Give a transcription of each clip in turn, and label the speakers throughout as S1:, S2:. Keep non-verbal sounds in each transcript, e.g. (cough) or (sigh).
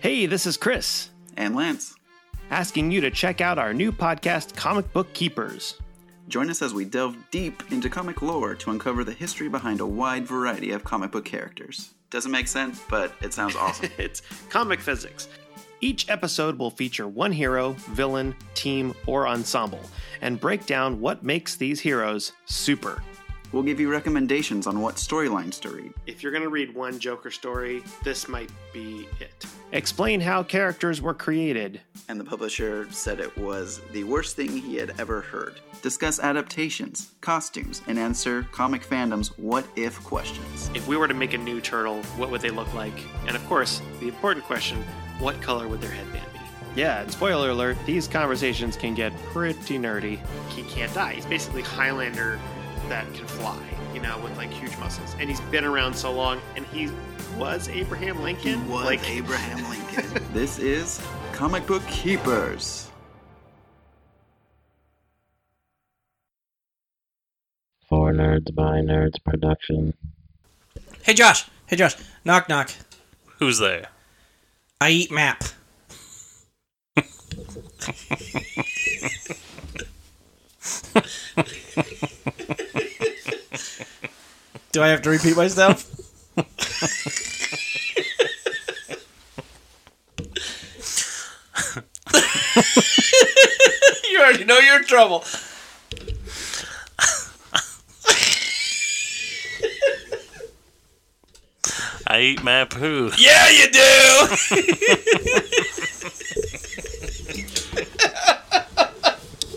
S1: Hey, this is Chris,
S2: and Lance.
S1: asking you to check out our new podcast, Comic Book Keepers.
S2: Join us as we delve deep into comic lore to uncover the history behind a wide variety of comic book characters. Doesn't make sense, but it sounds (laughs) awesome.
S1: (laughs) It's comic physics. Each episode will feature one hero, villain, team, or ensemble, and break down what makes these heroes super.
S2: we'll give you recommendations on what storylines to read.
S1: If you're going to read one Joker story, this might be it. Explain how characters were created.
S2: And the publisher said it was the worst thing he had ever heard. Discuss adaptations, costumes, and answer comic fandom's what if questions.
S1: If we were to make a new turtle, what would they look like? And of course, the important question what color would their headband be? Yeah, and spoiler alert, these conversations can get pretty nerdy. He can't die. He's basically Highlander that can fly, you know, with like huge muscles. And he's been around so long, and he was Abraham Lincoln.
S2: Was
S1: like,
S2: Abraham Lincoln. (laughs) this is Comic Book Keepers.
S3: For Nerds by Nerds production.
S4: Hey Josh. Hey Josh. Knock knock.
S5: Who's there?
S4: I eat map. Do I have to repeat myself? (laughs) you already know you're in trouble.
S5: I eat my poo.
S4: Yeah, you do.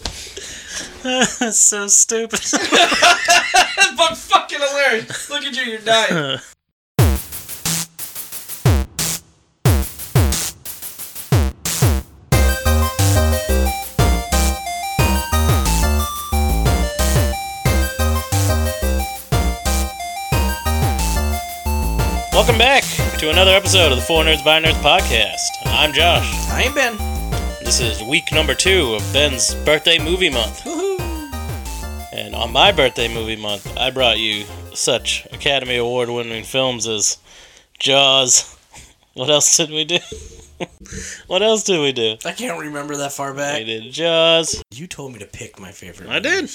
S4: (laughs)
S5: That's so stupid.
S4: (laughs) But fucking hilarious. Look at you, you're dying.
S5: Welcome back to another episode of the Four Nerds by Nerds podcast. I'm Josh.
S4: (laughs) I ain't been.
S5: This is week number two of Ben's birthday movie month. And on my birthday movie month, I brought you such Academy Award winning films as Jaws. (laughs) What else did we do? (laughs) what else did we do?
S4: I can't remember that far
S5: We
S4: back.
S5: did Jaws.
S4: You told me to pick my favorite.
S5: I did.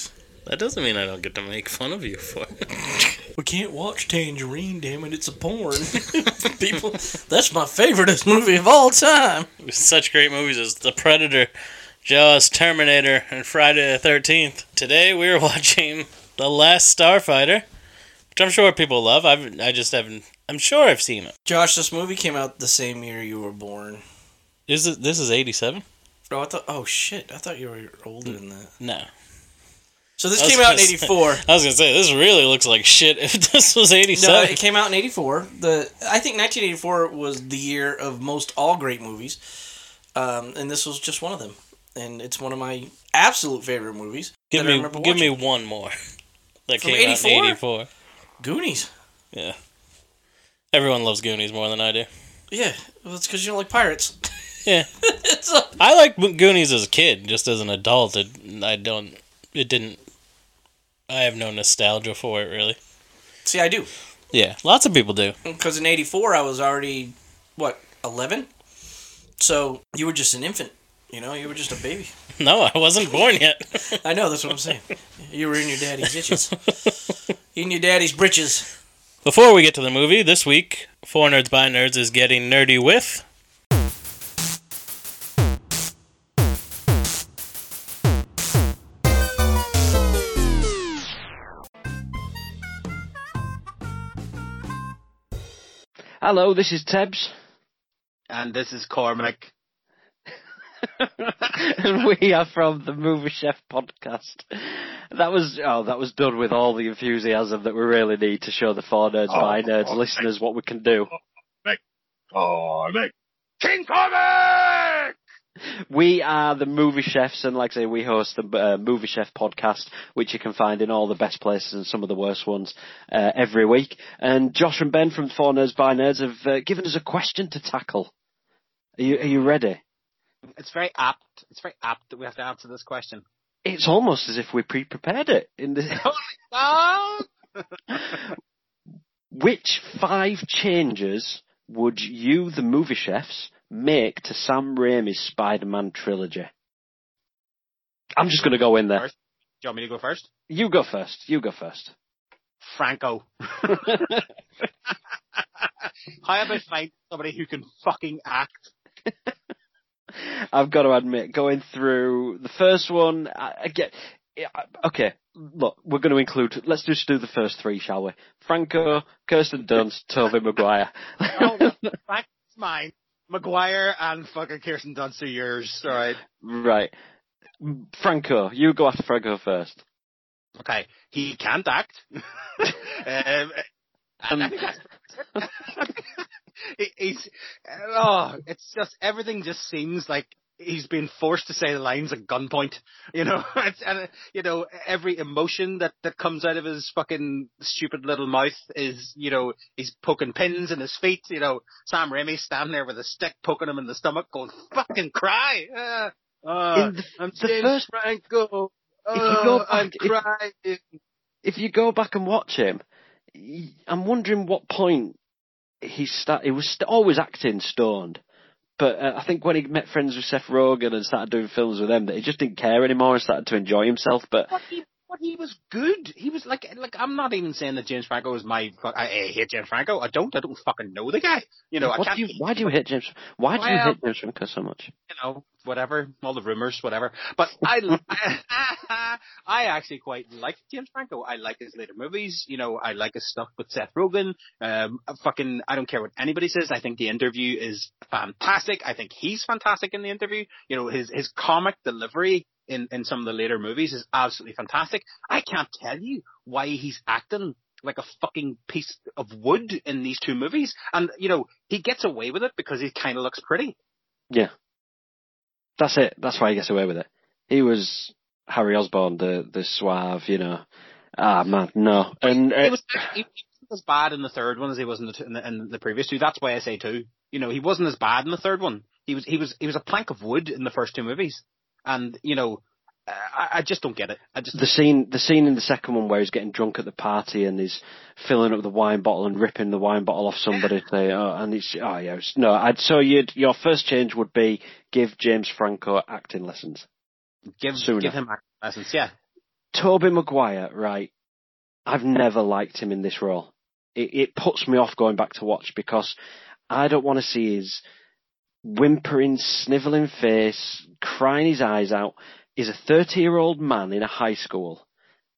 S5: That doesn't mean I don't get to make fun of you for it.
S4: We can't watch Tangerine, damn it, it's a porn. (laughs)
S5: (laughs)
S4: People, that's my favorite movie of all time.
S5: such great movies as The Predator, Jaws, Terminator, and Friday the Thirteenth. Today we are (laughs) watching The Last Starfighter, which I'm sure people love. I've I just haven't. I'm sure I've seen it.
S4: Josh, this movie came out the same year you were born.
S5: Is it? This is '87.
S4: Oh, I thought. Oh shit, I thought you were older than that.
S5: No,
S4: So this
S5: I was
S4: came out in
S5: gonna say-
S4: '84.
S5: I was gonna say this really looks like shit. If (laughs) this was
S4: No,
S5: '87,
S4: it came out in '84. The I think 1984 was the year of most all great movies, um, and this was just one of them. And it's one of my absolute favorite movies.
S5: give
S4: that I
S5: me
S4: remember
S5: give me
S4: watching.
S5: one more. (laughs) That
S4: From
S5: came out
S4: 84?
S5: in '84.
S4: Goonies.
S5: Yeah, everyone loves Goonies more than I do.
S4: Yeah, well, it's because you don't like pirates.
S5: (laughs) Yeah.
S4: it's a,
S5: I liked Bo- Goonies as a kid. Just as an adult, it, I don't. It didn't. I have no nostalgia for it, really.
S4: see, I do
S5: Yeah, lots of people do.
S4: because in '84 I was already what 11, so you were just an infant. You know, you were just a baby.
S5: (laughs)
S4: (laughs)
S5: No, I wasn't born yet. (laughs)
S4: I know that's what I'm saying. You were in your daddy's itches, in your daddy's britches.
S5: Before we get to the movie this week, Four Nerds by Nerds is getting nerdy with.
S6: Hello, this is Tebbs,
S7: And this is Cormac.
S6: and (laughs) we are from the Movie Chef podcast. That was oh, that was done with all the enthusiasm that we really need to show the four nerds
S7: Oh,
S6: by nerds
S7: okay.
S6: listeners what we can do.
S7: Cormac! Oh, King Cormac!
S6: We are the Movie Chefs, and like I say, we host the uh, Movie Chef podcast, which you can find in all the best places and some of the worst ones uh, every week. And Josh and Ben from Four Nerds by Nerds have uh, given us a question to tackle. Are you, are you ready?
S7: It's very apt. It's very apt that we have to answer this question.
S6: It's almost as if we pre-prepared it in this.
S7: Oh!
S6: (laughs) Which five changes would you, the movie chefs, make to Sam Raimi's Spider-Man trilogy? I'm just going to go in there.
S7: First. Do you want me to go first?
S6: You go first. You go first. (laughs)
S7: Franco. How about find somebody who can fucking
S6: (laughs)
S7: act?
S6: I've got to admit, going through the first one, I, I get. yeah, I- Okay, look, we're going to include. Let's just do the first three, shall we? Franco, Kirsten Dunst, Tobey Maguire. (laughs)
S7: Oh, Frank's mine. Maguire and fucking Kirsten Dunst are yours. All right.
S6: right, Franco, you go after Franco first.
S7: Okay. He can't act. (laughs) um, and I think that's- (laughs) He- he's oh, it's just everything just seems like he's been forced to say the lines at gunpoint. You know, (laughs) it's, and uh, you know every emotion that that comes out of his fucking stupid little mouth is you know he's poking pins in his feet. You know, Sam Raimi standing there with a stick poking him in the stomach, going "fucking cry." Uh, uh,
S6: In the-
S7: I'm
S6: the
S7: James
S6: first-
S7: Franco.
S6: If you
S7: Oh,
S6: go
S7: I'm
S6: back- if-
S7: crying.
S6: if you go back and watch him, y- I'm wondering what point he start. He was st- always acting stoned, but uh, I think when he met friends with Seth Rogen and started doing films with them, that he just didn't care anymore and started to enjoy himself. But
S7: But he, but he was good. He was like, like I'm not even saying that James Franco is my. fu- uh, I, I hate James Franco. I don't. I don't fucking know the guy. You know, I
S6: what
S7: can't.
S6: do you,
S7: You,
S6: why do you hate James? Why do you
S7: Well-
S6: hate James Franco so much?
S7: know, whatever. All the rumors, whatever. But I, (laughs) I, actually quite like James Franco. I like his later movies. You know, I like his stuff with Seth Rogen. Um, fucking, I don't care what anybody says. I think the interview is fantastic. I think he's fantastic in the interview. You know, his his comic delivery. In, in some of the later movies is absolutely fantastic. I can't tell you why he's acting like a fucking piece of wood in these two movies. And, you know, he gets away with it because he kind of looks pretty.
S6: That's it. That's why he gets away with it. He was Harry Osborn, the the suave, you know. Ah man, no. And
S7: he
S6: uh,
S7: was he wasn't as bad in the third one as he was in the, t- in the in the previous two. That's why I say two. You know, he wasn't as bad in the third one. He was he was he was a plank of wood in the first two movies, and you know, I, I just don't get it. I just
S6: the scene the scene in the second one where he's getting drunk at the party and he's filling up the wine bottle and ripping the wine bottle off somebody say oh and it's oh yeah it's, no I'd so you'd your first change would be give James Franco acting lessons.
S7: give
S6: sooner.
S7: give him acting lessons. Yeah,
S6: Toby Maguire, right? I've never liked him in this role. It, it puts me off going back to watch because I don't want to see his whimpering, snivelling face, crying his eyes out. He's a 30 year old man in a high school.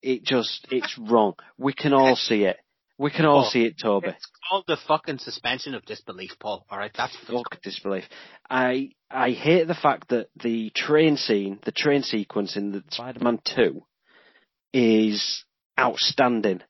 S6: It just, it's wrong. We can all see it. We can all
S7: Oh,
S6: see it, Toby.
S7: it's called the fucking suspension of disbelief, Paul. All right, that's
S6: Fuck disbelief. I I hate the fact that the train scene, the train sequence in the Spider-Man Two, is outstanding,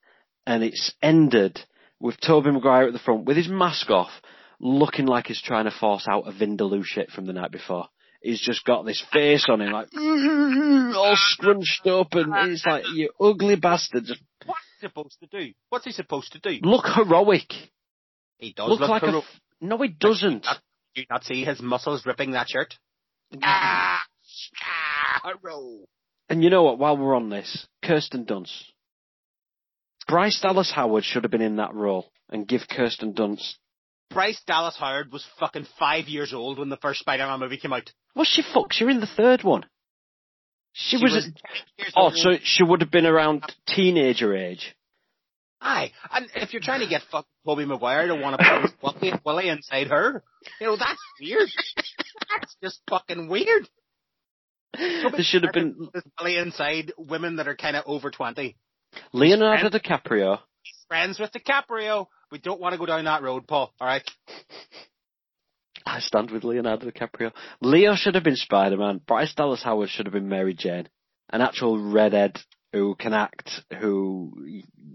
S6: and it's ended with Tobey Maguire at the front with his mask off, looking like he's trying to force out a Vindaloo shit from the night before. He's just got this face on him, like (laughs) all scrunched up, and it's like you ugly bastard. Just
S7: what's he supposed to do? What's he supposed to do?
S6: look heroic.
S7: He does
S6: Look
S7: look,
S6: like a.
S7: corrupt.
S6: f- No, he doesn't.
S7: Do you not see his muscles ripping that shirt? Ah, ah, hurrah.
S6: And you know what? While we're on this, Kirsten Dunst. Bryce Dallas Howard should have been in that role and give Kirsten Dunst.
S7: Bryce Dallas Howard was fucking five years old when the first Spider-Man movie came out.
S6: Well, she fucks. You're in the third one. She,
S7: She
S6: was.
S7: was
S6: a-
S7: Years
S6: oh,
S7: old.
S6: so she would have been around teenager age.
S7: aye, and if you're trying to get fucking Toby Maguire to want to put Willie, Willie inside her, you know that's weird. that's just fucking weird.
S6: There should have been
S7: This Willie inside women that are kind of over twenty,
S6: Leonardo DiCaprio.
S7: friends with DiCaprio. We don't want to go down that road, Paul. All right.
S6: I stand with Leonardo DiCaprio. Leo should have been Spider Man. Bryce Dallas Howard should have been Mary Jane. An actual redhead who can act, who,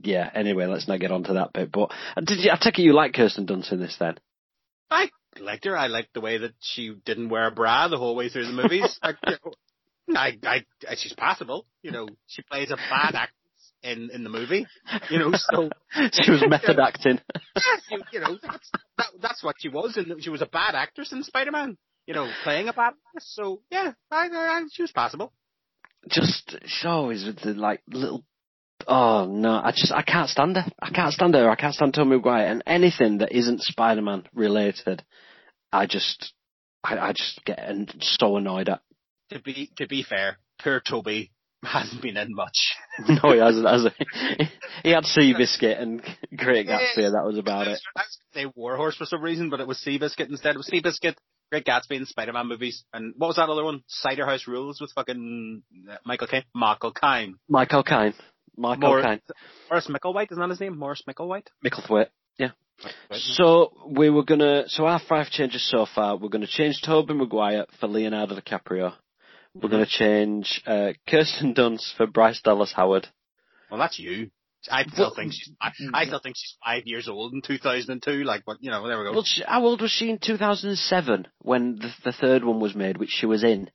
S6: yeah, anyway, let's not get onto that bit. But uh, did you, I take it you like Kirsten Dunst in this then? (laughs)
S7: I liked her. I liked the way that she didn't wear a bra the whole way through the movies. I, you know, I, I, I- she's passable. You know, she plays a bad actress in in the movie. You know, so
S6: she was method acting.
S7: (laughs) you, you know that's that, that's what she was. And she was a bad actress in Spider Man. You know, playing a bad actress. So yeah, I, I, I, she was passable.
S6: Just she's always with the like little. Oh no, I just I can't stand her. I can't stand her. I can't stand Tom Maguire and anything that isn't Spider-Man related. I just I, I just get an- so annoyed at.
S7: To be to be fair, poor Toby (laughs) hasn't been in much.
S6: (laughs) No, he hasn't. Has he? he had Sea Biscuit and Great Gatsby. That was about
S7: I
S6: it.
S7: was going to say Warhorse for some reason, but it was Seabiscuit instead. It was Seabiscuit, Great Gatsby, and Spider-Man movies. And what was that other one? Cider House Rules with fucking uh, Michael Caine. Michael Caine.
S6: Michael Kine. Michael
S7: Morris-
S6: Kine.
S7: Morris Micklewhite, isn't that his name? Morris Micklewhite?
S6: Micklethwaite. So we were gonna. So our five changes so far. We're gonna change Toby Maguire for Leonardo DiCaprio. We're gonna change uh, Kirsten Dunst for Bryce Dallas Howard.
S7: Well, that's you. I still think she's. I, I still think she's five years old in 2002. Like, but you know, there we go.
S6: Well, she, how old was she in 2007 when the, the third one was made, which she was in?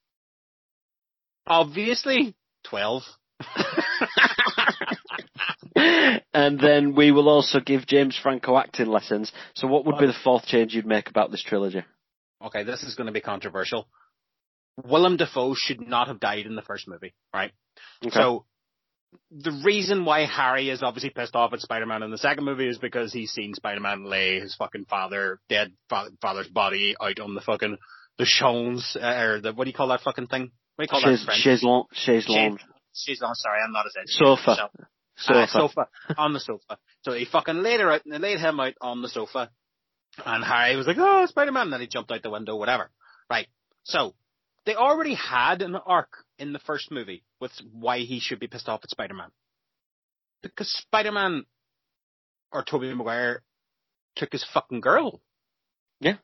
S6: (laughs)
S7: Obviously, twelve. (laughs)
S6: and then we will also give James Franco acting lessons. So what would be the fourth change you'd make about this trilogy?
S7: okay, this is going to be controversial. Willem Dafoe should not have died in the first movie, right? So the reason why Harry is obviously pissed off at Spider-Man in the second movie is because he's seen Spider-Man lay his fucking father, dead fa- father's body out on the fucking, the Shones, uh, or the, what do you call that fucking thing? What do you call that in
S6: Chaise,
S7: French?
S6: chaise, long, chaise long.
S7: She's on, sorry, I'm not as educated.
S6: Sofa.
S7: So-
S6: Sofa.
S7: uh, sofa. on the sofa. So he fucking laid her out, and they laid him out on the sofa. And Harry was like, oh, Spider-Man. And then he jumped out the window, whatever. Right. So they already had an arc in the first movie with why he should be pissed off at Spider-Man. Because Spider-Man or Tobey Maguire took his fucking girl.
S6: Yeah.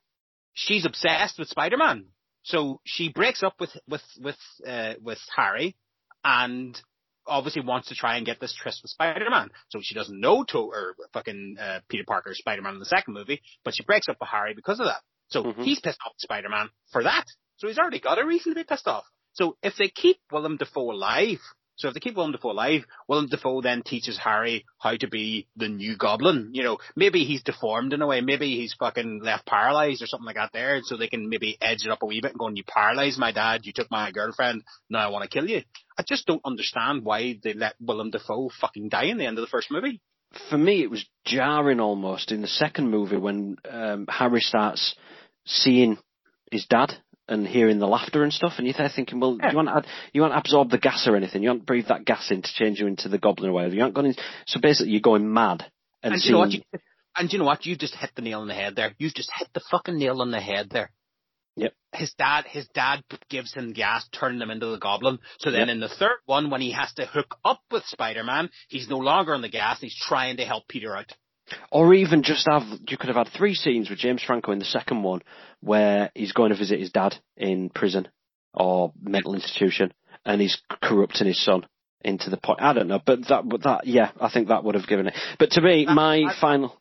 S7: She's obsessed with Spider-Man. So she breaks up with, with, with, uh, with Harry and obviously wants to try and get this tryst with Spider-Man. So she doesn't know to or fucking uh, Peter Parker is Spider-Man in the second movie, but she breaks up with Harry because of that. So
S6: Mhm.
S7: he's pissed off at Spider-Man for that. So he's already got a reason to be pissed off. So if they keep Willem Dafoe alive, so if they keep Willem Dafoe alive, Willem Dafoe then teaches Harry how to be the new Goblin. You know, maybe he's deformed in a way. Maybe he's fucking left paralyzed or something like that there. So they can maybe edge it up a wee bit and go, you paralyzed my dad. You took my girlfriend. Now I want to kill you. I just don't understand why they let Willem Dafoe fucking die in the end of the first movie.
S6: for me, it was jarring almost in the second movie when um, Harry starts seeing his dad and hearing the laughter and stuff, and you're there thinking, well, you want you want to absorb the gas or anything? You want to breathe that gas in to change you into the goblin or whatever? You aren't going. In, so basically, you're going mad and,
S7: And, you
S6: seeing.
S7: know what? You, and you know what? You just hit the nail on the head there. You just hit the fucking nail on the head there.
S6: Yep.
S7: His dad, his dad gives him gas, turning him into the goblin. So then
S6: Yep.
S7: in the third one, when he has to hook up with Spider-Man, he's no longer on the gas. He's trying to help Peter out.
S6: Or even just have you could have had three scenes with James Franco in the second one where he's going to visit his dad in prison or mental institution, and he's corrupting his son into the point. I don't know, but that but that yeah, I think that would have given it. But to me,
S7: That-
S6: my
S7: that-
S6: final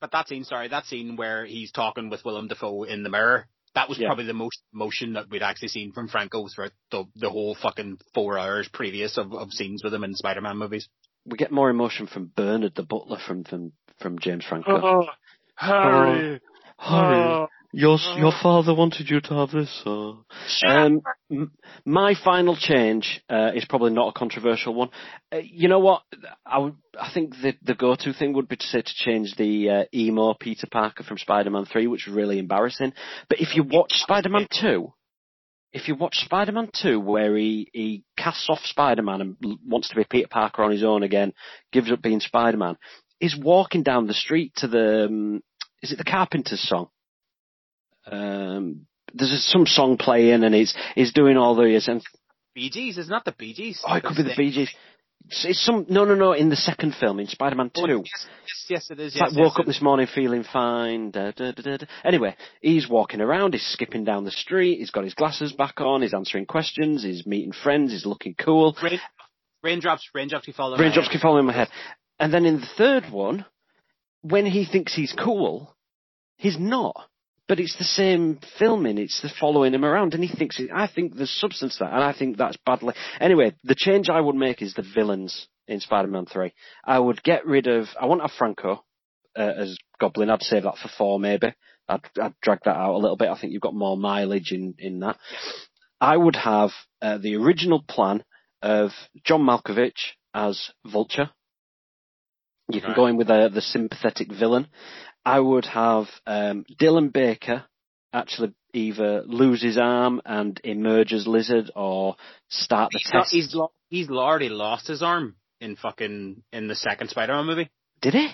S7: But that scene, sorry, that scene where he's talking with Willem Dafoe in the mirror, that was
S6: Yeah.
S7: probably the most emotion that we'd actually seen from Franco throughout the, the whole fucking four hours previous of, of scenes with him in Spider-Man movies.
S6: we get more emotion from Bernard the butler from from, from James Franco. Oh,
S1: Oh, Harry. Oh.
S6: Harry, your s your father wanted you to have this. Uh. Um, m- my final change uh, is probably not a controversial one. Uh, you know what? I, would, I think the, the go-to thing would be to say to change the uh, emo Peter Parker from Spider-Man 3, which was really embarrassing. But if you watch Spider-Man 2, if you watch Spider-Man 2, where he, he casts off Spider-Man and l- wants to be Peter Parker on his own again, gives up being Spider-Man, is walking down the street to the, um, is it the Carpenter's song? Um, there's a- some song playing and he's, he's doing all those and,
S7: Bee Gees, it's not the Bee Gees.
S6: oh, it could be the
S7: It's
S6: Bee Gees. It's, it's some, no, no, no, in the second film, in Spider-Man 2.
S7: Oh, Yes, yes, yes, it is.
S6: It's
S7: Yes,
S6: like woke
S7: yes,
S6: up this morning feeling fine. Da, da, da, da, da. Anyway, he's walking around, he's skipping down the street, he's got his glasses back on, he's answering questions, he's meeting friends, he's looking cool.
S7: yes. Rain- Raindrops, raindrops, you follow.
S6: Raindrops keep falling in my head. And then in the third one, when he thinks he's cool, he's not. But it's the same filming, it's the following him around, and he thinks, it, I think there's substance to that, and I think that's badly. Anyway, the change I would make is the villains in Spider-Man 3. I would get rid of, I won't have Franco uh, as Goblin, I'd save that for 4 maybe. I'd, I'd drag that out a little bit, I think you've got more mileage in, in that. I would have uh, the original plan of John Malkovich as Vulture. You can go in with uh the sympathetic villain. I would have um, Dylan Baker. Actually, either lose his arm and emerge as Lizard or start the
S7: He's, not,
S6: test.
S7: he's, lo- he's already lost his arm in fucking in the second Spider-Man movie.
S6: Did he?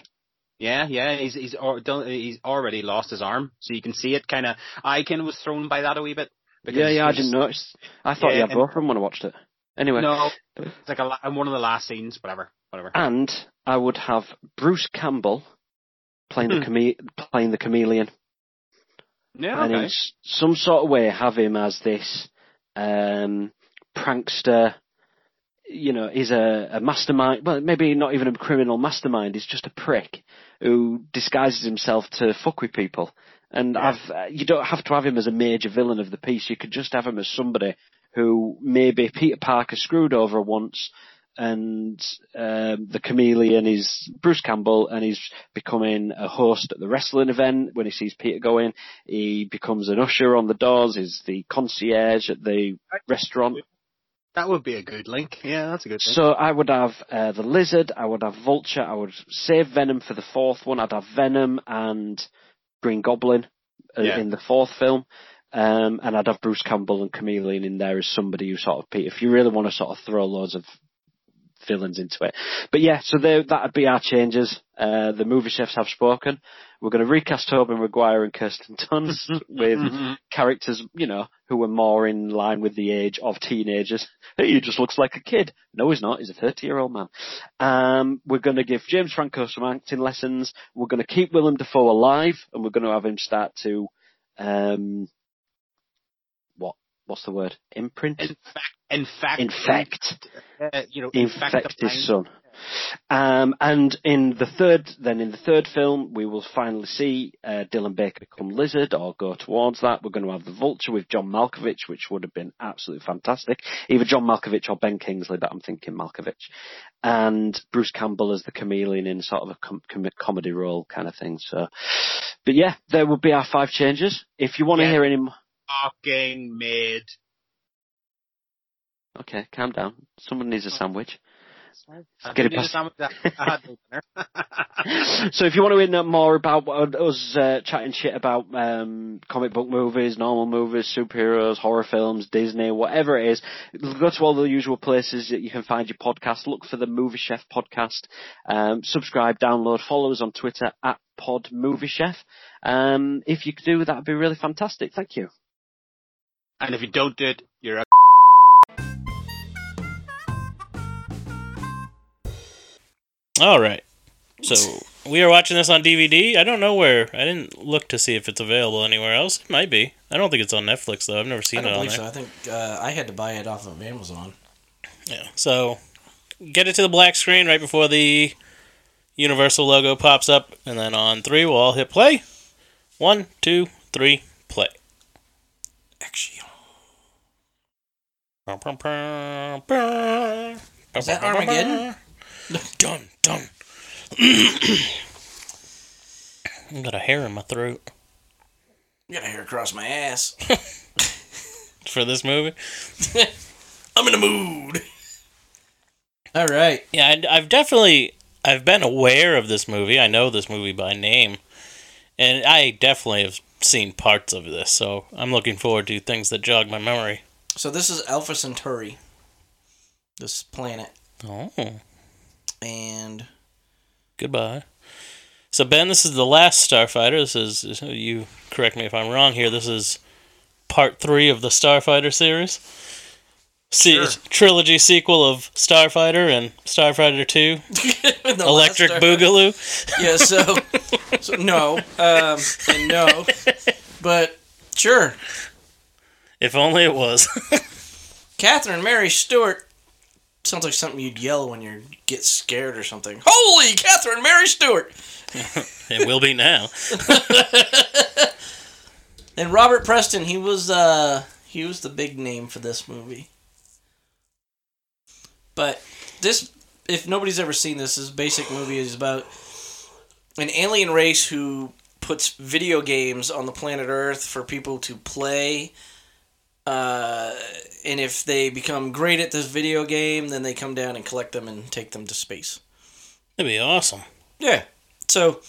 S7: Yeah, yeah, he's he's al- done, he's already lost his arm, so you can see it. Kind of, I kind of was thrown by that a wee bit.
S6: yeah, yeah, I
S7: there's-
S6: didn't notice. I thought
S7: Yeah,
S6: you had
S7: and-
S6: both of them when I watched it. Anyway,
S7: No, it's like a, la- one of the last scenes, whatever, whatever.
S6: and I would have Bruce Campbell playing the
S7: Hmm.
S6: chame- playing the chameleon,
S7: Yeah,
S6: and in
S7: okay.
S6: s- some sort of way have him as this um, prankster. You know, he's a, a mastermind. Well, maybe not even a criminal mastermind. He's just a prick who disguises himself to fuck with people. And
S7: Yeah.
S6: I've, uh, you don't have to have him as a major villain of the piece. You could just have him as somebody who maybe Peter Parker screwed over once, and um, the chameleon is Bruce Campbell, and he's becoming a host at the wrestling event when he sees Peter going. He becomes an usher on the doors. He's the concierge at the restaurant.
S7: That would be a good link. Yeah, that's a good link.
S6: So I would have uh, the lizard. I would have vulture. I would save Venom for the fourth one. I'd have Venom and Green Goblin uh,
S7: Yeah.
S6: in the fourth film. Um, and I'd have Bruce Campbell and Chameleon in there as somebody who sort of, if you really want to sort of throw loads of villains into it. But yeah, so there, that'd be our changes. Uh, the movie chefs have spoken. We're going to recast Tobey Maguire and Kirsten Dunst with characters, you know, who were more in line with the age of teenagers. (laughs) He just looks like a kid. No, he's not. He's a 30 year old man. Um, we're going to give James Franco some acting lessons. We're going to keep Willem Dafoe alive and we're going to have him start to, um, what, what's the word? Imprint?
S7: In fact, in fact,
S6: Infect
S7: uh, you know, in fact,
S6: infect
S7: the
S6: his
S7: mind-
S6: son. Um, and in the third, then in the third film, we will finally see uh, Dylan Baker become Lizard or go towards that. We're going to have the Vulture with John Malkovich, which would have been absolutely fantastic. Either John Malkovich or Ben Kingsley, but I'm thinking Malkovich. And Bruce Campbell as the chameleon in sort of a com- com- comedy role kind of thing. So, but yeah, there would be our five changes. If you want to
S7: Yeah.
S6: hear any more,
S7: fucking mid.
S6: okay, calm down. Someone needs a sandwich.
S7: I
S6: Get it
S7: knew the
S6: past-
S7: time that I had no dinner.
S6: so if you want to know more about what- us uh, chatting shit about um, comic book movies, normal movies, superheroes, horror films, Disney, whatever it is, go to all the usual places that you can find your podcast. Look for the Movie Chef podcast. Um, subscribe, download, follow us on Twitter at Pod Movie Chef. Um, if you could do that, would be really fantastic. Thank you.
S7: (laughs) and if you don't do it, you're a
S5: All right. So we are watching this on DVD. I don't know where. I didn't look to see if it's available anywhere else. It might be. I don't think it's on Netflix though. I've never
S4: I
S5: seen it
S4: don't
S5: on
S4: believe
S5: there.
S4: so. I think uh, I had to buy it off of Amazon.
S5: Yeah. So get it to the black screen right before the Universal logo pops up, and then on three we'll all hit play. One, two, three, play.
S4: Action.
S5: Is
S4: that Armageddon?
S5: Dun dun. (clears throat) I've got a hair in my throat.
S4: I got a hair across my ass.
S5: for this movie.
S4: I'm in the mood. All right.
S5: Yeah, I, I've definitely I've been aware of this movie. I know this movie by name, and I definitely have seen parts of this. So I'm looking forward to things that jog my memory.
S4: So this is Alpha Centauri. This planet
S5: Oh,
S4: and
S5: goodbye. So Ben, this is the last Starfighter. This is you correct me if I'm wrong here. This is part three of the Starfighter series. See, it's trilogy sequel of Starfighter and Starfighter Two,
S4: The
S5: Electric
S4: last-
S5: Boogaloo.
S4: Yeah. So, so no, um, and no, but sure.
S5: If only it was. (laughs)
S4: Catherine Mary Stewart sounds like something you'd yell when you get scared or something. Holy Catherine Mary Stewart
S5: it will be now.
S4: and Robert Preston. He was uh he was the big name for this movie. But this, if nobody's ever seen this, this basic movie is about an alien race who puts video games on the planet Earth for people to play. Uh, and if they become great at this video game, then they come down and collect them and take them to space.
S5: That'd be awesome.
S4: Yeah. So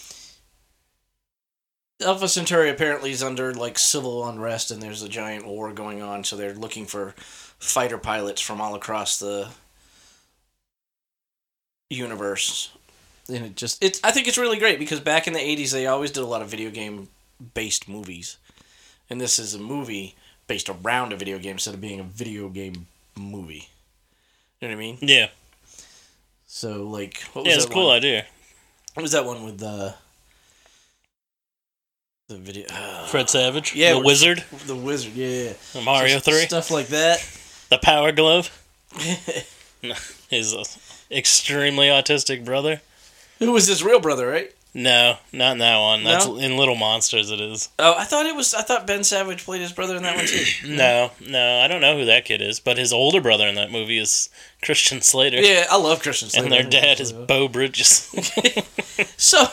S4: Alpha Centauri apparently is under like civil unrest and there's a giant war going on, so they're looking for fighter pilots from all across the universe. And it just it's I think it's really great because back in the eighties they always did a lot of video game based movies. And this is a movie based around a video game instead of being a video game movie. You know what I mean?
S5: Yeah.
S4: So like what was
S5: Yeah, it's a
S4: that
S5: cool
S4: one?
S5: idea.
S4: What was that one with the the video? (sighs) Uh,
S5: Fred Savage,
S4: Yeah,
S5: the
S4: we're-
S5: wizard,
S4: the wizard, yeah, yeah.
S5: from Mario
S4: Just
S5: Three,
S4: stuff like that. (laughs)
S5: the Power Glove, his uh, extremely autistic brother.
S4: Who was his real brother, right?
S5: No, not in that one. That's
S4: No?
S5: in Little Monsters. It is.
S4: Oh, I thought it was. I thought Ben Savage played his brother in that
S5: (clears throat)
S4: one too.
S5: No, no, I don't know who that kid is, but his older brother in that movie is Christian Slater,
S4: yeah, I love Christian Slater.
S5: and their dad is
S4: (laughs)
S5: Bo Bridges.
S4: so.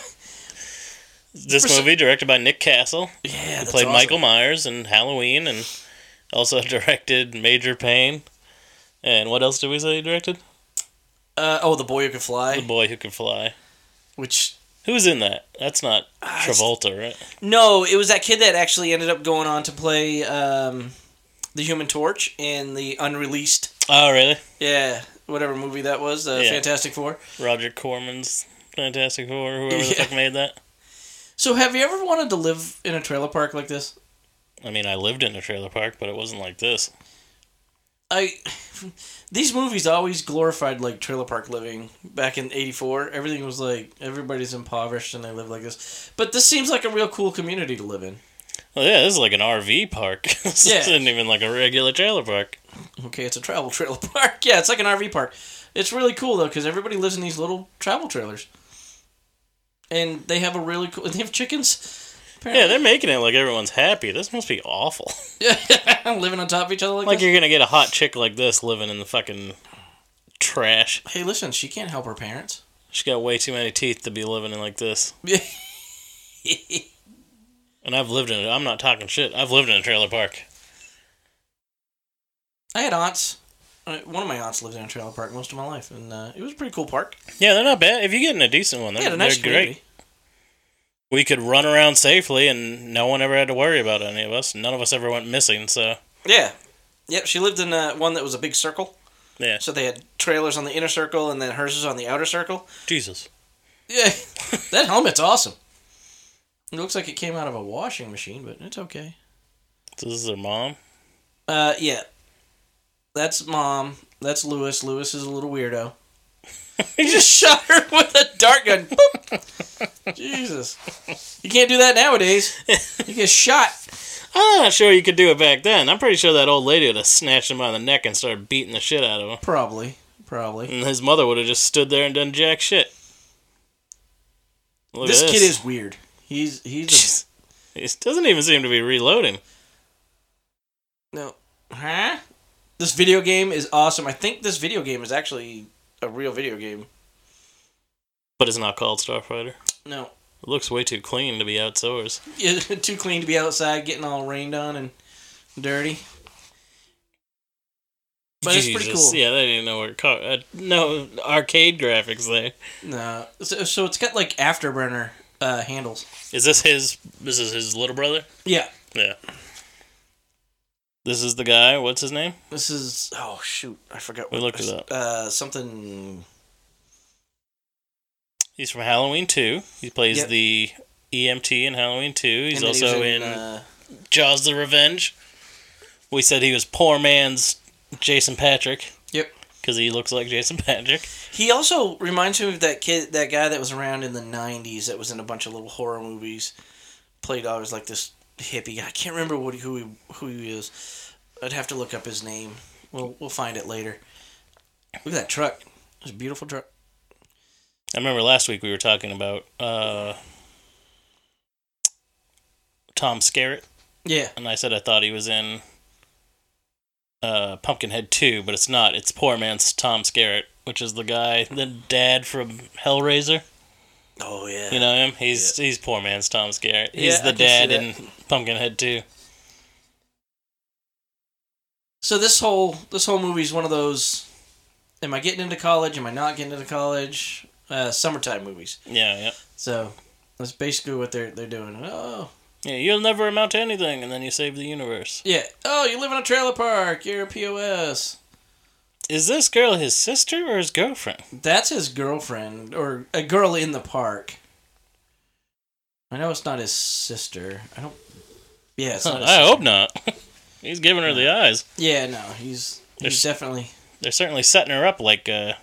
S5: this
S4: For so-
S5: movie directed by Nick Castle,
S4: Yeah,
S5: who
S4: that's
S5: played
S4: awesome.
S5: Michael Myers in Halloween, and also (laughs) directed Major Payne. And what else did we say he directed?
S4: Uh, oh, the boy who could fly,
S5: The Boy Who Could Fly.
S4: which
S5: Who's in that? That's not
S4: Ah, it's-
S5: Travolta, right?
S4: no, it was that kid that actually ended up going on to play um, the Human Torch in the unreleased,
S5: Oh, really?
S4: yeah, whatever movie that was, uh,
S5: Yeah.
S4: Fantastic Four.
S5: Roger Corman's Fantastic Four, whoever the
S4: Yeah.
S5: fuck made that.
S4: So, have you ever wanted to live in a trailer park like this?
S5: I mean, I lived in a trailer park, but it wasn't like this.
S4: I (laughs) these movies always glorified like trailer park living back in '84. Everything was like everybody's impoverished and they live like this. But this seems like a real cool community to live in.
S5: Well, yeah, this is like an RV park. (laughs) this
S4: Yeah.
S5: isn't even like a regular trailer park.
S4: Okay, it's a travel (laughs) trailer park. Yeah, it's like an RV park. It's really cool though because everybody lives in these little travel trailers, and they have a really cool. (laughs) And they have chickens.
S5: Yeah, they're making it like everyone's happy. This must be awful. (laughs)
S4: Yeah, (laughs) living on top of each other like,
S5: like
S4: this.
S5: you're gonna get a hot chick like this living in the fucking trash.
S4: Hey, listen, she can't help her
S5: (laughs)
S4: parents. (laughs)
S5: She's got way too many teeth to be living in like this. And I've lived in it. I'm not talking shit. I've lived in a trailer park.
S4: I had aunts. Uh, One of my aunts lived in a trailer park most of my life, and uh, it was a pretty cool park.
S5: Yeah, they're not bad. If you get in a decent one,
S4: They
S5: they're,
S4: had a nice
S5: they're
S4: community.
S5: great. We could run around safely, and no one ever had to worry about any of us. None of us ever went missing. So
S4: Yeah. Yep, she lived in uh, one that was a big circle.
S5: yeah,
S4: So they had trailers on the inner circle and then hers is on the outer circle.
S5: Jesus.
S4: Yeah. (laughs) that helmet's awesome. It looks like it came out of a washing machine, but it's okay.
S5: So this is their mom.
S4: Uh yeah. That's mom. That's Lewis. Lewis is a little weirdo.
S5: (laughs)
S4: he just shot her (laughs) with a dart gun. Boop. (laughs) Jesus. You can't do that nowadays. You get shot.
S5: I'm not sure you could do it back then. I'm pretty sure that old lady would have snatched him by the neck and started beating the shit out of him.
S4: Probably. Probably.
S5: And his mother would have just stood there and done jack shit. Look
S4: this
S5: at
S4: kid is (laughs) weird. He's he's a
S5: Jeez. He doesn't even seem to be reloading.
S4: No. Huh? This video game is awesome. I think this video game is actually a real video game.
S5: But it's not called Starfighter.
S4: No. (laughs)
S5: It looks way too clean to be outdoors.
S4: Yeah, Too clean to be outside, getting all rained on and dirty. But it's pretty
S5: Jesus.
S4: cool.
S5: Yeah, they didn't know where car- uh, no arcade graphics there.
S4: No. So, so it's got like afterburner uh, handles.
S5: Is this his? This is his little brother.
S4: Yeah.
S5: Yeah. This is the guy. What's his name?
S4: This is. Oh, shoot. I forgot
S5: We looked
S4: I s-
S5: it up.
S4: Uh, something.
S5: He's from Halloween Two. He plays
S4: Yep.
S5: the EMT in Halloween Two. He's
S4: and then he was
S5: also in,
S4: uh,
S5: Jaws: The Revenge. We said he was poor man's Jason Patrick
S4: yep.
S5: because he looks like Jason Patrick.
S4: He also reminds me of that kid, that guy that was around in the '90s that was in a bunch of little horror movies. Played always like this hippie. guy. I can't remember what who he who he is. I'd have to look up his name. We'll we'll find it later. Look at that truck. It's a beautiful truck.
S5: I remember last week we were talking about uh, Tom Skerritt,
S4: Yeah,
S5: and I said I thought he was in uh, Pumpkinhead Two, but it's not. It's poor man's Tom Skerritt, which is the guy, the dad from Hellraiser.
S4: Oh yeah.
S5: You know him? He's he's poor man's Tom Skerritt.
S4: Yeah,
S5: He's
S4: I can
S5: the
S4: see
S5: dad
S4: that.
S5: in Pumpkinhead Two.
S4: So this whole this whole movie is one of those. Am I getting into college? Am I not getting into college? Uh, summertime movies.
S5: Yeah, yeah.
S4: So That's basically what they're they're doing. Oh,
S5: Yeah, you'll never amount to anything, and then you save the universe.
S4: yeah. Oh, you live in a trailer park. You're a pos.
S5: Is this girl his sister or his girlfriend?
S4: That's his girlfriend or a girl in the park. I know it's not his sister. I don't. Yeah,
S5: (laughs)
S4: it's not. His
S5: I
S4: sister.
S5: hope not. He's giving her the eyes.
S4: Yeah, no, he's he's
S5: There's-
S4: definitely
S5: They're certainly setting her up like, uh,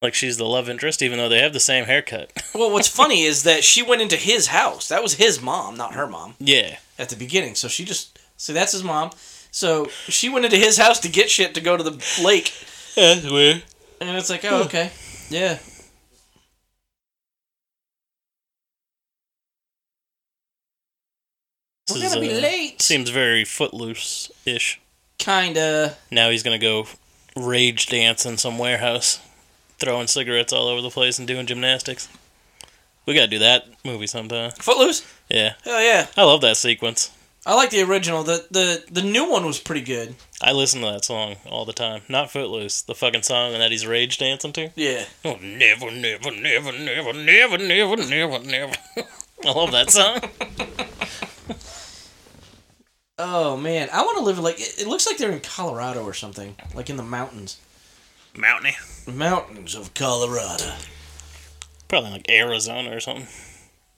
S5: like she's the love interest, even though they have the same haircut. (laughs)
S4: Well, what's funny is that she went into his house. That was his mom, not her mom, (laughs)
S5: yeah,
S4: at the beginning. So she just see that's his mom. So she went into his house to get shit to go to the lake,
S5: that's weird.
S4: and it's like, oh, okay, yeah.
S5: This
S4: We're
S5: is,
S4: gonna be
S5: uh,
S4: late.
S5: Seems very footloose ish.
S4: Kinda.
S5: Now he's gonna go rage dance in some warehouse, throwing cigarettes all over the place and doing gymnastics. We gotta do that movie sometime.
S4: Footloose.
S5: Yeah,
S4: Hell yeah.
S5: I love that sequence.
S4: I like the original. the the The new one was pretty good.
S5: I listen to that song all the time. Not Footloose, the fucking song that he's rage dancing to.
S4: Yeah.
S5: Oh, never, never, never, never, never, never, never, never. I love that (laughs) song.
S4: Oh man, I want to live like it, it looks like they're in Colorado or something, like in the mountains,
S5: Mountainy.
S4: mountains of Colorado.
S5: Probably like Arizona or something.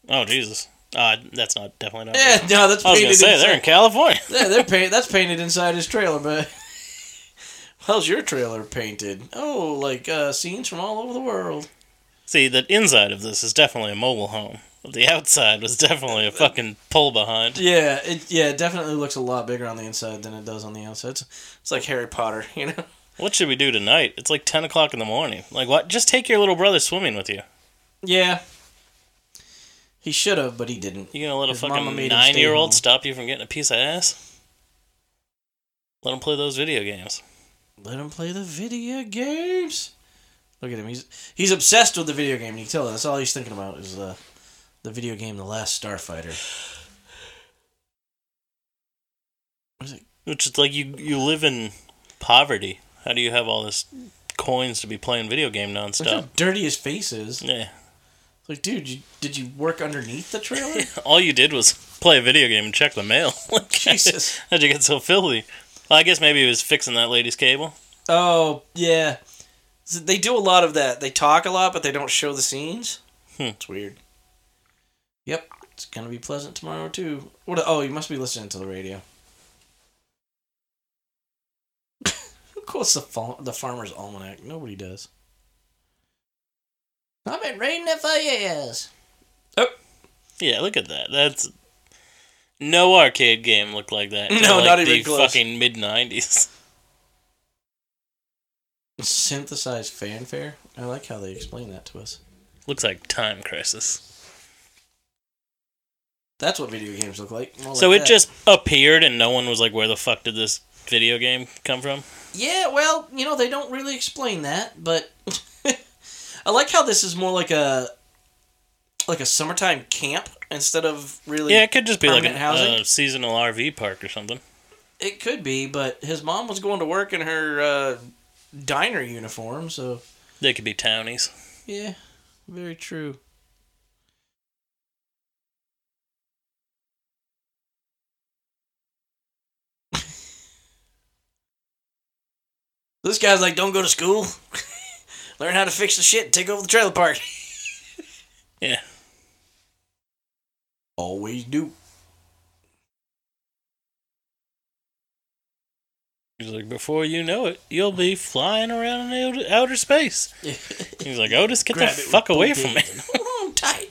S5: Oh Jesus. Uh, that's not definitely not.
S4: Yeah, no, that's
S5: I was
S4: painted
S5: gonna say they're in
S4: inside.
S5: California.
S4: yeah, they're paint. That's painted inside his trailer, but (laughs) how's your trailer painted? Oh, like uh, scenes from all over the world.
S5: See, the inside of this is definitely a mobile home. The outside was definitely a fucking pull behind.
S4: Yeah, it yeah it definitely looks a lot bigger on the inside than it does on the outside. It's, it's like Harry Potter, (laughs) you know.
S5: What should we do tonight? It's like ten o'clock in the morning. Like what? Just take your little brother swimming with you.
S4: Yeah, he should have, but he didn't.
S5: You gonna let a
S4: His mama
S5: fucking
S4: made him stay
S5: nine-year-old
S4: home.
S5: stop you from getting a piece of ass? Let him play those video games.
S4: Let him play the video games. Look at him. He's he's obsessed with the video game. You can tell that's all he's thinking about is the the video game, The Last Starfighter. What is it?
S5: Which is like you you live in poverty. How do you have all this coins to be playing video game
S4: Look how
S5: nonstop?
S4: dirty his face is.
S5: Yeah.
S4: It's Like, dude, you, did you work underneath the (laughs) trailer?
S5: (laughs) All you did was play a video game and check the mail. (laughs) Like,
S4: Jesus.
S5: (laughs) How'd you get so filthy? Well, I guess maybe he was fixing that lady's cable.
S4: oh yeah, So they do a lot of that. They talk a lot, but they don't show the scenes.
S5: Hmm.
S4: It's weird. Yep, it's gonna be pleasant tomorrow too. What? oh, you must be listening to the radio. (laughs) Who calls the fa- the Farmer's Almanac? Nobody does. I've been reading it for years.
S5: Yeah, look at that. That's no arcade game looked like that.
S4: No,
S5: till, like,
S4: not even
S5: the
S4: close.
S5: Fucking mid nineties.
S4: Synthesized fanfare. I like how they explain that to us.
S5: (laughs) Looks like Time Crisis.
S4: That's what video games look like. more
S5: so
S4: like
S5: it
S4: that.
S5: just appeared, and no one was like, "Where the fuck did this video game come from?"
S4: Yeah, well, you know, they don't really explain that, but (laughs) I like how this is more like a like a summertime camp instead of really
S5: yeah, it could just be like a
S4: permanent housing?
S5: uh, seasonal RV park or something.
S4: It could be, but his mom was going to work in her uh, diner uniform, so
S5: They could be townies.
S4: yeah, very true. This guy's like, don't go to school. (laughs) Learn how to fix the shit. Take over the trailer park. (laughs)
S5: Yeah.
S4: Always do.
S5: He's like, before you know it, you'll be flying around in outer- outer
S4: (laughs)
S5: space. He's like, Otis, get the
S4: Grab it with
S5: fuck away
S4: both
S5: from me.
S4: hands. Ooh, tight.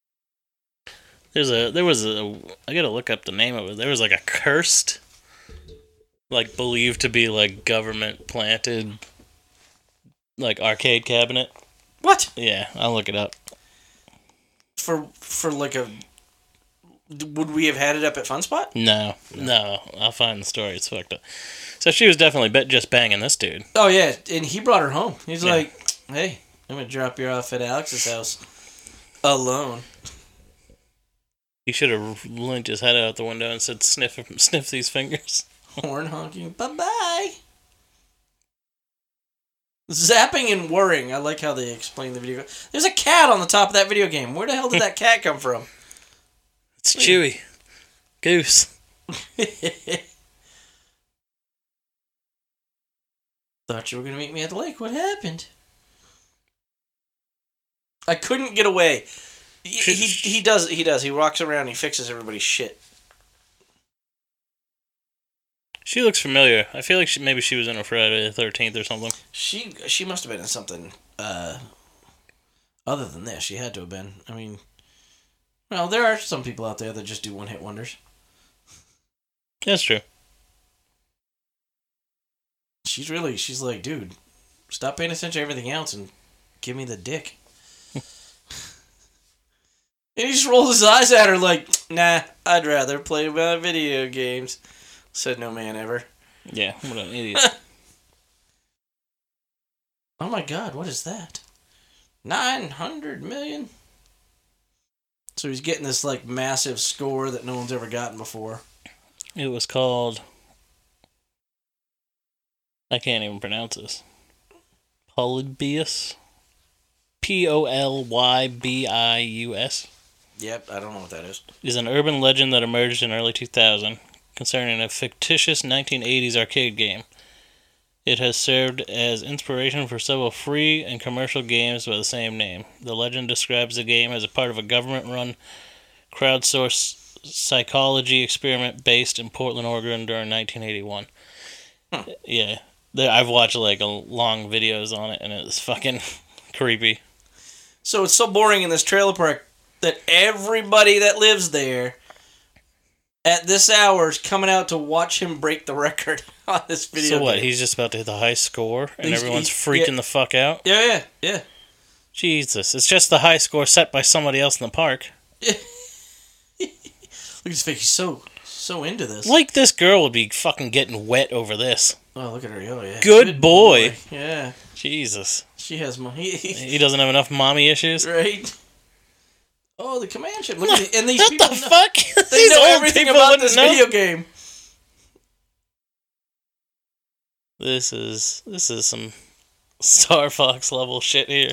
S5: (laughs) There's a there was a I gotta look up the name of it. There was like a cursed, like believed to be like government planted, like arcade cabinet.
S4: What?
S5: Yeah, I'll look it up.
S4: For for like a would we have had it up at Fun Spot?
S5: No, no, I'll find the story. It's fucked up. So she was definitely bet just banging this dude.
S4: Oh yeah, and he brought her home. He's
S5: Yeah.
S4: like, "Hey, I'm gonna drop you off at Alex's house alone." (laughs)
S5: He should have linked his head out the window and said, "Sniff, sniff these fingers."
S4: Horn honking. Bye bye. Zapping and whirring. I like how they explain the video. There's a cat on the top of that video game. Where the hell did that cat come from?
S5: (laughs)
S4: (laughs)
S5: It's Chewy. Goose.
S4: Thought you were going to meet me at the lake. What happened? I couldn't get away. He, he, he does. He does. He walks around. He fixes everybody's shit.
S5: She looks familiar. I feel like she, maybe she was in a Friday the Thirteenth or something.
S4: She she must have been in something uh, other than this. She had to have been. I mean, well, there are some people out there that just do one hit wonders.
S5: That's true.
S4: She's really she's like, dude, stop paying attention to everything else and give me the dick. (laughs) and he just rolls his eyes at her like, nah, I'd rather play my video games. Said no man ever.
S5: Yeah, what an idiot.
S4: Oh my god, what is that? 900 million? So he's getting this like massive score that no one's ever gotten before.
S5: (laughs) it was called. I can't even pronounce this. Polybius. P O L Y B I U S.
S4: Yep, I don't know what that is.
S5: is an urban legend that emerged in early 2000 concerning a fictitious 1980s arcade game. It has served as inspiration for several free and commercial games by the same name. The legend describes the game as a part of a government run crowdsourced psychology experiment based in Portland, Oregon during 1981. Yeah. There- I've watched like a long videos on it and it's fucking (laughs) creepy.
S4: So it's so boring in this trailer park that everybody that lives there at this hour is coming out to watch him break the record (laughs) on this video.
S5: so what?
S4: game.
S5: He's just about to hit the high score and
S4: He's-
S5: everyone's
S4: he's-
S5: freaking
S4: yeah.
S5: the fuck out.
S4: Yeah, yeah, yeah.
S5: Jesus, it's just the high score set by somebody else in the park.
S4: Look at his face. He's so so into this.
S5: Like this girl would be fucking getting wet over this.
S4: Oh, look at her. Oh, yeah.
S5: Good boy.
S4: Yeah,
S5: Jesus,
S4: she has money.
S5: he doesn't have enough mommy
S4: (laughs)
S5: issues.
S4: right? Oh, the command ship. Look
S5: What
S4: at the, and these
S5: the
S4: people know,
S5: fuck?
S4: They
S5: (laughs) These
S4: know
S5: old
S4: everything
S5: people
S4: about
S5: wouldn't
S4: this
S5: know.
S4: video
S5: (laughs)
S4: game.
S5: This is this is some Star Fox level shit here.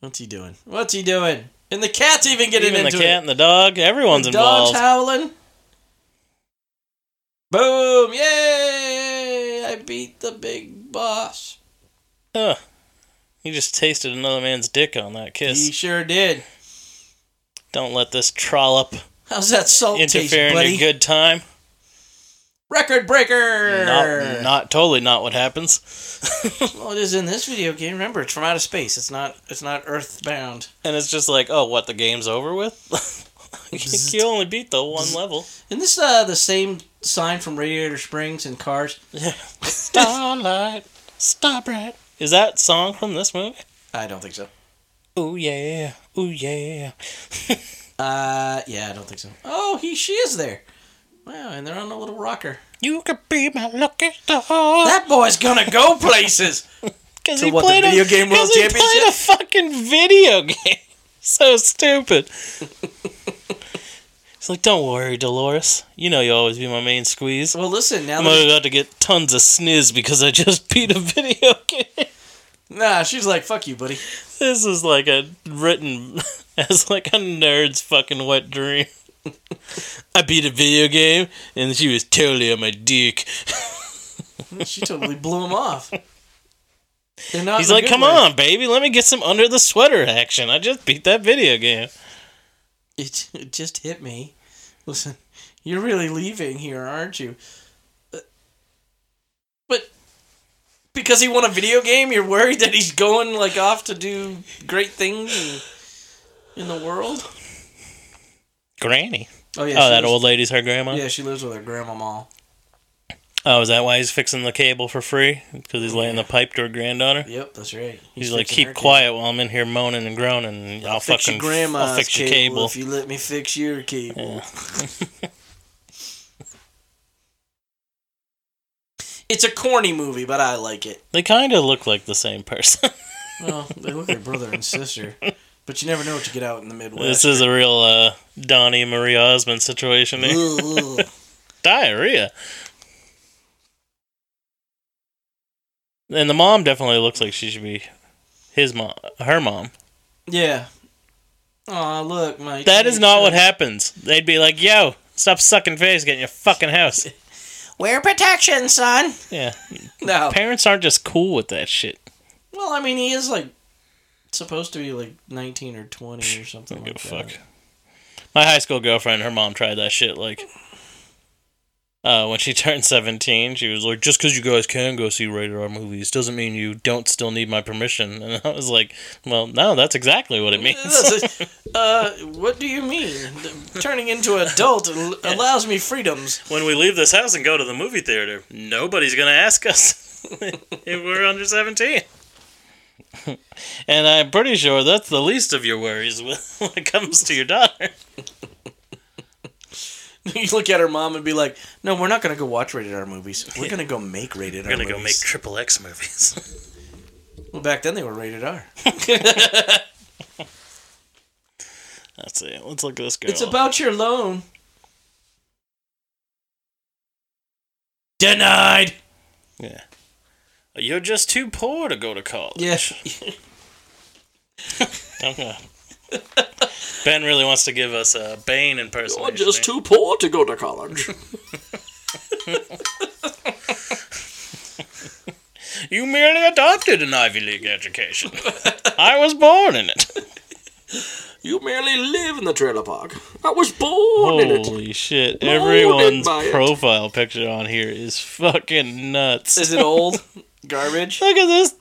S4: What's he doing? What's he doing? And the cat's even getting
S5: Even the
S4: into
S5: cat and the dog,
S4: it.
S5: everyone's
S4: The dog's
S5: involved.
S4: howling. Boom! Yay! I beat the big boss.
S5: Ugh. You just tasted another man's dick on that kiss.
S4: He sure did.
S5: Don't let this trollop
S4: How's that salt taste,
S5: interfere in
S4: buddy?
S5: your good time.
S4: Record breaker.
S5: Not, not totally not what happens. (laughs)
S4: Well, it is in this video game. Remember, it's from outer space. It's not. It's not Earthbound.
S5: And it's just like, oh, what? The game's over with. (laughs) you only beat the one level.
S4: Isn't this uh, the same sign from Radiator Springs and Cars?
S5: Starlight, star bright. Is that song from this movie?
S4: I don't think so.
S5: Ooh yeah, ooh yeah.
S4: Uh, yeah, I don't think so. Oh, he she is there. Wow, and they're on a little rocker.
S5: You could be my lucky star.
S4: That boy's gonna (laughs) go places.
S5: Because
S4: To what, the video game world
S5: He played a fucking video game. (laughs) so stupid. (laughs) It's like, don't worry, Dolores. You know you'll always be my main squeeze.
S4: well, listen now.
S5: I'm
S4: That,
S5: about to get tons of sniz because I just (laughs) beat a video game.
S4: nah, she's like, "Fuck you, buddy."
S5: This is like a written (laughs) as like a nerd's fucking wet dream. I beat a video game and she was totally on my dick.
S4: She totally blew him off. They're not.
S5: He's
S4: in a
S5: like,
S4: good
S5: "Come
S4: way.
S5: on, baby, let me get some under the sweater action. I just beat that video game."
S4: It, it (laughs) just hit me. Listen, you're really leaving here, aren't you? Uh, But because he won a video game, you're worried that he's going like off to do great things in, in the world.
S5: Granny.
S4: Oh yeah.
S5: oh,
S4: she
S5: that
S4: lives-
S5: old lady's her grandma.
S4: Yeah, she lives with her grandmama.
S5: Oh, is that why he's fixing the cable for free? Because he's laying the pipe to her granddaughter.
S4: Yep, that's right.
S5: He's, like,
S4: fixing
S5: "Keep
S4: her
S5: quiet while I'm in here moaning and groaning. And I'll
S4: cable. Fix
S5: fucking
S4: your grandma's
S5: I'll fix your
S4: cable,
S5: cable."
S4: if you let me fix your cable. (laughs) it's a corny movie, but I like it.
S5: They kind of look like the same person.
S4: Well, they look like brother and sister, but you never know what you get out in the Midwest.
S5: This is a real uh, Donnie and Marie Osmond eh? situation. here.
S4: Ugh, ugh.
S5: Diarrhea. And the mom definitely looks like she should be his mom, her mom.
S4: Yeah. Aw, look, Mike.
S5: That is not what
S4: happened.
S5: happens. They'd be like, "Yo, stop sucking face, get in your fucking house."
S4: Wear protection, son.
S5: Yeah,
S4: No.
S5: parents aren't just cool with that shit.
S4: (laughs) Well, I mean, he is like supposed to be like 19 or 20 or something.
S5: Don't give a
S4: like
S5: fuck.
S4: that. (laughs)
S5: My high school girlfriend, her mom tried that shit. Like, uh, when she (laughs) turned seventeen, she was like, "Just because you guys can go see rated R movies doesn't mean you don't still need my permission." (laughs) And I was like, "Well, no, that's exactly what it (laughs) means."
S4: uh, what do you mean? Turning into an adult al- allows me freedoms. (laughs)
S5: when we leave this house and go to the movie theater, nobody's going to ask us (laughs) if we're under 17. (laughs) and I'm pretty sure that's the least of your worries (laughs) when it comes to your daughter.
S4: you look at her mom and be like, "No, we're not gonna go watch rated R movies. We're gonna go make rated
S5: We're
S4: R
S5: going to go make
S4: movies."
S5: triple X movies. (laughs)
S4: well, back then they were rated R.
S5: That's it. Let's look at this girl.
S4: It's about your loan. Denied.
S5: Yeah. You're just too poor to go to college.
S4: Yes.
S5: I'm gonna- ben really wants to give us a Bane impersonation.
S4: You're just too poor to go to (laughs) college.
S5: You merely adopted an Ivy
S4: (laughs)
S5: League education. I was born in it.
S4: You merely live in the trailer park. I was born in it.
S5: Holy shit.
S4: Molded
S5: Everyone's
S4: by it.
S5: profile picture on here is fucking nuts.
S4: (laughs) Is it old? Garbage?
S5: Look at this.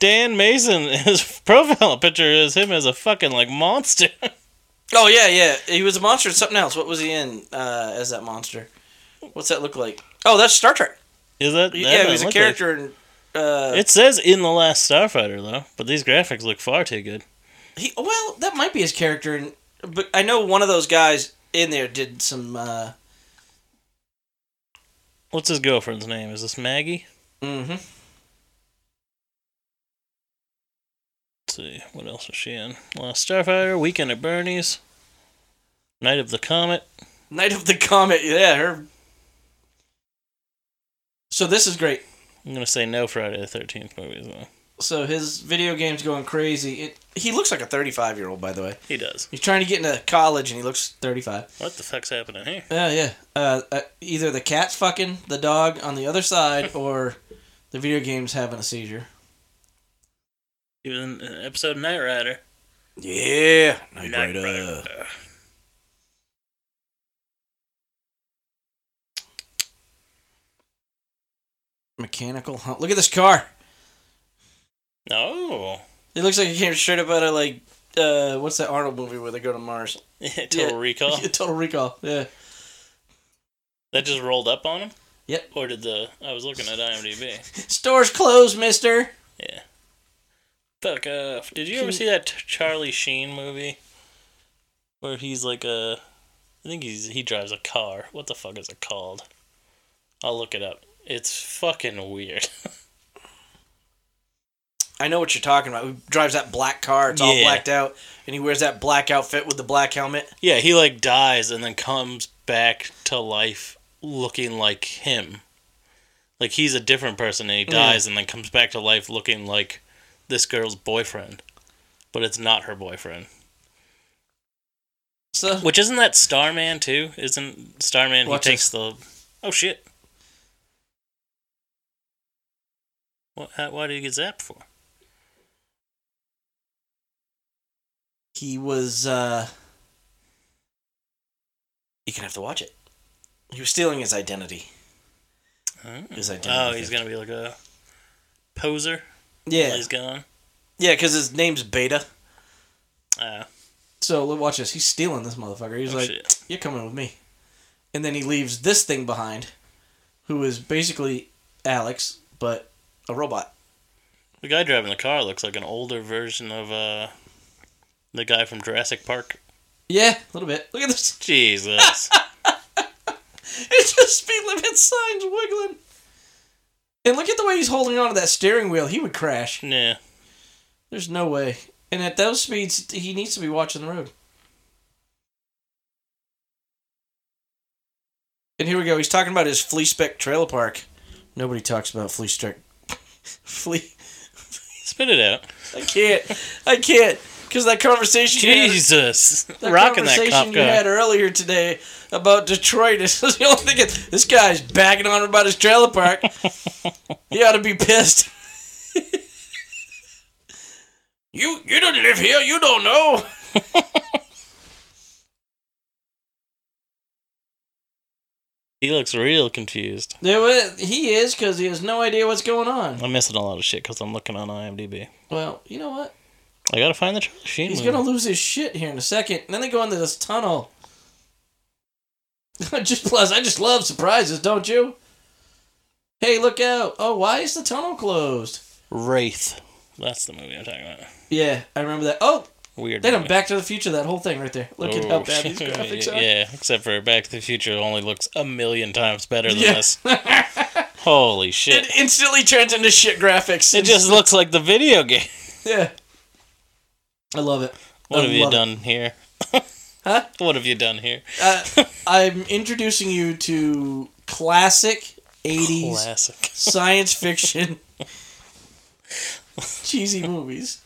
S5: Dan Mason, (laughs) his profile picture is him as a fucking like monster. (laughs)
S4: Oh yeah, yeah. He was a monster in something else. What was he in uh, as that monster? What's that look like? Oh, that's Star Trek.
S5: Is that? that
S4: Yeah, he
S5: doesn't
S4: was a
S5: look
S4: character in. Uh,
S5: like- it says in the last Starfighter though, but these graphics look far too good.
S4: He well, that might be his character, and- but I know one of those guys in there did some. Uh,
S5: What's his girlfriend's name? Is this Maggie?
S4: hmm
S5: Let's see what else was she in? Last Starfighter, Weekend at Bernie's, Night of the Comet.
S4: Night of the Comet. Yeah, her. So this is great.
S5: I'm gonna say no Friday the Thirteenth movies though.
S4: So his video game's going crazy. It, he looks like a 35 year old, by the way.
S5: He does.
S4: He's trying to get into college, and he looks 35.
S5: What the fuck's happening here?
S4: Yeah, yeah. Uh, uh, either the cat's fucking the dog on the other side, or the video game's having a seizure.
S5: He was in an episode of Night Rider.
S4: Yeah,
S5: Knight
S4: uh,
S5: Rider.
S4: Mechanical hunt. Look at this car.
S5: No.
S4: It looks like it came straight up out of like uh, what's that Arnold movie where they go to Mars?
S5: (laughs) Total
S4: Yeah.
S5: (laughs) Recall.
S4: (laughs) Total Recall. Yeah.
S5: That just rolled up on him?
S4: Yep.
S5: Or did the. I was looking at IMDb.
S4: Stores closed, Mister.
S5: Yeah. Fuck off. Did you
S4: Can-
S5: ever see that T- Charlie Sheen movie? Where he's like a. I think he's he drives a car. What the fuck is it called? I'll look it up. It's fucking weird. (laughs)
S4: I know what you're talking about. He drives that black car. It's all
S5: Yeah.
S4: blacked out, and he wears that black outfit with the black helmet.
S5: yeah, he like dies and then comes back to life looking like him. Like he's a different person and he dies and then comes back to life looking like this girl's boyfriend. But it's not her boyfriend.
S4: So
S5: Which isn't that Starman too? Isn't Starman
S4: Watch
S5: he takes the Oh shit. What how, why did he get zapped for?
S4: he was. uh You can have to watch it. He was stealing his identity. His
S5: Oh,
S4: identity
S5: he's
S4: theft.
S5: gonna be like a poser while
S4: Yeah,
S5: he's gone.
S4: yeah, because his name's Beta.
S5: Oh,
S4: So look, watch this. He's stealing this motherfucker. He's
S5: Oh,
S4: like,
S5: shit.
S4: "You're coming with me," and then he leaves this thing behind, who is basically Alex but a robot.
S5: the guy driving the car looks like an older version of uh the guy from Jurassic Park.
S4: Yeah, a little bit. Look at this. (laughs)
S5: Jesus.
S4: It's just speed limit signs wiggling. And look at the way he's holding on to that steering wheel. He would crash.
S5: yeah.
S4: There's no way. And at those speeds, he needs to be watching the road. And here we go. He's talking about his flea spec (laughs) trailer park. Nobody talks about flea spec Flea.
S5: Spit it out.
S4: I can't. I can't. Because that conversation, you had-
S5: Jesus,
S4: that
S5: rocking that
S4: conversation
S5: cop
S4: you had
S5: car.
S4: earlier today about Detroit is (laughs) the only thing. that- This guy's bagging on about his trailer
S5: (laughs)
S4: park. he ought to be pissed. you you don't live here. You don't know.
S5: He looks real confused.
S4: There wa- he is because he has no idea what's going on.
S5: I'm missing a lot of shit because I'm looking on IMDb.
S4: Well, you know what?
S5: I gotta find the Charlie Sheen
S4: He's
S5: movie.
S4: gonna lose his shit here in a second. And then they go into this tunnel. (laughs) just plus, I just love surprises, don't you? Hey, look out! Oh, why is the tunnel closed?
S5: Wraith. That's the movie I'm talking about.
S4: Yeah, I remember that. Oh,
S5: Weird.
S4: they done
S5: movie.
S4: Back to the Future. That whole thing right there. Look at how
S5: Oh,
S4: bad these
S5: shit.
S4: graphics are.
S5: (laughs) Yeah, except for Back to the Future only looks a million times better than
S4: Yeah. (laughs)
S5: this. Holy shit.
S4: It
S5: It,
S4: instantly turns into shit graphics.
S5: just looks like the video game.
S4: yeah. I love it.
S5: What
S4: I
S5: have you
S4: love it.
S5: done here?
S4: Huh?
S5: (laughs) What have you done here?
S4: Uh, I'm introducing you to classic '80s
S5: Classic. (laughs)
S4: science fiction, cheesy movies.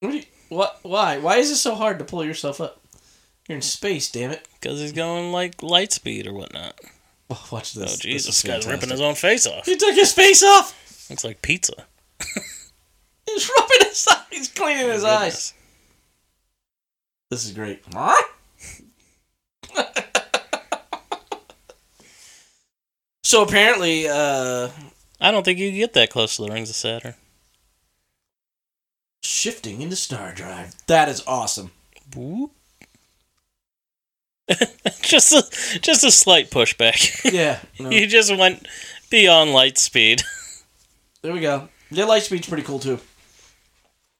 S4: What, do you, what? Why? Why is it so hard to pull yourself up? You're in space, damn it! (laughs)
S5: Because he's going like light speed or whatnot.
S4: Oh, watch
S5: Oh,
S4: this.
S5: Jesus.
S4: this is
S5: This guy's ripping his
S4: fantastic.
S5: own face off.
S4: He took his face off.
S5: Looks like pizza.
S4: He's rubbing his eyes. He's cleaning his eyes.
S5: Goodness.
S4: This is great. (laughs) so apparently, uh,
S5: I don't think you can get that close to the rings of Saturn.
S4: shifting into star drive. That is (laughs) awesome.
S5: Boop. (laughs) just a just a slight pushback. (laughs)
S4: Yeah. no.
S5: you just went beyond light speed.
S4: There we go. Their light speed's pretty cool too.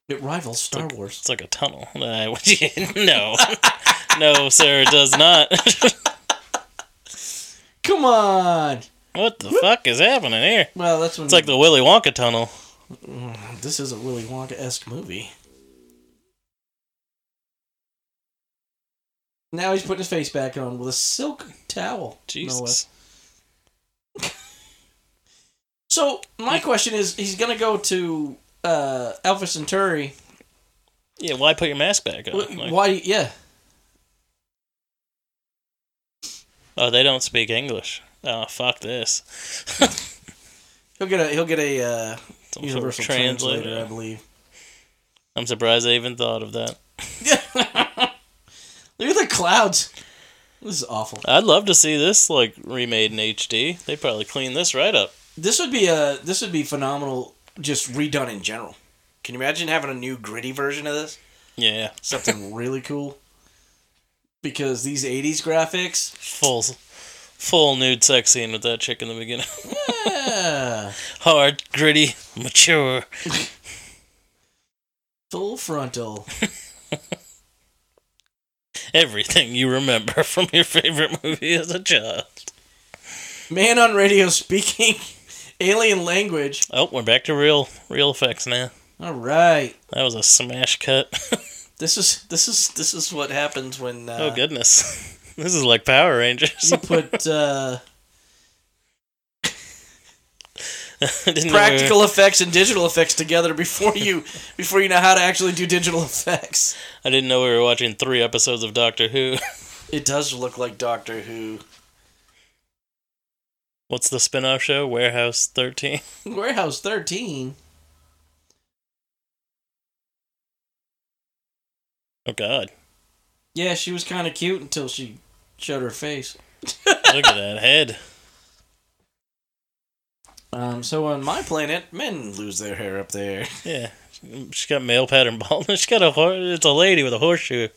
S4: It rivals (laughs) Star Wars.
S5: It's like a tunnel. (laughs) Uh, what do you- no, (laughs) no, sir, it does not. (laughs)
S4: Come on.
S5: what the fuck is happening here?
S4: Well, that's when
S5: It's like the Willy Wonka tunnel.
S4: this is a Willy Wonka esque movie. Now he's putting his face back on with a silk towel. No less.
S5: Jesus.
S4: So my question is, he's gonna go to uh, Alpha Centauri.
S5: Yeah, why put your mask back on?
S4: Wh-
S5: Like,
S4: Why? Yeah.
S5: oh, they don't speak English. Oh, fuck this. (laughs)
S4: He'll get a he'll get a uh,
S5: Some sort of
S4: universal translator, I believe.
S5: I'm surprised they even thought of that.
S4: Look at the clouds. This is awful.
S5: I'd love to see this like remade in HD. They probably clean this right up.
S4: This would be a this would be phenomenal, just redone in general. Can you imagine having a new gritty version of this?
S5: Yeah,
S4: Something really cool. Because these '80s graphics,
S5: full, full nude sex scene with that chick in the beginning. (laughs)
S4: yeah,
S5: Hard, gritty, mature.
S4: full frontal.
S5: Everything you remember (laughs) from your favorite movie as a child.
S4: Man on radio speaking (laughs) alien language.
S5: Oh, we're back to real real effects now.
S4: All right,
S5: That was a smash cut. (laughs)
S4: this is this is this is what happens when uh,
S5: oh goodness. (laughs) This is like Power Rangers.
S4: you put uh,
S5: (laughs) I didn't know we were-
S4: practical effects and digital effects together before you before you know how to actually do digital (laughs) effects.
S5: I didn't know we were watching three episodes of Doctor Who. (laughs)
S4: It does look like Doctor Who.
S5: What's the spin-off show? Warehouse 13.
S4: Warehouse 13.
S5: Oh god.
S4: Yeah, she was kind of cute until she showed her face.
S5: Look at that head. (laughs)
S4: Um, so on my planet, men lose their hair up there.
S5: Yeah. She's got male pattern baldness. (laughs) She's got a hor- it's a lady with a horseshoe.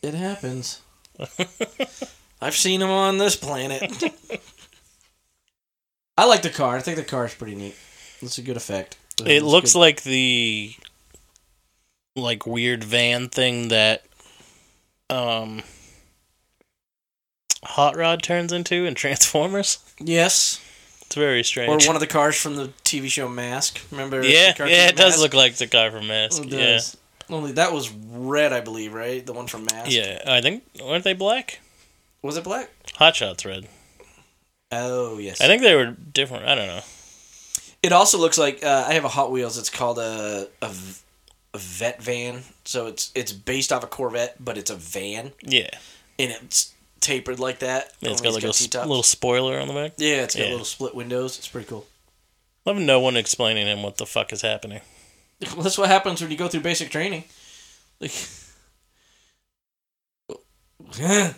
S4: It
S5: (laughs)
S4: happens. I've seen them on this planet. I like the car. I think the car's pretty neat. It's a good effect.
S5: It looks like the like weird van thing that um Hot Rod turns into in Transformers. (laughs)
S4: Yes.
S5: It's very
S4: Or
S5: strange.
S4: one of the cars from the TV show Mask. Remember?
S5: yeah,
S4: the car
S5: yeah,
S4: from
S5: it does
S4: Mask?
S5: look like the guy from Mask.
S4: It
S5: yeah,
S4: does. Only that was red, I believe, right? The one from Mask.
S5: yeah. I think weren't they black?
S4: Was it black?
S5: Hot Shots red.
S4: Oh, yes.
S5: I think they were different. I don't know.
S4: It also looks like uh, I have a Hot Wheels. It's called a, a v- a vet van. So it's it's based off a Corvette, but it's a van
S5: Yeah.
S4: and it's tapered like that.
S5: Yeah, it's
S4: Only
S5: got like a s-
S4: T-tops.
S5: little spoiler on the back.
S4: Yeah, it's got
S5: yeah.
S4: little split windows. It's pretty cool. (laughs)
S5: Love no one explaining him what the fuck is happening.
S4: Well, that's what happens when you go through basic training. Like, (laughs)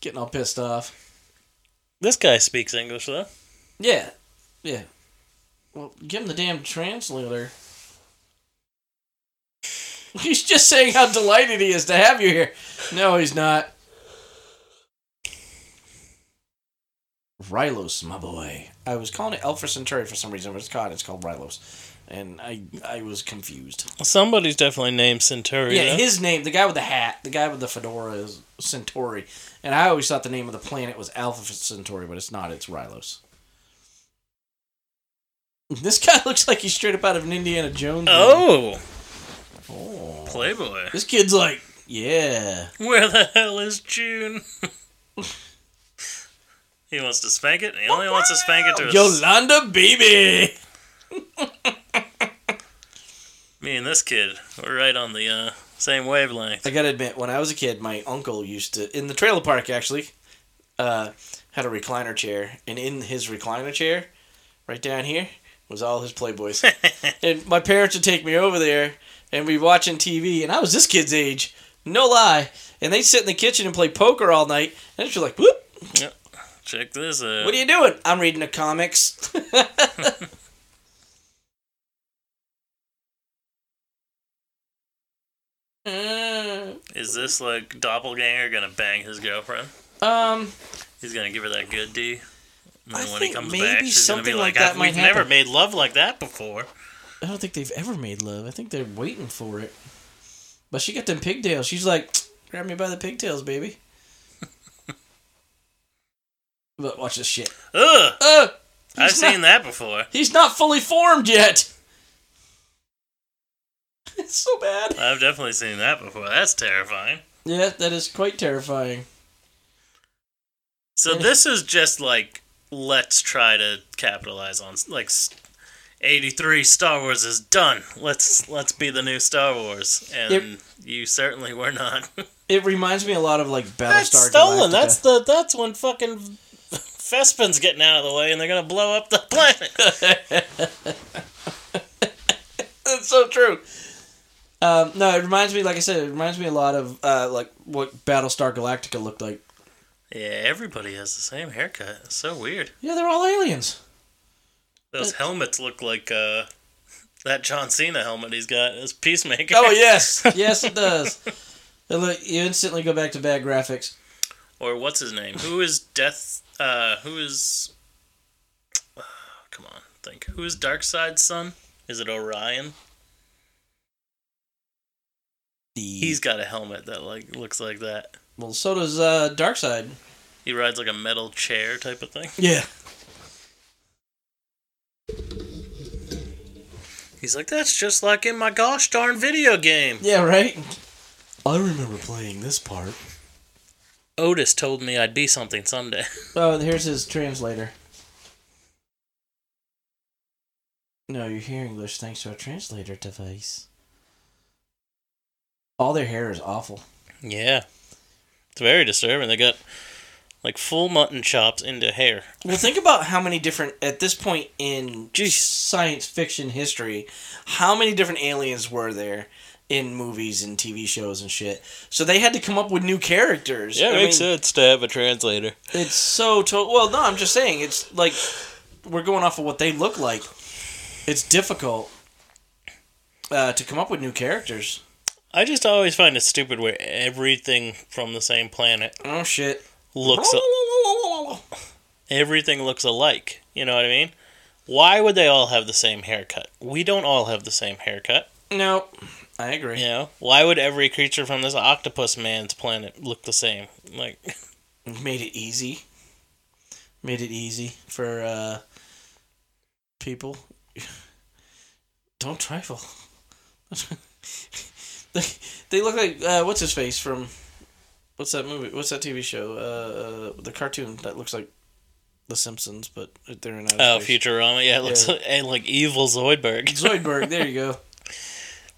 S4: getting all pissed off.
S5: This guy speaks English though.
S4: Yeah, yeah. Well, give him the damn translator. (laughs) He's just saying how delighted he is to have you here. No, he's not. Rylos, my boy. I was calling it Alpha Centauri for some reason, but it's called it's called Rylos, and I I was confused.
S5: Somebody's definitely named Centauri.
S4: Yeah,
S5: though.
S4: his name, the guy with the hat, the guy with the fedora is Centauri, and I always thought the name of the planet was Alpha Centauri, but it's not. It's Rylos. (laughs) This guy (laughs) looks like he's straight up out of an Indiana Jones. movie.
S5: oh,
S4: Oh.
S5: Playboy.
S4: This kid's like, yeah.
S5: Where the hell is June? (laughs) he wants to spank it. He only wants to spank it to us.
S4: Yolanda, (laughs) baby.
S5: Me and this kid, we're right on the uh, same wavelength.
S4: I gotta admit, when I was a kid, my uncle used to in the trailer park actually uh, had a recliner chair, and in his recliner chair, right down here, was all his Playboys. and my parents would take me over there, and we'd be watching TV, and I was this kid's age, no lie. And they'd sit in the kitchen and play poker all night, and it's like, whoop,
S5: Check this out.
S4: what are you doing? I'm reading the comics. (laughs) Uh,
S5: Is this like doppelganger gonna bang his girlfriend?
S4: um.
S5: He's gonna give her that good D. And
S4: I
S5: then when he
S4: think
S5: comes
S4: maybe
S5: back, she's gonna be
S4: something
S5: like,
S4: like that
S5: "I've-
S4: might
S5: "We've never
S4: happen."
S5: made love like that before."
S4: I don't think they've ever made love. I think they're waiting for it. But she got them pigtails. She's like, grab me by the pigtails, baby. (laughs) but watch this shit.
S5: Ugh,
S4: Uh, he's
S5: I've
S4: not,
S5: seen that before.
S4: He's not fully formed yet. (laughs) it's so bad.
S5: I've definitely seen that before. That's terrifying.
S4: Yeah, that is quite terrifying.
S5: So this is just like let's try to capitalize on like s- 83 Star Wars is done. Let's let's be the new Star Wars and you certainly were not. (laughs)
S4: It reminds me a lot of like Battlestar Galactica.
S5: the that's when fucking Fespin's getting out of the way and they're going to blow up the planet.
S4: (laughs) That's so true. Um, no, it reminds me, like I said, it reminds me a lot of uh, like what Battlestar Galactica looked like.
S5: yeah, everybody has the same haircut. It's so weird.
S4: Yeah, they're all aliens.
S5: Those helmets look like uh that John Cena helmet he's got is Peacemaker.
S4: (laughs) Oh
S5: (laughs)
S4: yes, yes it does. And look, you instantly go back to bad graphics.
S5: or what's his name? Who is Death? Uh, who is? (sighs) oh, come on, think. Who is Darkseid's son? Is it Orion? He's got a helmet that like looks like that.
S4: well, so does uh, Darkseid.
S5: He rides like a metal chair type of thing.
S4: Yeah,
S5: He's like, that's just like in my gosh darn video game.
S4: yeah, right. I remember playing this part.
S5: Otis told me I'd be something someday. (laughs)
S4: Oh, and here's his translator. No, you hear English thanks to a translator device. All their hair is awful.
S5: yeah, it's very disturbing. They got like full mutton chops into hair.
S4: Well, think about how many different at this point in
S5: Jeez.
S4: science fiction history, how many different aliens were there in movies and TV shows and shit. So they had to come up with new characters. I mean,
S5: sense to have a translator.
S4: It's so to- well. No, I'm just saying it's like we're going off of what they look like. It's difficult uh, to come up with new characters.
S5: I just always find it stupid where everything from the same planet
S4: Oh shit!
S5: looks everything looks alike. You know what I mean? Why would they all have the same haircut? We don't all have the same haircut.
S4: No, I agree.
S5: You know? Why would every creature from this octopus man's planet look the same? Like (laughs)
S4: made it easy. Made it easy for uh, people. (laughs) Don't trifle. (laughs) they, they look like uh, what's his face from what's uh, that movie? What's that TV show? Uh, the cartoon that looks like The Simpsons, but they're in outer
S5: Oh,
S4: space.
S5: Futurama. Yeah, it looks
S4: Yeah.
S5: like, and like evil
S4: (laughs)
S5: Zoidberg.
S4: Zoidberg. There you go.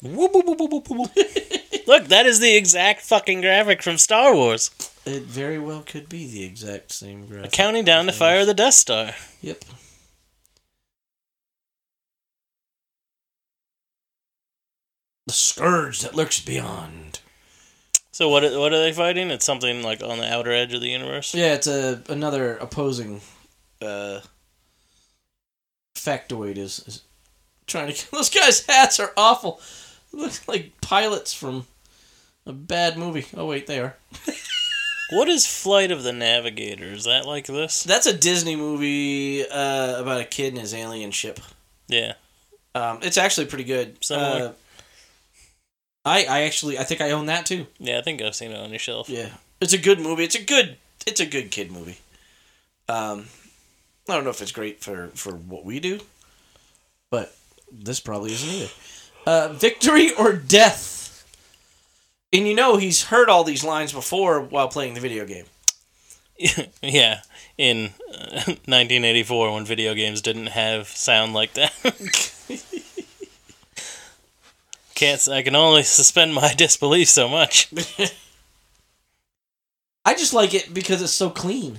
S5: Whoop, whoop, whoop, whoop, whoop, whoop. (laughs) Look, that is the exact fucking graphic from Star Wars.
S4: It very well could be the exact same graphic.
S5: Counting down to fire the Death Star.
S4: Yep. The scourge that lurks beyond.
S5: So what? Are, what are they fighting? It's something like on the outer edge of the universe.
S4: Yeah, it's a another opposing uh, factoid is, is trying to. (laughs) Those guys' hats are awful. Look like pilots from a bad movie. Oh wait, they are.
S5: What is Flight of the Navigator? Is that like this?
S4: That's a Disney movie uh, about a kid and his alien ship.
S5: Yeah.
S4: Um, it's actually pretty good.
S5: Similar.
S4: Uh, I I actually I think I own that too.
S5: Yeah, I think I've seen it on your shelf.
S4: Yeah, it's a good movie. It's a good it's a good kid movie. Um, I don't know if it's great for for what we do, but this probably isn't either. Uh, victory or death. And you know he's heard all these lines before while playing the video game.
S5: yeah. In uh, (laughs) 1984, when video games didn't have sound like that. (laughs) Can't. s- I can only suspend my (laughs) disbelief so much.
S4: I just like it because it's so clean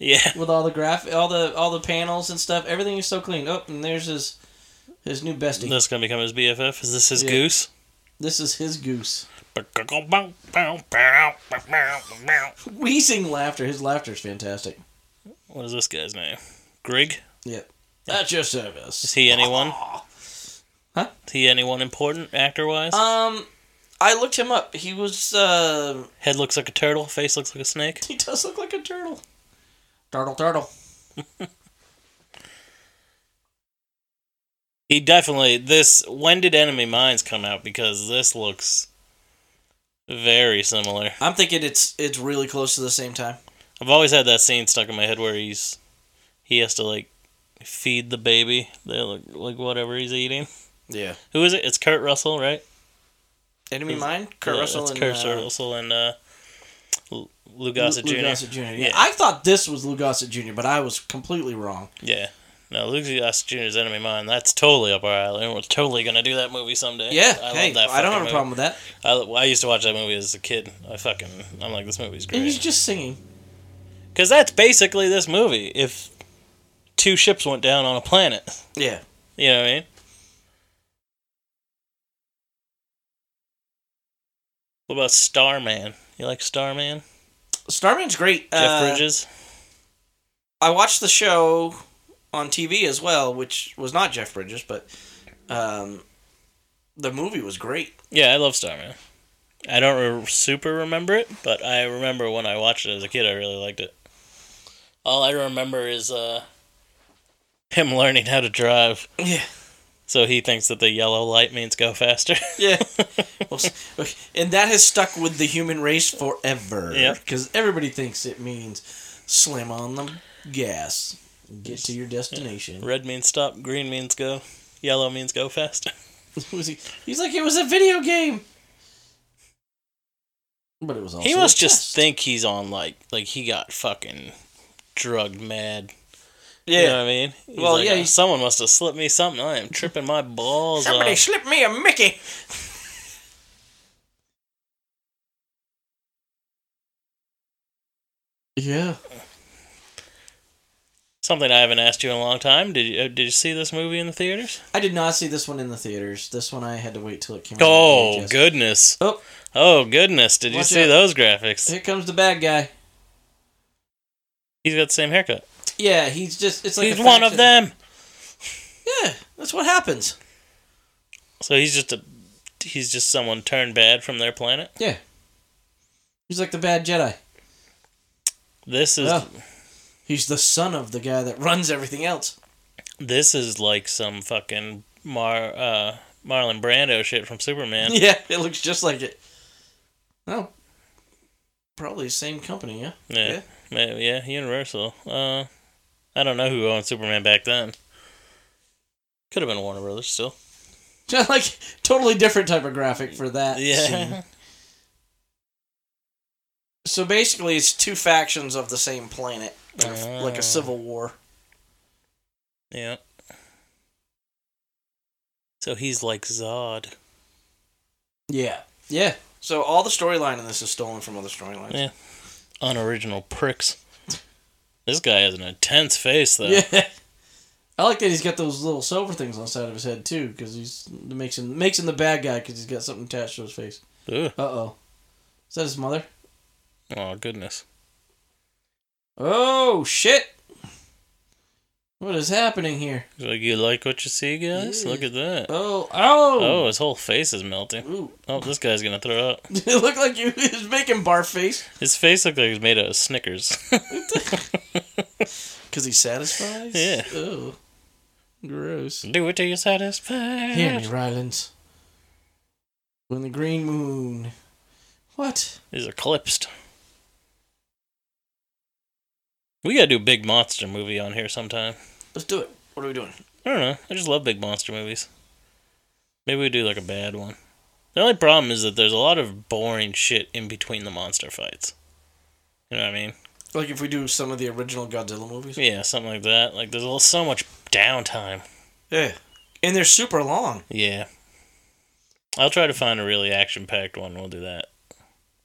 S5: Yeah.
S4: with all the graph, all the all the panels and stuff. Everything is so clean. Oh, and there's his his new bestie.
S5: That's gonna become his BFF. Is this his
S4: Yeah.
S5: goose?
S4: This is his goose. Wheezing laughter. His laughter's fantastic.
S5: What is this guy's name? Grig?
S4: Yep. At your
S5: Is
S4: service.
S5: he anyone?
S4: Huh?
S5: Is he anyone important actor wise?
S4: Um, I looked him up. He was. Uh, (laughs)
S5: Head looks like a turtle, face looks like a snake.
S4: he does look like a turtle. Turtle, turtle.
S5: He definitely this when did Enemy Minds come out? Because this looks very similar.
S4: I'm thinking it's it's really close to the same time.
S5: I've always had that scene stuck in my head where he's he has to like feed the baby. They look like whatever he's eating.
S4: Yeah.
S5: Who is it? It's Kurt Russell, right?
S4: Enemy mine. Kurt
S5: Yeah,
S4: Russell
S5: it's
S4: and
S5: Kurt
S4: uh,
S5: Russell and uh, L- Lou
S4: Lu-
S5: Gossett
S4: Lou
S5: Jr.
S4: Gossett Jr. Yeah.
S5: Yeah.
S4: I thought this was Lou Gossett Jr., but I was completely wrong.
S5: Yeah. No, Luke Gossett Jr.'s Enemy Mine. That's totally up our alley. and We're totally going to do that movie someday.
S4: Yeah, hey, I don't
S5: fucking
S4: have a problem with that.
S5: movie. I, I used to watch that movie as a kid. I fucking. I'm like, this movie's
S4: And he's
S5: great.
S4: just singing.
S5: Because that's basically this movie. If two ships went down on a planet. (laughs)
S4: Yeah.
S5: You know what I mean? What about Starman? You like Starman?
S4: Starman's great.
S5: Jeff
S4: Uh,
S5: Bridges?
S4: I watched the show on TV as well, which was not Jeff Bridges, but um, the movie was great.
S5: Yeah, I love Starman. I don't re- super remember it, but I remember when I watched it as a kid, I really liked it. All I remember is uh, him learning how to drive,
S4: Yeah,
S5: so he thinks that the yellow light means go faster. (laughs)
S4: yeah. (laughs) Well, s- and that has stuck with the human race forever.
S5: Yeah.
S4: because everybody thinks it means slam on the gas, and get to your destination.
S5: Red means stop, green means go, yellow means go faster.
S4: (laughs) Was he- He's like it was a video game, but it was also
S5: (laughs) he must
S4: a
S5: just
S4: test.
S5: think he's on like like he got fucking drugged mad.
S4: Yeah,
S5: You know what I mean? He's
S4: Well,
S5: like,
S4: yeah,
S5: "Oh,
S4: he-
S5: someone must have slipped me something. I am tripping my balls
S4: somebody
S5: off.
S4: slipped me a Mickey. Yeah.
S5: Something I haven't asked you in a long time. Did you uh, did you see this movie in the theaters?
S4: I did not see this one in the theaters. This one I had to wait till it came out. on
S5: Oh
S4: VHS.
S5: goodness!
S4: Oh.
S5: Oh, goodness! Did you
S4: Watch
S5: see
S4: out.
S5: those graphics?
S4: Here comes the bad guy.
S5: He's got the same haircut.
S4: Yeah, he's just it's like
S5: he's
S4: a
S5: one of
S4: faction.
S5: them.
S4: Yeah, that's what happens.
S5: So he's just a he's just someone turned bad from their planet.
S4: Yeah. He's like the bad Jedi.
S5: This is
S4: Oh. He's the son of the guy that runs everything else.
S5: this is like some fucking Mar uh, Marlon Brando shit from (laughs) Superman.
S4: (laughs) Yeah, it looks just like it. Well, probably the same company, yeah?
S5: Yeah, yeah, yeah Universal. Uh, I don't know who owned Superman back then. Could have been Warner Brothers (laughs) still.
S4: Just (laughs) like totally different type of graphic for that.
S5: Yeah.
S4: scene. So basically, it's two factions of the same planet, like a- like
S5: Ah.
S4: a civil war.
S5: Yeah. So he's like Zod.
S4: Yeah, yeah. So all the storyline in this is stolen from other storylines.
S5: Yeah. Unoriginal pricks. This guy has an intense face, though.
S4: Yeah. (laughs) I like that he's got those little silver things on the side of his head too, because he's it makes him makes him the bad guy because he's got something attached to his face.
S5: Ugh.
S4: Uh oh, is that his mother?
S5: Oh, goodness.
S4: Oh shit! What is happening here?
S5: He's Like, you like what you see, guys? Look at that.
S4: Oh oh!
S5: Uh, Oh, his whole face is melting.
S4: Ooh.
S5: Oh, this guy's gonna throw up.
S4: (laughs) it looked like you was making barf face
S5: His face looked like it was made out of Snickers.
S4: because he satisfies.
S5: Yeah.
S4: Oh, gross.
S5: Do it till you're satisfied.
S4: Hear me, Rylands. When the green moon. What?
S5: He's eclipsed. We gotta do a big monster movie on here sometime.
S4: Let's do it. What are we doing?
S5: I don't know. I just love big monster movies. Maybe we do like a bad one. The only problem is that there's a lot of boring shit in between the monster fights. You know what I mean?
S4: Like if we do some of the original Godzilla movies.
S5: Yeah, something like that. Like there's all- so much downtime.
S4: Yeah. And they're super long.
S5: Yeah. I'll try to find a really action packed one. We'll do that.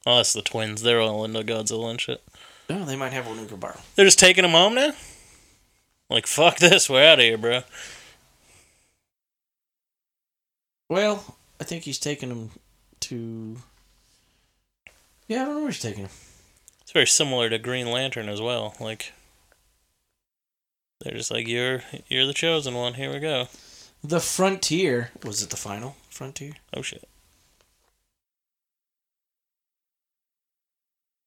S5: Oh, that's the twins. They're all into Godzilla and shit.
S4: Oh, they might have one we could borrow.
S5: They're just taking them home now? Like, fuck (laughs) this. We're out of here, bro.
S4: Well, I think he's taking them to. Yeah, I don't know where he's taking them.
S5: It's very similar to Green Lantern as well. Like, they're just like, you're you're the chosen one. Here we go.
S4: The Frontier. Was it the final Frontier?
S5: Oh shit. (laughs)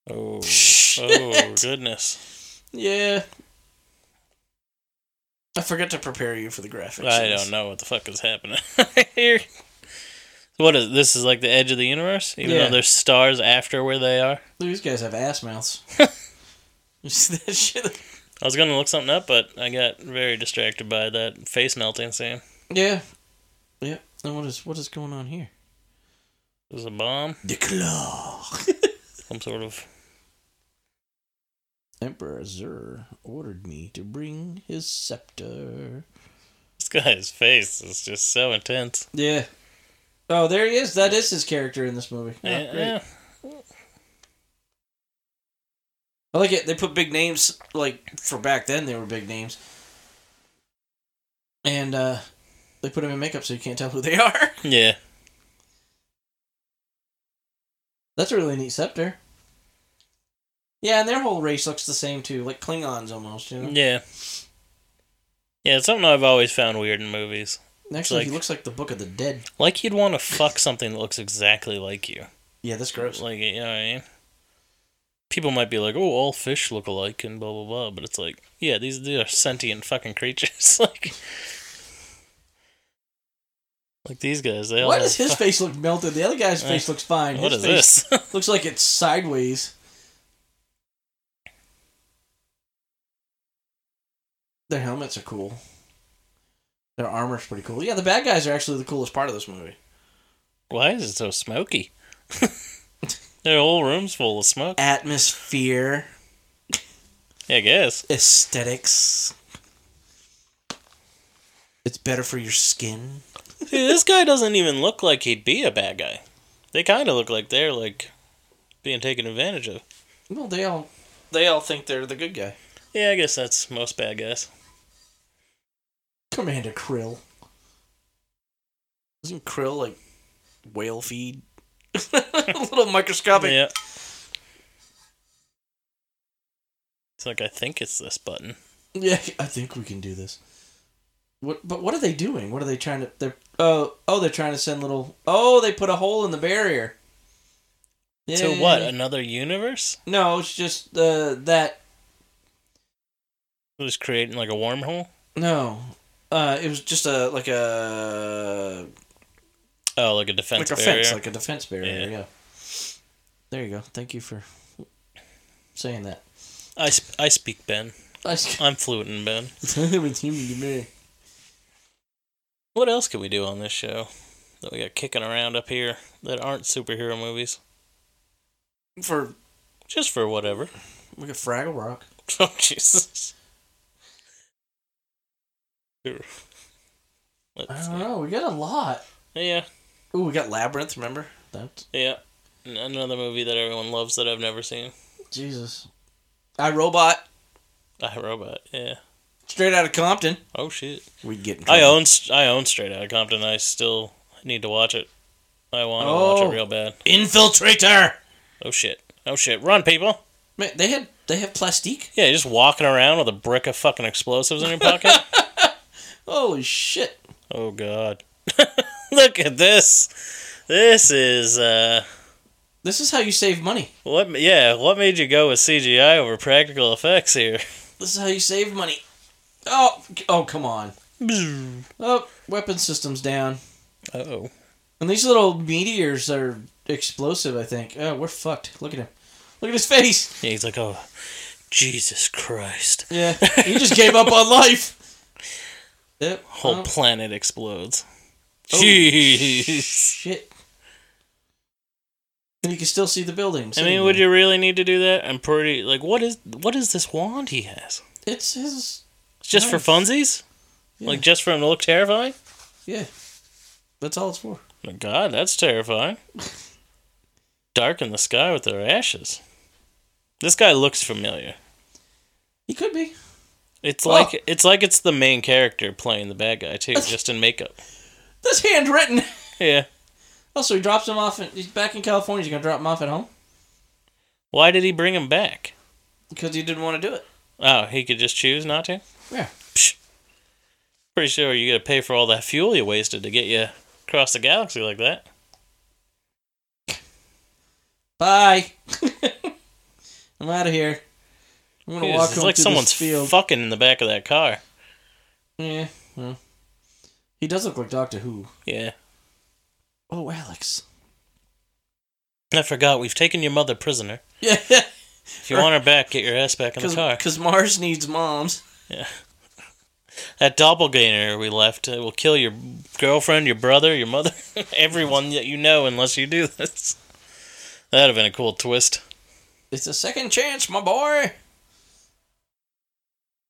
S5: Oh, oh
S4: Shit.
S5: goodness!
S4: Yeah. I forgot to prepare you for the graphics.
S5: I don't know what the fuck is happening (laughs) here. What is this? Is like the edge of the universe, even
S4: Yeah.
S5: though there's stars after where they are.
S4: These guys have ass (laughs) mouths. You see that shit?
S5: I was gonna look something up, but I got very distracted by that face melting scene.
S4: Yeah. Yeah. And what is what is going on here?
S5: It was a bomb,
S4: The claw.
S5: some sort of.
S4: Emperor Zur ordered me to bring his scepter.
S5: This guy's face is just so intense.
S4: Yeah. Oh, there he is. That is his character in this movie. Oh,
S5: Yeah,
S4: great.
S5: yeah.
S4: I like it. They put big names like for back then. They were big names, and uh they put them in makeup so you can't tell who they (laughs) are.
S5: Yeah.
S4: That's a really neat scepter. Yeah, and their whole race looks the same too, like Klingons almost. You know,
S5: Yeah. Yeah, it's something I've always found weird in movies.
S4: actually, he
S5: like-
S4: looks like the Book of the Dead.
S5: Like you'd want to fuck something that looks exactly like you.
S4: Yeah, that's gross.
S5: Like you know what I mean? People might be like, "Oh, all fish look alike," and blah blah blah, but it's like, yeah, these these are sentient fucking creatures. (laughs) like, like these guys. They all
S4: Why
S5: have
S4: does his
S5: fuck-
S4: face look melted? The other guy's face looks fine.
S5: (laughs) What
S4: his face
S5: is this? (laughs)
S4: Looks like it's sideways. Their helmets are cool. Their armor's pretty cool. Yeah, the bad guys are actually the coolest part of this movie.
S5: Why is it so smoky? (laughs) Their whole room's full of smoke.
S4: Atmosphere,
S5: Yeah, I guess.
S4: aesthetics. It's better for your skin.
S5: Dude, this guy doesn't even look like he'd be a bad guy. They kind of look like they're like being taken advantage of.
S4: Well, they all they all think they're the good guy.
S5: Yeah, I guess that's most bad guys.
S4: Commander Krill. Isn't Krill like whale feed? (laughs) little microscopic
S5: yeah. It's like I think it's this button.
S4: Yeah, I think we can do this. What? But what are they doing? What are they trying to? They're oh oh they're trying to send little. Oh, they put a hole in the barrier. Yeah.
S5: So what? Another universe?
S4: No, it's just uh, that.
S5: It was creating like a wormhole.
S4: No, uh, it was just a like a
S5: Oh, like a defense
S4: like a
S5: barrier.
S4: fence, like a defense barrier. Yeah.
S5: Yeah.
S4: There you go. Thank you for saying that.
S5: I sp- (laughs) I speak Ben. I'm fluent in Ben. What else could we do on this show that we got kicking around up here that aren't superhero movies?
S4: for
S5: Just for whatever. (laughs)
S4: We could Fraggle Rock.
S5: Oh, (laughs) Jesus.
S4: I
S5: Let's
S4: don't know. We got a lot.
S5: see. Yeah,
S4: Ooh, we got Labyrinth. Remember that?
S5: yeah. N- Another movie that everyone loves that I've never seen.
S4: Jesus. I Robot.
S5: I Robot. Yeah.
S4: Straight out of Compton.
S5: Oh shit.
S4: We get.
S5: I own st- I own Straight Outta Compton. I still need to watch it. I want to watch
S4: Oh.
S5: it real bad.
S4: Infiltrator.
S5: Oh shit. Oh shit. Run, people.
S4: Man, they had they have plastique.
S5: Yeah, you're just walking around with a brick of fucking explosives in your pocket.
S4: (laughs) Holy shit!
S5: oh god. (laughs) Look at this. This is uh
S4: This is how you save money.
S5: what ma- yeah, what made you go with CGI over practical effects here?
S4: This is how you save money. Oh, oh, come on. Oh, weapon systems down.
S5: Oh.
S4: And these little meteors are explosive. I think. Oh, we're fucked. Look at him. Look at his face.
S5: Yeah, he's like, "Oh, Jesus Christ."
S4: Yeah, he just gave up on (laughs) life. Yep.
S5: Whole
S4: oh,
S5: planet explodes.
S4: Oh,
S5: Jeez.
S4: shit. And you can still see the buildings.
S5: I mean, would you really need to do that? I'm pretty like, what is what is this wand he has?
S4: It's his.
S5: It's just for
S4: Nice.
S5: funsies?
S4: Yeah.
S5: Like just for him to look terrifying?
S4: Yeah. That's all it's for.
S5: My God,
S4: (laughs)
S5: that's terrifying. Darken the sky with their ashes. This guy looks familiar.
S4: He could be.
S5: It's
S4: Oh.
S5: like it's like it's the main character playing the bad
S4: (laughs)
S5: guy too, just in makeup.
S4: That's handwritten. (laughs)
S5: Yeah.
S4: Also, he drops him off. In, he's back in California. He's gonna drop him off at home
S5: Why did he bring him back?
S4: because he didn't want to do it.
S5: Oh, he could just choose not to.
S4: Yeah.
S5: Psh. Pretty sure you got to pay for all that fuel you wasted to get you across the galaxy like that.
S4: Bye. (laughs) I'm out of here. I'm gonna
S5: Jesus,
S4: walk
S5: it's
S4: home
S5: like
S4: through
S5: someone's
S4: this field.
S5: fucking in the back of that car.
S4: yeah. Well, he does look like Doctor Who.
S5: Yeah.
S4: Oh, Alex. (laughs)
S5: I forgot we've taken your mother prisoner.
S4: Yeah.
S5: If you want her back, get your ass back in the car.
S4: Because Mars needs moms.
S5: That doppelganger we left uh, will kill your girlfriend, your brother, your mother, (laughs) everyone that you know, unless you do this. That'd have been a cool twist.
S4: It's a second chance, my boy.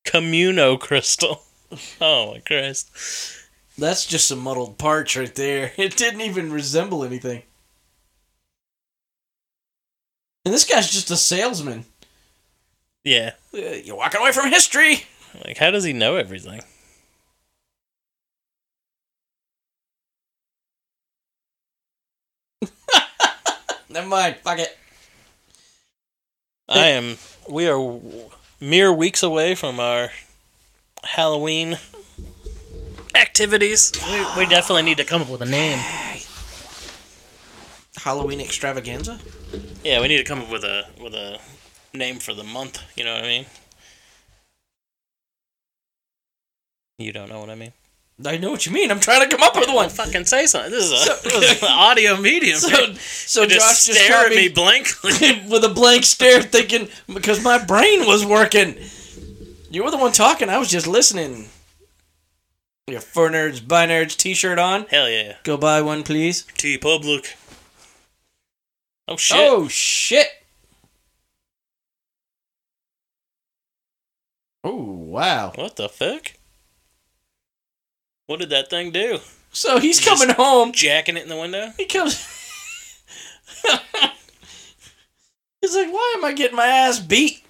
S5: Communo crystal. (laughs) Oh my Christ!
S4: That's just some muddled parts right there. (laughs) It didn't even resemble anything. And this guy's just a salesman.
S5: Yeah,
S4: Uh, You're walking away from history.
S5: like how does he know everything?
S4: Never mind. Fuck it.
S5: I am. We are w- mere weeks away from our Halloween activities. We, we definitely need to come up with a name.
S4: Halloween extravaganza.
S5: Yeah, we need to come up with a with a name for the month. You know what I mean? You don't know what I mean.
S4: I know what you mean. I'm trying to come up with
S5: (laughs)
S4: one.
S5: Fucking say something. This is, a,
S4: So-
S5: (laughs) this is an audio medium.
S4: So,
S5: man.
S4: so
S5: You
S4: Josh
S5: just
S4: just
S5: stare
S4: stared
S5: at me blankly.
S4: (laughs)
S5: (laughs)
S4: with a blank stare, thinking because my brain was working. You were the one talking. I was just listening. Your fur nerds, by nerds T-shirt on.
S5: Hell yeah.
S4: Go buy one, please.
S5: T public. Oh shit.
S4: Oh shit! Oh wow!
S5: What the fuck? What did that thing do?
S4: So he's
S5: Just-
S4: coming home.
S5: Jacking it in the window?
S4: He comes. (laughs) He's like, why am I getting my ass beat?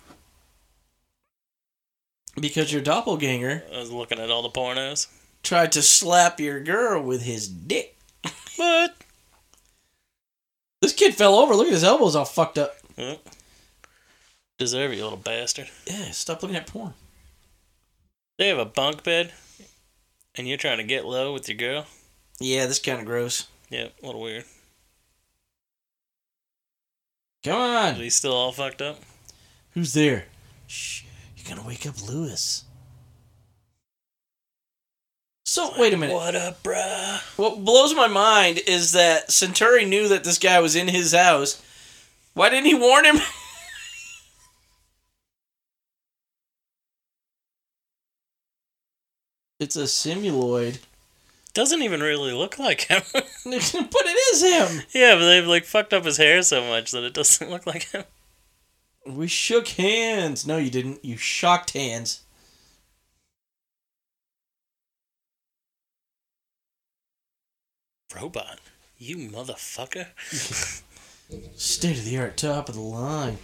S4: Because your doppelganger
S5: I was looking at all the pornos.
S4: tried to slap your girl with his dick. (laughs)
S5: What?
S4: This kid fell over. Look at his elbows all fucked up.
S5: Well, Deserve it, you little bastard.
S4: Yeah, stop looking at porn.
S5: They have a bunk bed, and you're trying to get low with your girl.
S4: Yeah, this kind of gross.
S5: Yep, a little weird.
S4: Come
S5: Is
S4: on.
S5: he still all fucked up?
S4: Who's there? Shh, you're gonna wake up Lewis. So wait a minute.
S5: What up, bruh?
S4: What blows my mind is that Centauri knew that this guy was in his house. Why didn't he warn him? (laughs) it's a simuloid.
S5: Doesn't even really look like him.
S4: (laughs)
S5: (laughs)
S4: but it is him.
S5: (laughs) yeah, but they've like fucked up his hair so much that it doesn't look like him.
S4: We shook hands. No, you didn't. You shocked hands.
S5: Robot, you motherfucker.
S4: State of the art, top of the line.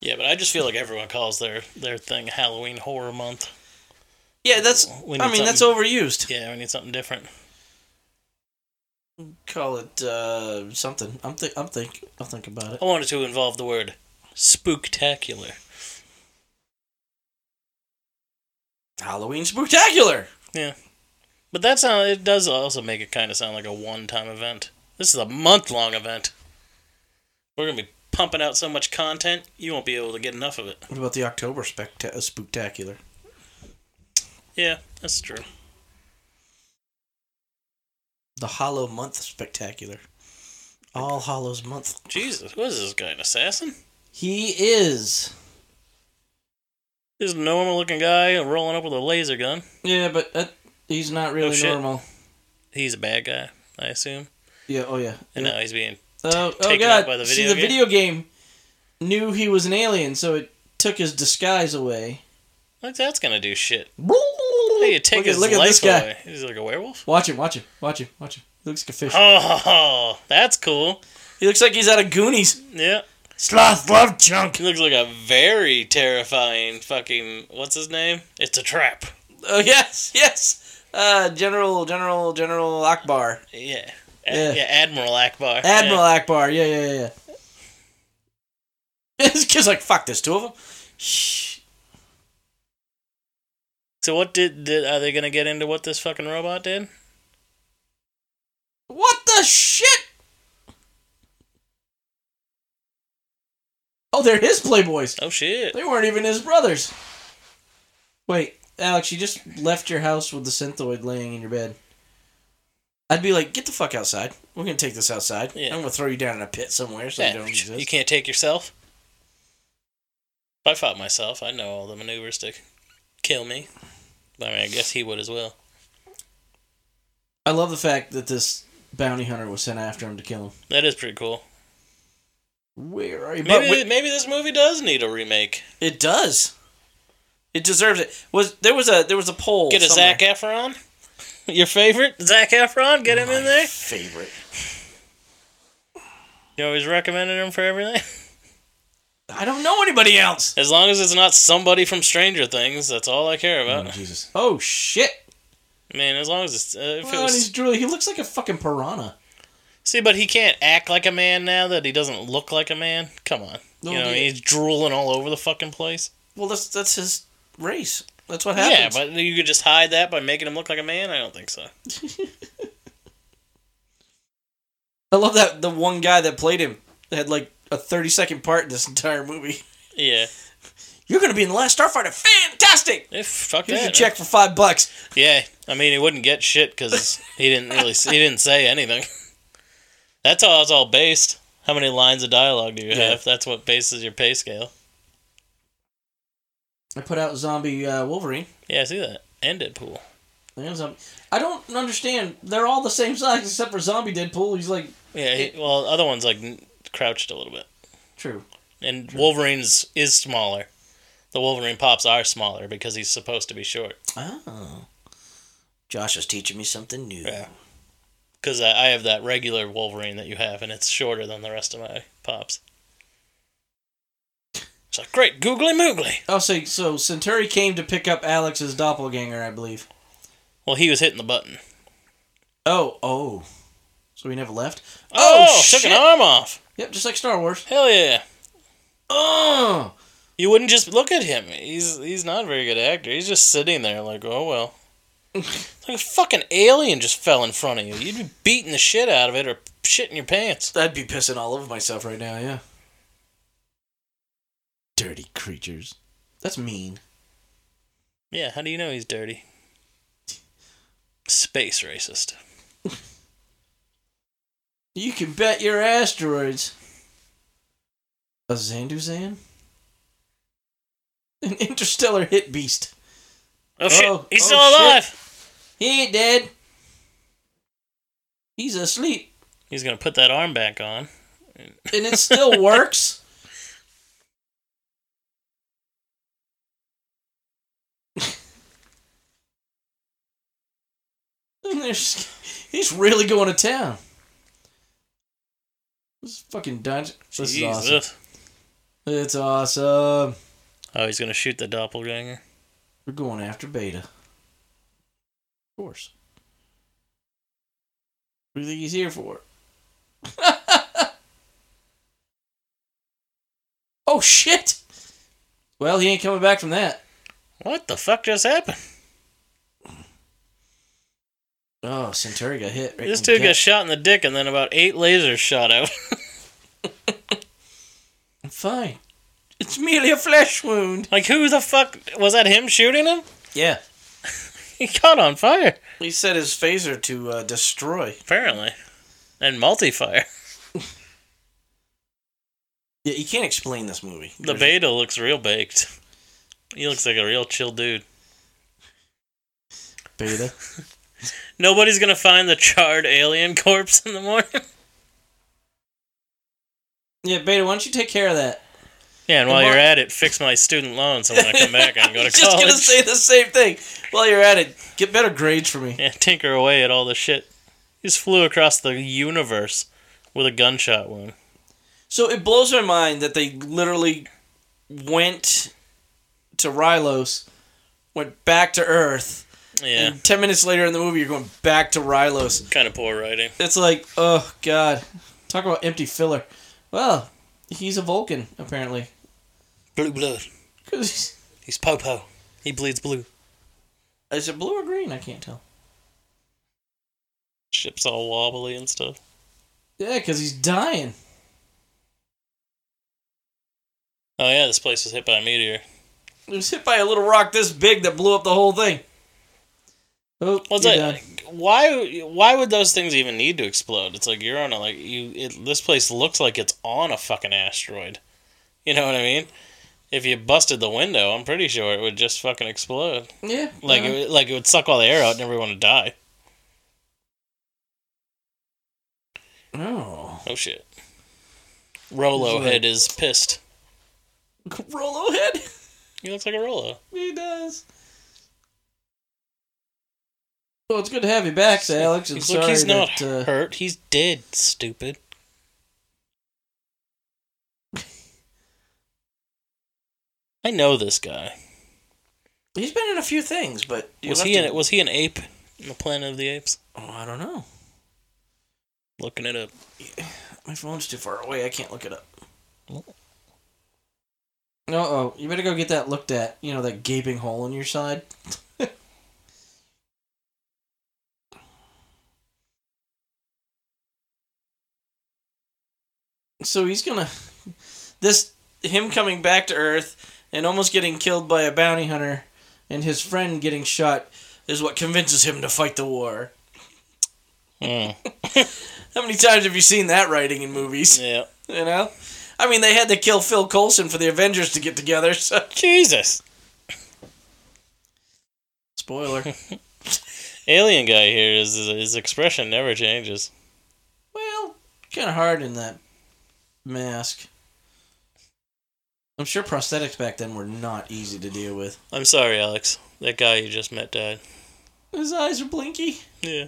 S5: Yeah, but I just feel like everyone calls their their thing Halloween Horror Month.
S4: Yeah, that's.
S5: We need
S4: I mean, that's
S5: something-
S4: overused.
S5: Yeah, we need something different.
S4: Call it uh, something. I'm think. I'm think. I'll think about it.
S5: I wanted to involve the word spooktacular.
S4: Halloween spectacular.
S5: Yeah, but that's how it does. Also, make it kind of sound like a one-time event. This is a month-long event. We're gonna be pumping out so much content, you won't be able to get enough of it.
S4: What about the October specta- uh, spectacular?
S5: Yeah, that's true.
S4: The Hollow Month spectacular. All Hollows Month.
S5: Jesus, what is this guy? An assassin?
S4: He is.
S5: This normal-looking guy rolling up with a laser gun.
S4: Yeah, but that, he's not really
S5: shit.
S4: normal.
S5: He's a bad guy, I assume.
S4: Yeah. Oh yeah.
S5: And now he's being
S4: Oh, oh
S5: taken
S4: god!
S5: out by the
S4: See,
S5: video
S4: the
S5: game?
S4: video game knew he was an alien, so it took his disguise away.
S5: like that's gonna do shit. Hey, you
S4: Look,
S5: take
S4: at-
S5: his
S4: look at
S5: life
S4: this guy.
S5: away. He's like a werewolf.
S4: Watch him! Watch him! Watch him! Watch him! He looks like a fish.
S5: Oh, that's cool.
S4: He looks like he's out of Goonies.
S5: Yeah.
S4: Sloth love junk.
S5: He looks like a very terrifying fucking. What's his name? It's a trap.
S4: Oh yes, yes. Uh, General, General, General Akbar,
S5: Yeah.
S4: Yeah.
S5: Yeah. yeah Admiral Akbar.
S4: Admiral
S5: Yeah.
S4: Akbar. Yeah, yeah, yeah. (laughs) yeah. this kid's like, fuck. There's two of them. Shh.
S5: So what did, did are they gonna get into what this fucking robot did?
S4: What the shit? Oh, they're his playboys.
S5: Oh shit.
S4: They weren't even his brothers. Wait, Alex, you just left your house with the synthoid laying in your bed. I'd be like, get the fuck outside. We're gonna take this outside.
S5: Yeah.
S4: I'm gonna throw you down in a pit somewhere so
S5: Yeah,
S4: you don't
S5: you
S4: exist.
S5: can't take yourself. If I fought myself, I know all the maneuvers to kill me. But I mean, I guess he would as well.
S4: I love the fact that this bounty hunter was sent after him to kill him.
S5: That is pretty cool.
S4: Where are you? But
S5: Maybe
S4: wi-
S5: maybe this movie does need a remake.
S4: it does. It deserves it. Was there was a there was a poll.
S5: Get a
S4: somewhere.
S5: Zac Efron, (laughs) your favorite Zac Efron. Get him in there.
S4: favorite.
S5: You always recommended him for everything.
S4: I don't know anybody
S5: (laughs)
S4: else.
S5: As long as it's not somebody from Stranger Things, that's all I care about.
S4: Jesus. Oh shit.
S5: I mean, as long as it's, uh, if it
S4: Well, and
S5: was-
S4: he's drooling. He looks like a fucking piranha.
S5: see, but he can't act like a man now that he doesn't look like a man. Come on,
S4: No,
S5: you know
S4: he-
S5: he's drooling all over the fucking place.
S4: Well, that's that's his race. That's what
S5: Yeah,
S4: happens.
S5: but you could just hide that by making him look like a man. I don't think so.
S4: I love that the one guy that played him had like a thirty second part in this entire movie. (laughs)
S5: Yeah,
S4: You're gonna be in the last Starfighter. Fantastic.
S5: Eh, fuck
S4: Here's
S5: that.
S4: your check for five bucks.
S5: Yeah, I mean, he wouldn't get shit because he didn't really he didn't say anything. (laughs) That's how it's all based. How many lines of dialogue do you
S4: Yeah.
S5: have? That's what bases your pay scale.
S4: I put out Zombie uh, Wolverine.
S5: Yeah, I see that. And Deadpool.
S4: Yeah, zombie. I don't understand. They're all the same size except for Zombie Deadpool. He's like
S5: Yeah, he, well, other one's like n- crouched a little bit,
S4: true.
S5: and Wolverine's is smaller. The Wolverine pops are smaller because he's supposed to be short.
S4: Oh. Josh is teaching me something new.
S5: Yeah. Because I, I have that regular Wolverine that you have, and it's shorter than the rest of my pops. It's like great googly moogly.
S4: Oh, so, so Centauri came to pick up Alex's doppelganger, I believe.
S5: Well, he was hitting the button.
S4: Oh, oh. So he never left?
S5: Oh, took an arm off.
S4: Yep, just like Star Wars.
S5: Hell yeah.
S4: Oh!
S5: You wouldn't just look at him. He's he's not a very good actor. He's just sitting there like, oh
S4: (laughs)
S5: well. like a fucking alien just fell in front of you. You'd be beating the shit out of it or shit in your pants.
S4: I'd be pissing all over myself right now, yeah. Dirty creatures. That's mean.
S5: Yeah, how do you know he's dirty? Space racist.
S4: You can bet your asteroids. A Zanduzan? An interstellar hit beast.
S5: Oh, shit.
S4: Oh,
S5: He's
S4: oh,
S5: still
S4: shit.
S5: alive.
S4: He ain't dead. He's asleep,
S5: He's gonna put that arm back on.
S4: and it still works. (laughs) And there's- he's really going to town. This is fucking dungeon. This is awesome.
S5: Jesus.
S4: It's awesome.
S5: Oh, he's gonna shoot the doppelganger.
S4: We're going after Beta. Of course. What do you think he's here for? (laughs) oh shit! Well, he ain't coming back from that.
S5: What the fuck just happened?
S4: Oh, Centauri got hit. Right
S5: This
S4: in the
S5: dude got
S4: gut.
S5: shot in the dick and then about eight lasers shot out. (laughs)
S4: I'm fine. It's merely a flesh wound.
S5: like, who the fuck was that? Him shooting him? (laughs)
S4: Yeah.
S5: He caught on fire
S4: He set his phaser to uh, destroy.
S5: apparently, and multi-fire. (laughs)
S4: Yeah, you can't explain this movie.
S5: The beta looks real baked. He looks like a real chill dude.
S4: beta.
S5: Nobody's gonna find the charred alien corpse in the morning.
S4: Yeah, beta. Why don't you take care of (laughs) that?
S5: (laughs) Yeah, and while
S4: Mar-
S5: you're at it, fix my student loan so when I come back I can go (laughs) to
S4: He's just
S5: college.
S4: gonna say the same thing. While you're at it, get better grades for me.
S5: yeah, tinker away at all the shit. He just flew across the universe with a gunshot wound.
S4: So it blows my mind that they literally went to Rylos, went back to Earth,
S5: Yeah,
S4: and ten minutes later in the movie you're going back to Rylos.
S5: kind of poor writing.
S4: It's like, oh god, talk about empty filler. Well, he's a Vulcan apparently.
S5: Blue blood.
S4: 'Cause he's-
S5: He's Popo. He bleeds blue.
S4: is it blue or green? I can't tell.
S5: Ship's all wobbly and stuff.
S4: Yeah, because he's dying.
S5: Oh yeah, this place was hit by a meteor.
S4: He was hit by a little rock this big that blew up the whole thing. Oh,
S5: Well, it's
S4: you're
S5: like, why why would those things even need to explode? It's like you're on a like you it, this place looks like it's on a fucking asteroid. You know what I mean? If you busted the window, I'm pretty sure it would just fucking explode.
S4: done. yeah, Uh-huh.
S5: Like
S4: yeah.
S5: it, would- like it would suck all the air out and everyone would die.
S4: Oh.
S5: Oh shit. Rolo
S4: It's like-
S5: head is pissed.
S4: Oh. Rolo head?
S5: He looks like a Rolo.
S4: He does. Well, it's good to have you back, Alex. And
S5: He's,
S4: sorry
S5: look, he's not
S4: that, uh,
S5: hurt. He's dead. Stupid. I know this guy.
S4: He's been in a few things, but you
S5: was
S4: have
S5: he
S4: to-
S5: an was he an ape in the Planet of the Apes?
S4: Oh, I don't know.
S5: Looking it up.
S4: My phone's too far away. I can't look it up. Uh oh, you better go get that looked at. You know that gaping hole in your side. (laughs) so he's gonna this him coming back to Earth and almost getting killed by a bounty hunter and his friend getting shot is what convinces him to fight the war.
S5: Mm.
S4: Hmm. How many times have you seen that writing in movies?
S5: (laughs) Yeah.
S4: You know, I mean, they had to kill Phil Coulson for the Avengers to get together. (laughs) So
S5: Jesus.
S4: spoiler.
S5: Alien guy here is his expression never changes.
S4: well, kind of hard in that mask. I'm sure prosthetics back then were not easy to deal with.
S5: I'm sorry, Alex. That guy you just met died.
S4: His eyes are blinky.
S5: Yeah.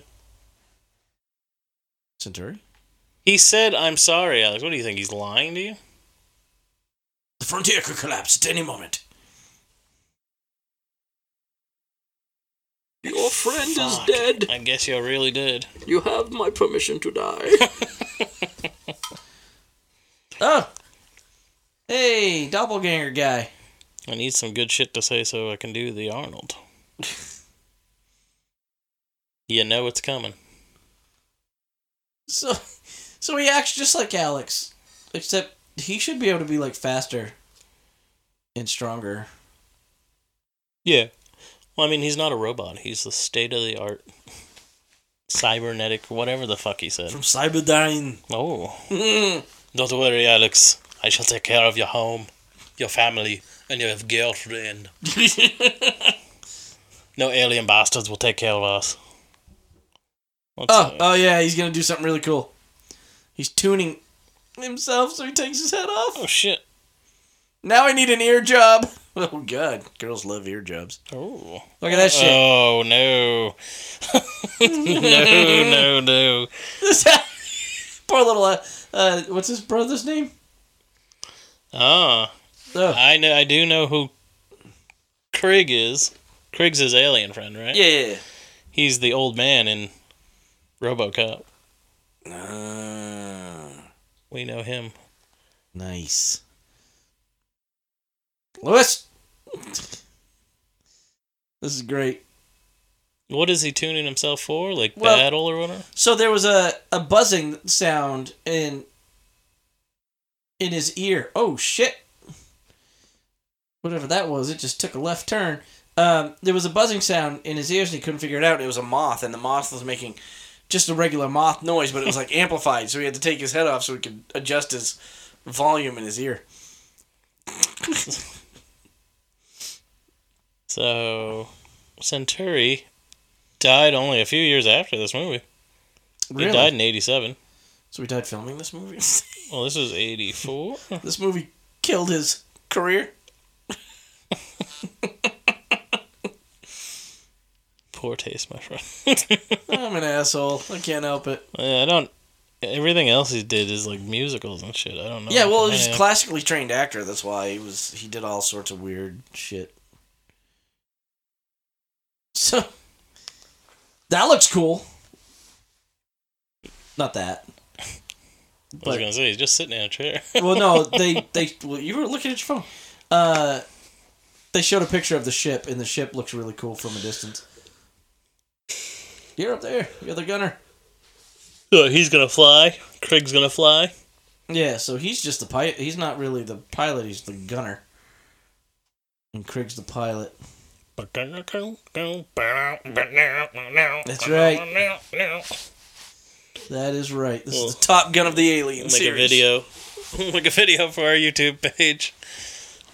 S4: Centauri.
S5: He said, "I'm sorry, Alex." What do you think? He's
S4: (laughs)
S5: lying to you?
S4: The frontier could collapse at any moment.
S8: Your friend
S5: Fuck.
S8: is dead.
S5: I guess you really did.
S8: You have my permission to die.
S4: Oh, hey, doppelganger guy.
S5: I need some good shit to say so I can do the (laughs) Arnold. you know it's coming.
S4: So, so he acts just like Alex, except he should be able to be like faster and stronger.
S5: Yeah. Well, I mean, he's not a robot. He's the state of the art cybernetic, whatever the fuck he said.
S4: From Cyberdyne. (laughs)
S5: Oh.
S4: Mm.
S5: Don't worry, Alex. I shall take care of your home, your family, and your (laughs) girlfriend. No alien bastards will take care of us. Let's,
S4: Oh,
S5: uh,
S4: oh yeah, he's gonna do something really cool. He's tuning himself so he takes his head
S5: oh,
S4: off.
S5: shit.
S4: Now I need an ear job. (laughs) Oh god, girls love ear jobs.
S5: Oh.
S4: Look at that shit.
S5: Oh, no. (laughs) no, no, no.
S4: This (laughs) poor little uh, uh, what's his brother's name?
S5: Ah,
S4: Oh.
S5: I know. I do know who Krieg is. Krieg's his alien friend, right?
S4: yeah, yeah,
S5: He's the old man in RoboCop.
S4: yeah. Ah,
S5: We know him.
S4: nice. Lewis. This is great.
S5: What is he tuning himself for? Like
S4: Well-
S5: battle or whatever?
S4: So there was a, a buzzing sound in in his ear. Oh shit. Whatever that was, it just took a left turn. Um, there was a buzzing sound in his ears and he couldn't figure it out. It was a moth and the moth was making just a regular moth noise, but it was like amplified, so he had to take his head off so he could adjust his volume in his ear.
S5: So Centauri died only a few years after this movie. He died in '87.
S4: So he died filming this movie. (laughs)
S5: Well, this was '84.
S4: this movie killed his career.
S5: (laughs) Poor taste, my friend. (laughs)
S4: Oh, I'm an asshole. I can't help it.
S5: Yeah, I don't. Everything else he did is like musicals and shit. I don't know.
S4: Yeah, well,
S5: I
S4: he's a
S5: know.
S4: classically trained actor. That's why he was he did all sorts of weird shit. So that looks cool. Not that.
S5: I was
S4: But
S5: gonna say he's just sitting in a chair. (laughs)
S4: well, (laughs) no, they they well, you were looking at your phone. Uh, they showed a picture of the ship, and the ship looks really cool from a distance. You're up there. You're the gunner.
S5: So he's gonna fly. Craig's gonna fly.
S4: Yeah, so he's just the pilot. He's not really the pilot. He's the gunner. And Krig's the pilot.
S5: That's
S4: right. That is right. This
S5: Well,
S4: is the Top Gun of the Alien
S5: Make
S4: series.
S5: a video. (laughs) Make a video for our YouTube page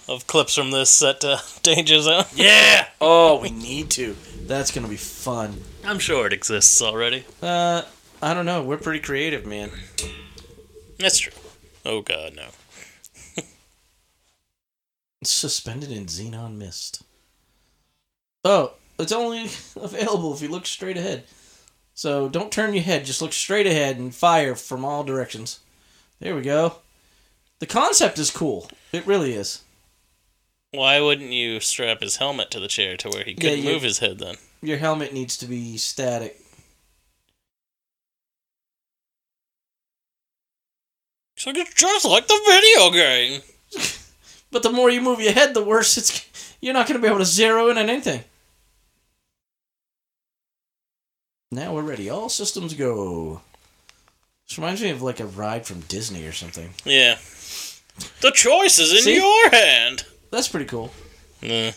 S5: of clips from this set to (laughs) Danger Zone.
S4: Yeah. Oh, we need to. That's gonna be fun.
S5: I'm sure it exists already.
S4: Uh, I don't know. We're pretty creative, man.
S5: That's true. Oh god, no.
S4: It's suspended in xenon mist. Oh, it's only (laughs) available if you look straight ahead. So don't turn your head. Just look straight ahead and fire from all directions. There we go. The concept is cool. It really is.
S5: Why wouldn't you strap his helmet to the chair to where he
S4: Yeah,
S5: couldn't
S4: you-
S5: move his head then?
S4: Your helmet needs to be static.
S5: So it's just like the video game.
S4: But the more you move your head, the worse it's. You're not going to be able to zero in on anything. Now we're ready. All systems go. This reminds me of like a ride from Disney or something.
S5: Yeah. The choice is in
S4: See?
S5: your hand.
S4: That's pretty cool.
S5: Nah.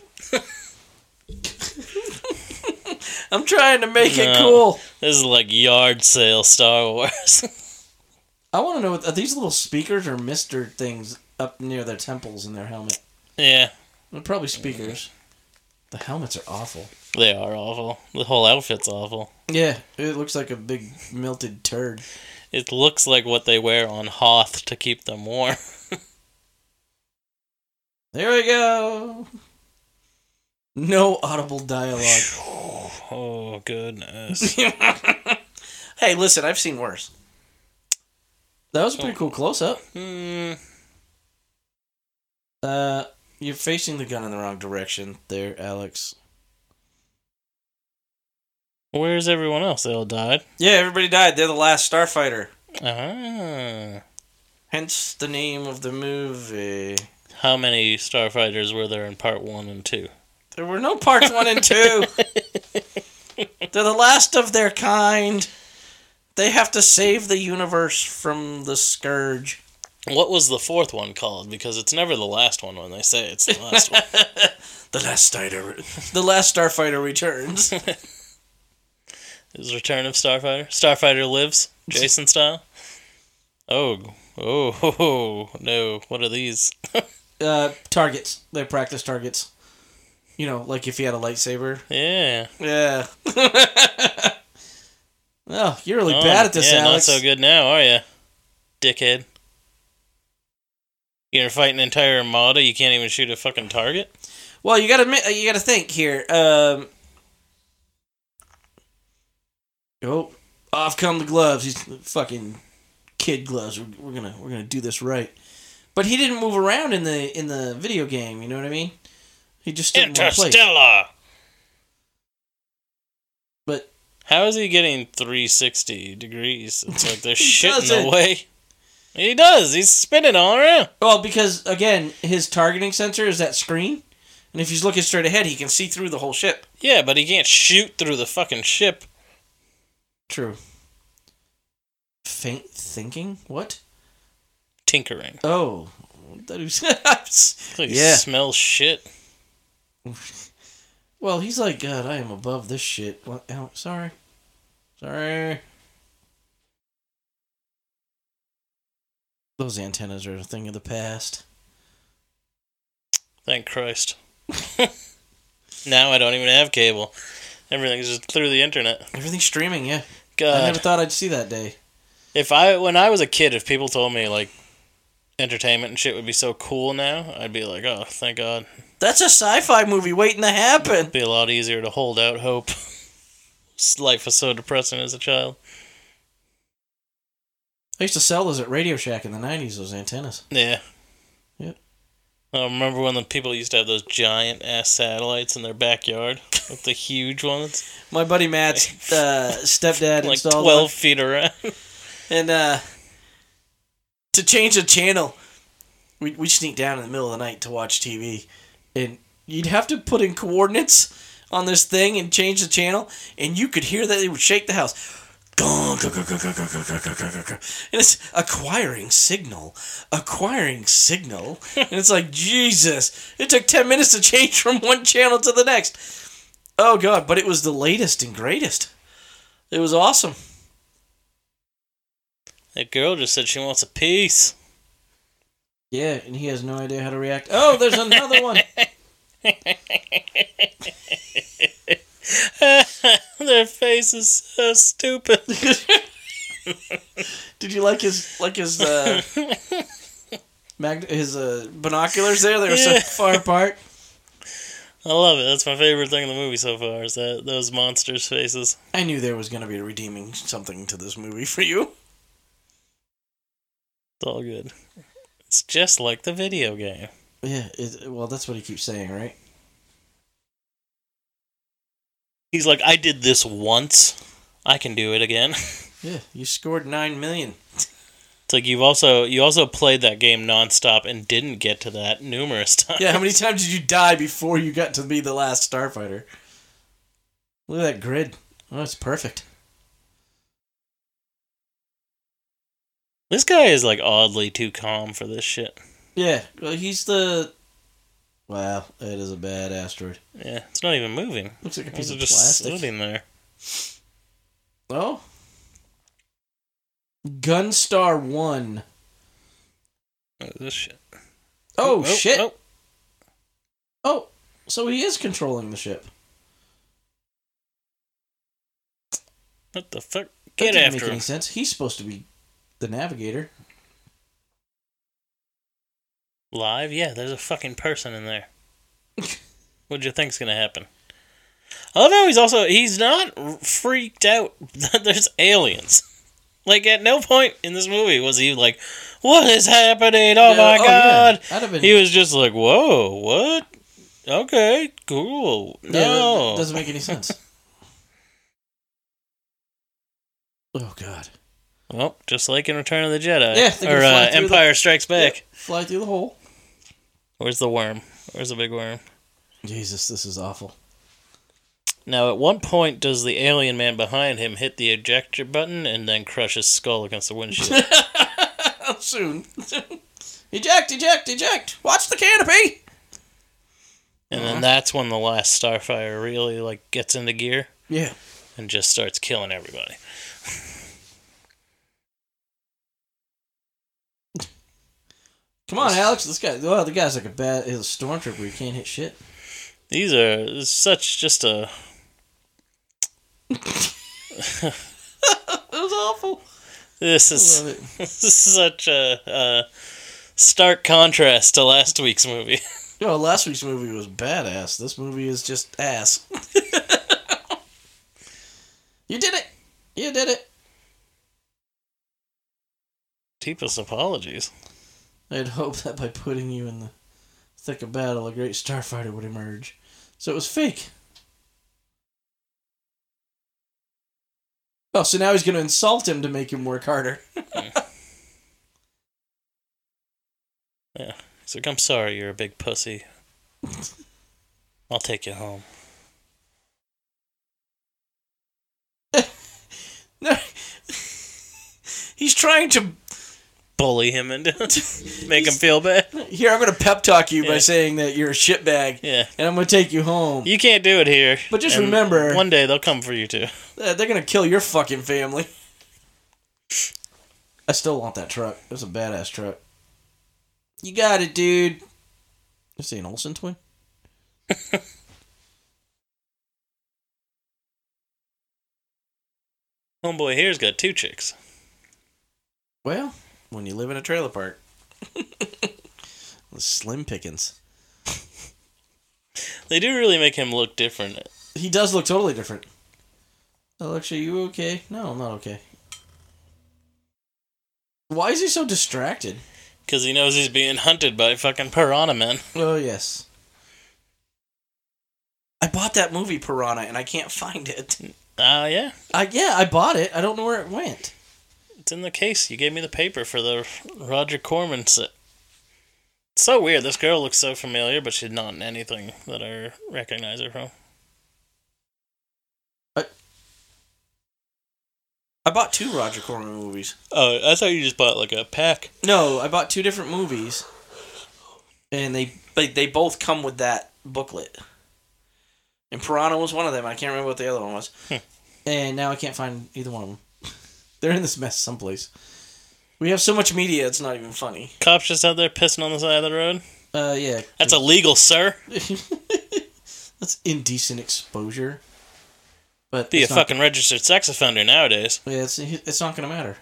S4: I'm trying to make it
S5: No.
S4: cool.
S5: This is like yard sale Star Wars. (laughs)
S4: I want to know what, are these little speakers or mister things up near their temples in their helmet?
S5: yeah,
S4: They're probably speakers. The helmets are awful.
S5: they are awful. The whole outfit's awful.
S4: Yeah, it looks like a big melted turd.
S5: It looks like what they wear on Hoth to keep them warm.
S4: There we go. No audible dialogue.
S5: (sighs) (laughs) Oh goodness.
S4: hey, listen, I've seen worse. That was a pretty cool close up.
S5: (laughs) Hmm.
S4: Uh, you're facing the gun in the wrong direction there, Alex.
S5: where's everyone else? They all died.
S4: Yeah, everybody died. They're the last starfighter.
S5: Ah.
S4: Hence the name of the movie.
S5: How many starfighters were there in part one and two?
S4: There were no parts one and two. They're the last of their kind. They have to save the universe from the scourge.
S5: What was the fourth one called? Because it's never the last one when they say it's the last one.
S4: The last starfighter. (laughs) the last starfighter
S5: (laughs)
S4: returns. (laughs)
S5: Is Return of Starfighter? Starfighter lives, Jason style. Oh, oh, (laughs) no! What are these?
S4: uh, targets. They practice targets. You know, like if you had a lightsaber.
S5: Yeah,
S4: Yeah. (laughs) Oh, you're really
S5: Oh,
S4: bad at this,
S5: yeah,
S4: Alex.
S5: not so good now, are you, dickhead? You're fighting an entire armada. You can't even shoot a fucking target.
S4: Well, you got to admit, you got to think here. Um, oh, off come the gloves. He's fucking kid gloves. We're, we're gonna we're gonna do this right. But he didn't move around in the in the video game. You know what I mean? He just stood in one place.
S5: Interstellar.
S4: But
S5: How is he getting 360 degrees? It's
S4: (laughs)
S5: like there's shit in
S4: doesn't.
S5: the way. He does. He's spinning all around.
S4: well, because again, his targeting sensor is that screen, and if he's looking straight ahead, he can see through the whole ship.
S5: Yeah, but he can't shoot through the fucking ship.
S4: True. Faint thinking? What?
S5: Tinkering.
S4: Oh, that (laughs) was.
S5: It's like
S4: Yeah.
S5: yeah. Smells shit.
S4: Well, he's like, God, I am above this shit. What? Ow, sorry. Sorry. Those antennas are a thing of the past.
S5: Thank Christ. (laughs) now I don't even have cable. Everything's just through the internet.
S4: Everything's streaming, yeah. I
S5: God.
S4: never thought I'd see that day.
S5: If I when I was a kid, if people told me like entertainment and shit would be so cool now, I'd be like, oh, thank God.
S4: That's a sci fi movie waiting to happen.
S5: be a lot easier to hold out hope. (laughs) S- Life was so depressing as a child.
S4: I used to sell those at Radio Shack in the 90s, those antennas.
S5: Yeah.
S4: Yep.
S5: I remember when the people used to have those giant ass satellites in their backyard, like the huge ones,
S4: My buddy (laughs) Matt's uh, stepdad
S5: like
S4: installed
S5: twelve
S4: one.
S5: feet around. (laughs)
S4: And uh, to change the channel, we we sneak down in the middle of the night to watch TV, and you'd have to put in coordinates on this thing and change the channel, and you could hear that it would shake the house. Gong, gong, gong, gong, gong, gong, gong, gong, gong, gong. And it's acquiring signal, acquiring signal, and it's like Jesus! It took ten minutes to change from one channel to the next. Oh God! But it was the latest and greatest. It was awesome.
S5: That girl just said she wants a piece.
S4: Yeah, and he has no idea how to react. Oh, there's another one.
S5: (laughs) Their face is so stupid.
S4: (laughs)
S5: (laughs)
S4: Did you like his like his uh, (laughs) mag- his uh, binoculars there? They were so
S5: Yeah.
S4: far apart.
S5: I love it. That's my favorite thing in the movie so far. Is that those monsters' faces?
S4: (laughs) I knew there was going to be a redeeming something to this movie for you.
S5: It's all good. It's just like the video game.
S4: Yeah, it, well, that's what he keeps saying, right?
S5: He's like, I did this once. I can do it again. (laughs)
S4: Yeah, you scored nine million.
S5: It's like you've also you also played that game nonstop and didn't get to that numerous (laughs) times.
S4: Yeah, how (laughs) many times did you die before you got to be the last starfighter? Look at that grid. Oh, it's perfect.
S5: This guy is like oddly too calm for this shit.
S4: Yeah, well, he's the. Wow, that is a bad asteroid.
S5: Yeah, it's not even moving.
S4: Looks like a piece
S5: It's
S4: of
S5: just
S4: plastic.
S5: floating there.
S4: Oh. Gunstar 1.
S5: Oh, this shit.
S4: Oh, shit.
S5: oh.
S4: Oh, so he is controlling the ship.
S5: What the fuck?
S4: That
S5: Get
S4: didn't
S5: after
S4: make
S5: him.
S4: any sense. He's supposed to be the navigator.
S5: Live? Yeah, there's a fucking person
S4: (laughs)
S5: in there. What'd you think's gonna happen? I love how he's also he's not r- freaked out that there's aliens. Like at no point in this movie was he like, "What is happening? Oh
S4: Yeah,
S5: my god!"
S4: Yeah. I'd have been.
S5: He was just like, "Whoa, what? Okay, cool.
S4: yeah, that-
S5: No,
S4: that doesn't make any sense. (laughs) oh, God.
S5: well, Oh, just like in Return of the Jedi
S4: Yeah, they can
S5: or
S4: fly
S5: uh,
S4: through the-
S5: Empire Strikes Back.
S4: Yep, Fly through the hole.
S5: Where's the worm? Where's the big worm?
S4: Jesus, this is awful. (laughs)
S5: Now, at one point, does the alien man behind him hit the ejector button and then crush his skull against
S4: (laughs)
S5: the windshield?
S4: Uh-huh. Soon. (laughs) eject, eject, eject. Watch the canopy.
S5: and then that's when the last Starfire really like gets into gear
S4: Yeah.
S5: and just starts killing everybody.
S4: Come on, Alex. This guy. Oh, the guy's like a bad. He's a stormtrooper. He can't hit shit.
S5: These are such just a
S4: awful.
S5: This is
S4: Love it.
S5: this is (laughs) such a, a stark contrast to last week's movie. (laughs)
S4: Yo, last week's movie was badass. This movie is just ass. (laughs) you did it. You did it.
S5: Deepest apologies.
S4: I'd hoped that by putting you in the thick of battle, a great starfighter would emerge. So it was fake. Oh, so now he's going to insult him to make him work harder.
S5: Yeah. He's like, I'm sorry, you're a
S4: (laughs)
S5: big pussy. I'll take you home.
S4: No, (laughs) he's trying to.
S5: Bully him into (laughs) make him feel
S4: (laughs)
S5: bad.
S4: Here, I'm going to pep talk you by
S5: Yeah.
S4: saying that you're a shitbag,
S5: Yeah.
S4: and I'm going to take you home.
S5: You can't do it here.
S4: But just
S5: and
S4: remember-
S5: one day they'll come for you too.
S4: Uh, They're gonna kill your fucking family. I still want that truck. It was a badass truck. You got it, dude. Is he an Olsen twin?
S5: Homeboy here's got two chicks.
S4: Well, when you live in a trailer park, (laughs) slim pickings.
S5: They do really make him look different.
S4: He does look totally different. Alexa, you okay? No, I'm not okay. Why is he so distracted?
S5: Because he knows he's being hunted by fucking piranha men.
S4: Oh yes. I bought that movie Piranha, and I can't find it.
S5: Ah, yeah.
S4: I yeah, I bought it. I don't know where it went.
S5: It's in the case. You gave me the paper for the Roger Corman set. It's so weird. This girl looks so familiar, but she's not in anything that I recognize her from.
S4: I bought two Roger Corman movies.
S5: Oh, I thought you just bought like a pack.
S4: No, I bought two different movies, and they they, they both come with that booklet. And Piranha was one of them. I can't remember what the other one was.
S5: Hmm.
S4: and now I can't find either one of them. (laughs) They're in this mess someplace. We have so much media, it's not even funny.
S5: Cops just out there pissing on the side of the road.
S4: Uh, yeah.
S5: That's illegal, sir.
S4: (laughs) That's indecent exposure. But
S5: Be
S4: it's
S5: a
S4: not-
S5: fucking registered sex offender nowadays.
S4: Yeah, it's, it's not gonna matter.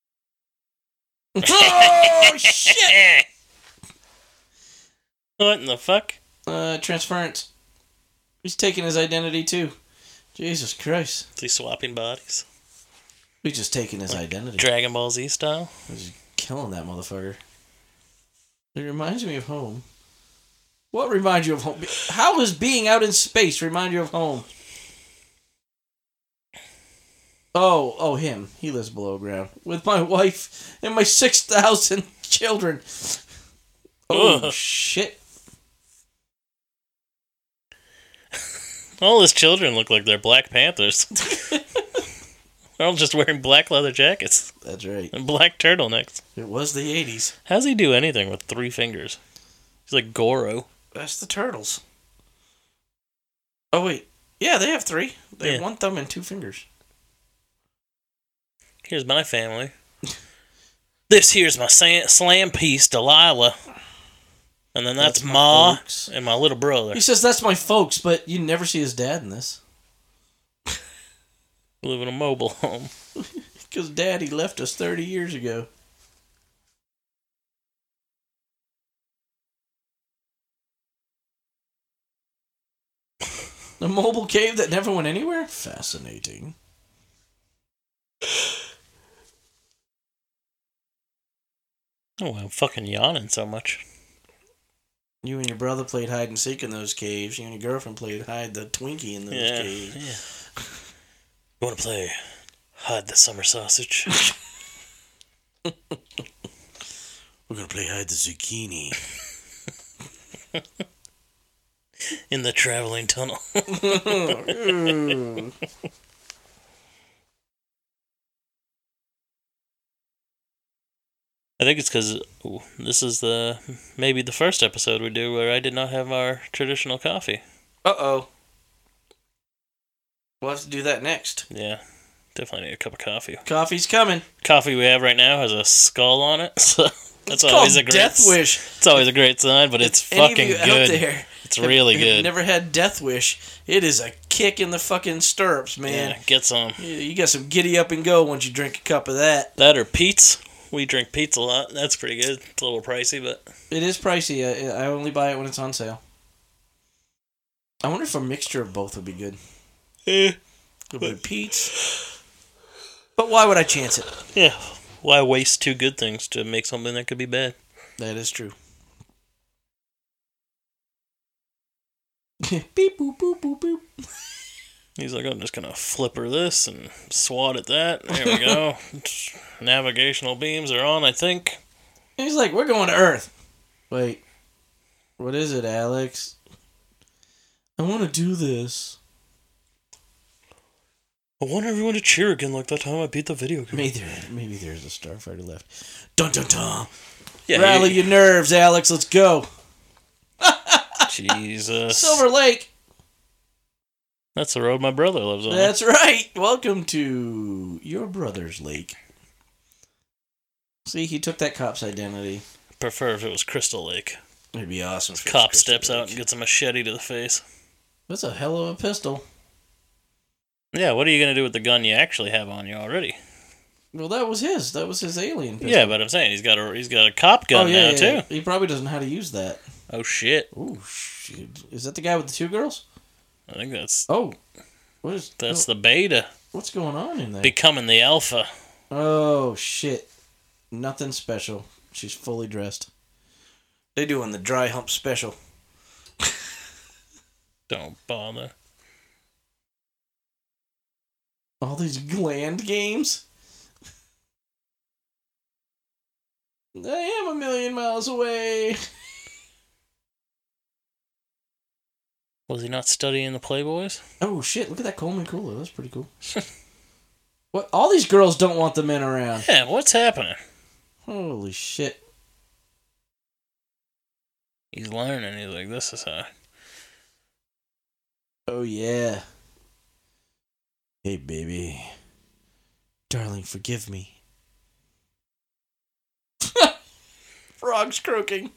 S4: (laughs) Oh,
S5: Shit! what in the fuck?
S4: Uh, transference. He's taking his identity too. Jesus Christ.
S5: Is he swapping bodies?
S4: He's just taking his identity.
S5: Dragon Ball Z style?
S4: He's just killing that motherfucker. It reminds me of home. What reminds you of home? How does being out in space remind you of home? Oh, oh, him. He lives below ground with my wife and my 6,000 (laughs) children. Oh,
S5: Ugh.
S4: shit.
S5: All his children look like they're
S4: (laughs)
S5: Black Panthers. they're all just wearing black leather jackets
S4: That's right.
S5: and black turtlenecks.
S4: It was the 80s.
S5: How's he do anything with three fingers? He's like Goro.
S4: That's the turtles. Oh wait, yeah, they have three. They have
S5: Yeah.
S4: one thumb and two fingers.
S5: Here's my family. This here's my sa- slam piece, Delilah. And then that's,
S4: That's my
S5: Ma
S4: folks.
S5: and my little brother.
S4: He says that's my folks, but you never see his dad in this
S5: We live in a mobile home.
S4: because Daddy left us thirty years ago. (laughs) The mobile cave that never went anywhere? Fascinating.
S5: Oh, I'm fucking yawning so much.
S4: You and your brother played hide and seek in those caves. You and your girlfriend played hide the Twinkie in those
S5: yeah.
S4: caves.
S5: yeah. You want to play Hide the Summer Sausage?
S4: We're gonna play hide the
S5: (laughs)
S4: zucchini.
S5: in the traveling tunnel. (laughs) I think it's because this is the maybe the first episode we do where I did not have our traditional coffee.
S4: Uh oh. We'll have to do that next.
S5: Yeah, definitely need a cup of coffee.
S4: Coffee's coming.
S5: Coffee we have right now has a skull on it, (laughs) so that's
S4: It's
S5: always
S4: called
S5: a great.
S4: Death Wish.
S5: It's always a great sign, but it's
S4: Any of
S5: fucking
S4: you out
S5: good.
S4: there
S5: It's really
S4: If you
S5: good.
S4: never had Death Wish. It is a kick in the fucking stirrups, man.
S5: Yeah, get some.
S4: You- You got some giddy up and go once you drink a cup of that.
S5: That or Pete's. We drink Pete's a lot. That's pretty good. It's a little pricey, but
S4: It is pricey. I, I only buy it when it's on sale. I wonder if a mixture of both would be good.
S5: eh,
S4: A little bit of peach. (sighs) But why would I chance it?
S5: yeah. Why waste two good things to make something that could be bad?
S4: That is true. (laughs) Beep boop boop boop boop.
S5: He's like, I'm just gonna flipper this and swat at that. There
S4: (laughs)
S5: we go. Navigational beams are on, I think.
S4: And he's like, "We're going to Earth." Wait, what is it, Alex? I want to do this.
S5: I want everyone to cheer again like that time I beat the video game.
S4: Maybe there, maybe there's a starfighter left. Dun dun dun!
S5: Yeah,
S4: Rally
S5: you-
S4: your nerves, Alex. Let's go. (laughs)
S5: Jesus.
S4: Silver Lake.
S5: That's the road my brother lives on.
S4: That's right. Welcome to your brother's lake. See, he took that cop's identity.
S5: prefer if it was Crystal Lake.
S4: It'd be awesome. if it was
S5: Cop
S4: Crystal
S5: steps out
S4: Lake.
S5: and gets a machete to the face.
S4: That's a hell of a pistol.
S5: Yeah, what are you gonna do with the gun you actually have on you already?
S4: Well, that was his. That was his alien pistol.
S5: Yeah, but I'm saying he's got a he's got a cop
S4: Oh,
S5: gun now too.
S4: He probably doesn't know how to use that.
S5: Oh shit!
S4: Ooh, shoot. is that the guy with the two girls?
S5: I think that's
S4: Oh, what is
S5: that's the beta
S4: What's going on in there?
S5: becoming the alpha.
S4: oh shit! Nothing special. She's fully dressed. They doing the dry hump special.
S5: Don't bother.
S4: All these gland games. I am a million miles away.
S5: Was he not studying the Playboys?
S4: Oh shit! Look at that Coleman cooler. That's pretty cool. what? All these girls don't want the men around.
S5: Yeah, what's happening?
S4: Holy shit!
S5: He's learning. He's like, this is how.
S4: Oh yeah. Hey baby. Darling, forgive me. Frog's (laughs) croaking.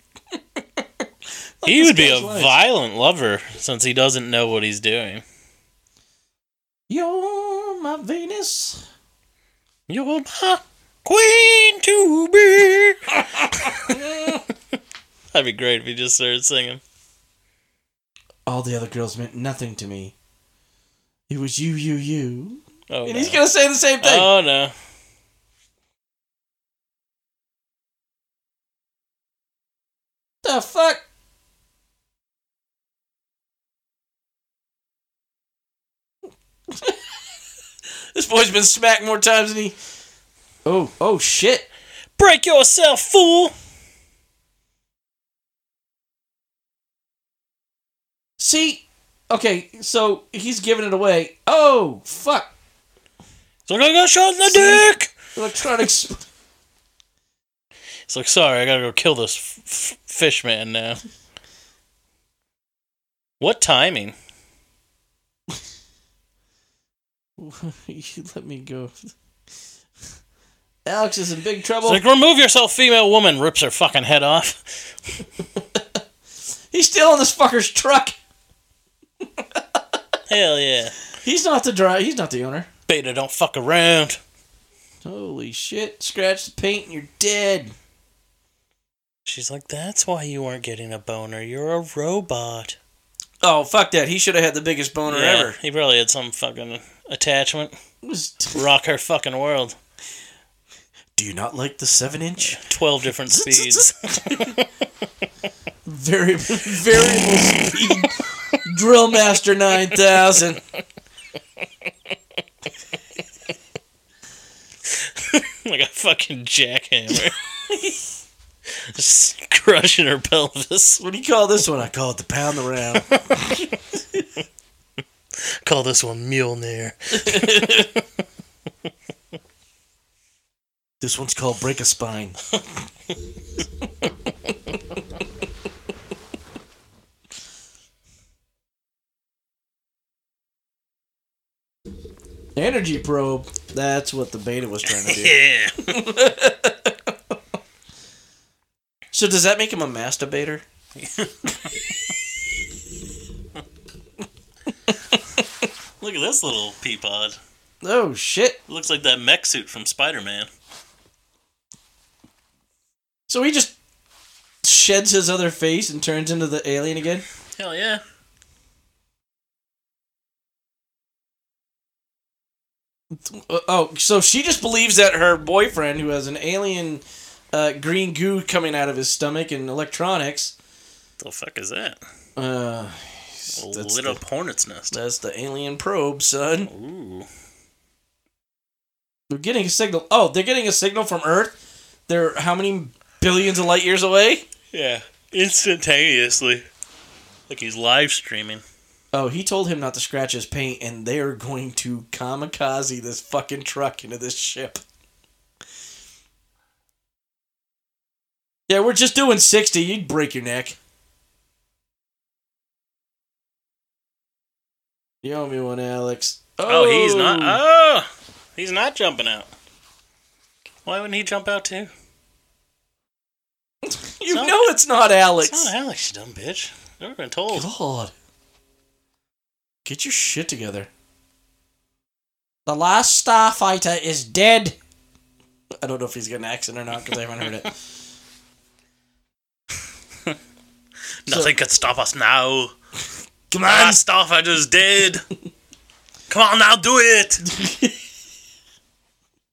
S5: he would be a
S4: vibe.
S5: violent lover since he doesn't know what he's doing.
S4: You're my Venus.
S5: You're my queen to be. (laughs) That'd be great if he just started singing.
S4: All the other girls meant nothing to me. It was you, you, you.
S5: Oh
S4: and
S5: no!
S4: he's gonna say the same thing.
S5: oh no!
S4: the fuck? (laughs) this boy's been smacked more times than he. Oh, oh shit.
S5: Break yourself, fool!
S4: See? Okay, so he's giving it away. Oh, fuck.
S5: So I got shot in the
S4: See?
S5: dick.
S4: Electronics. (laughs)
S5: It's like, sorry, I gotta go kill this f- f- fish man now. What timing?
S4: you let me go. Alex is in big
S5: It's
S4: trouble.
S5: like, remove yourself, female woman. Rips her fucking head off. (laughs)
S4: He's still on this fucker's truck.
S5: Hell yeah.
S4: He's not the driver. He's not the owner.
S5: Beta, don't fuck around.
S4: Holy shit. Scratch the paint and you're dead.
S5: She's like, that's why you weren't getting a boner. You're a robot.
S4: Oh, fuck that. He should have had the biggest boner
S5: Yeah,
S4: ever.
S5: He probably had some fucking attachment.
S4: It was-
S5: Rock her fucking world.
S4: Do you not like the 7 (laughs) inch?
S5: 12 different speeds. (laughs)
S4: Very, variable speed. Drill Master 9000.
S5: like a fucking jackhammer. (laughs) Just crushing her pelvis.
S4: What do you call this one? I call it the pound the round.
S5: (laughs) Call this one Mjolnir.
S4: (laughs) This one's called Break a Spine. (laughs) Energy probe. That's what the beta was trying to
S5: (laughs)
S4: do.
S5: Yeah.
S4: so does that make him a masturbator?
S5: Look at this little pea pod.
S4: Oh shit!
S5: It looks like that mech suit from Spider Man.
S4: So he just sheds his other face and turns into the alien again.
S5: Hell yeah.
S4: Uh, Oh, so she just believes that her boyfriend, who has an alien uh, green goo coming out of his stomach and electronics,
S5: The fuck is that?
S4: uh,
S5: A
S4: that's
S5: little
S4: the,
S5: hornet's nest.
S4: that's the alien probe, son.
S5: Ooh.
S4: They're getting a signal. Oh, they're getting a signal from Earth. They're how many billions of light years away?
S5: Yeah. Instantaneously. Like he's live streaming.
S4: Oh, he told him not to scratch his paint, and they are going to kamikaze this fucking truck into this ship. Yeah, we're just doing 60. You'd break your neck. You owe me one, Alex.
S5: Oh, he's not. Oh! He's not jumping out. Why wouldn't he jump out too?
S4: you
S5: not-
S4: know it's not Alex.
S5: It's not Alex, you dumb bitch. Never been told.
S4: God. Get your shit together. The last Starfighter is dead. I don't know if he's got an accent or not because I haven't heard it.
S5: Nothing could stop us now.
S4: Come
S5: Ah,
S4: on!
S5: stuff I just
S4: (laughs)
S5: did. Come on now, do it.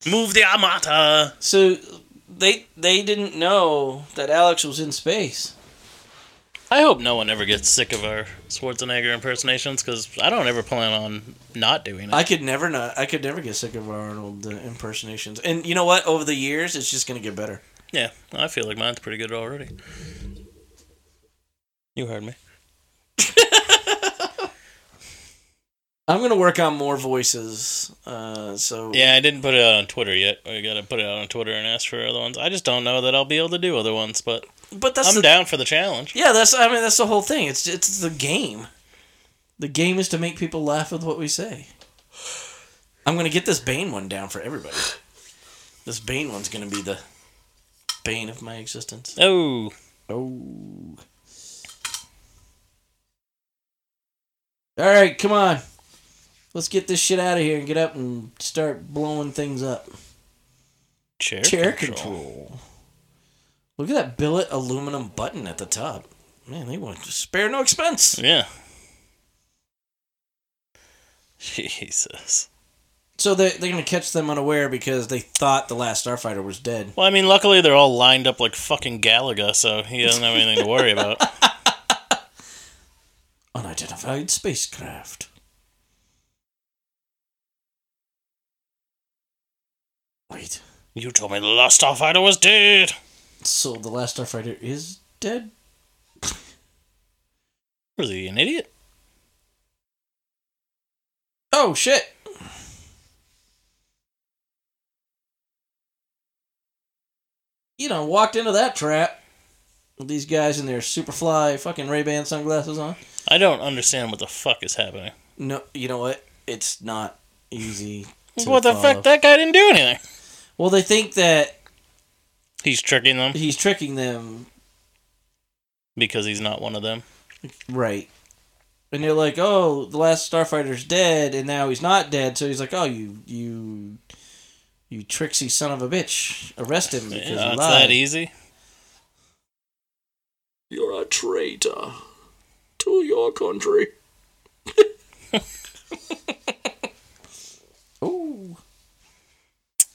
S5: Move the armata.
S4: So they they didn't know that Alex was in space.
S5: I hope no one ever gets sick of our Schwarzenegger impersonations because I don't ever plan on not doing it.
S4: I could never not. I could never get sick of Arnold uh, impersonations. And you know what? Over the years, it's just gonna get better.
S5: yeah, I feel like mine's pretty good already. You heard me.
S4: I'm gonna work on more voices. Uh, so
S5: Yeah, I didn't put it out on Twitter yet. I gotta put it out on Twitter and ask for other ones. I just don't know that I'll be able to do other ones, but
S4: but that's
S5: I'm
S4: the,
S5: down for the challenge.
S4: Yeah, that's. I mean, that's the whole thing. It's it's the game. The game is to make people laugh with what we say. I'm gonna get this Bane one down for everybody. This Bane one's gonna be the bane of my existence.
S5: Oh,
S4: Oh. All right, come on. Let's get this shit out of here and get up and start blowing things up.
S5: chair,
S4: Chair
S5: control.
S4: control. Look at that billet aluminum button at the top. Man, they want to spare no expense.
S5: Yeah. (laughs) Jesus.
S4: So they're, they're going to catch them unaware because they thought the last Starfighter was dead.
S5: Well, I mean, luckily they're all lined up like fucking Galaga, so he doesn't have anything to worry about.
S4: Unidentified spacecraft. Wait.
S5: You told me the last Starfighter was dead.
S4: So the last Starfighter is dead?
S5: Was he an idiot?
S4: Oh, shit. You know, walked into that trap. With these guys in their super fly fucking Ray-Ban sunglasses on.
S5: I don't understand what the fuck is happening.
S4: No, you know what? It's not easy. to
S5: What the
S4: follow.
S5: fuck? That guy didn't do anything.
S4: Well, they think that
S5: He's tricking them
S4: he's tricking them,
S5: because he's not one of them.
S4: right? And they're like, "Oh, the last Starfighter's dead, and now he's not dead." So he's like, "Oh, you, you, you tricksy son of a bitch! Arrest him because
S5: Yeah,
S4: he
S5: it's
S4: lied."
S5: that easy.
S8: You're a traitor to your country.
S4: Ooh.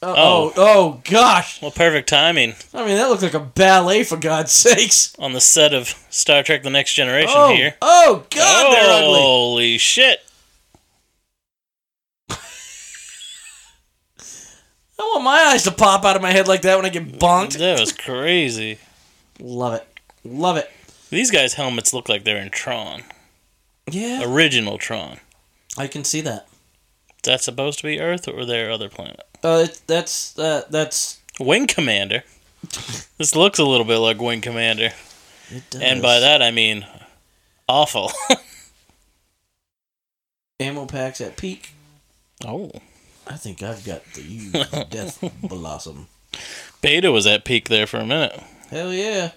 S4: Oh, oh, oh, gosh!
S5: Well, perfect timing
S4: I mean, that looked like a ballet for God's sakes.
S5: on the set of Star Trek: The Next Generation
S4: Oh,
S5: here.
S4: oh, God, they're ugly.
S5: Holy shit!
S4: I want my eyes to pop out of my head like that when I get bonked.
S5: That was crazy.
S4: Love it, love it.
S5: These guys' helmets look like they're in Tron,
S4: Yeah,
S5: original Tron.
S4: I can see that.
S5: That's supposed to be Earth or their other planet?
S4: Uh, it, that's uh, that's. (laughs)
S5: Wing Commander. this looks a little bit like Wing Commander.
S4: It does.
S5: And by that I mean awful. (laughs)
S4: ammo packs at peak.
S5: oh.
S4: I think I've got the use
S5: (laughs)
S4: of death blossom.
S5: Beta was at peak there for a minute.
S4: Hell yeah.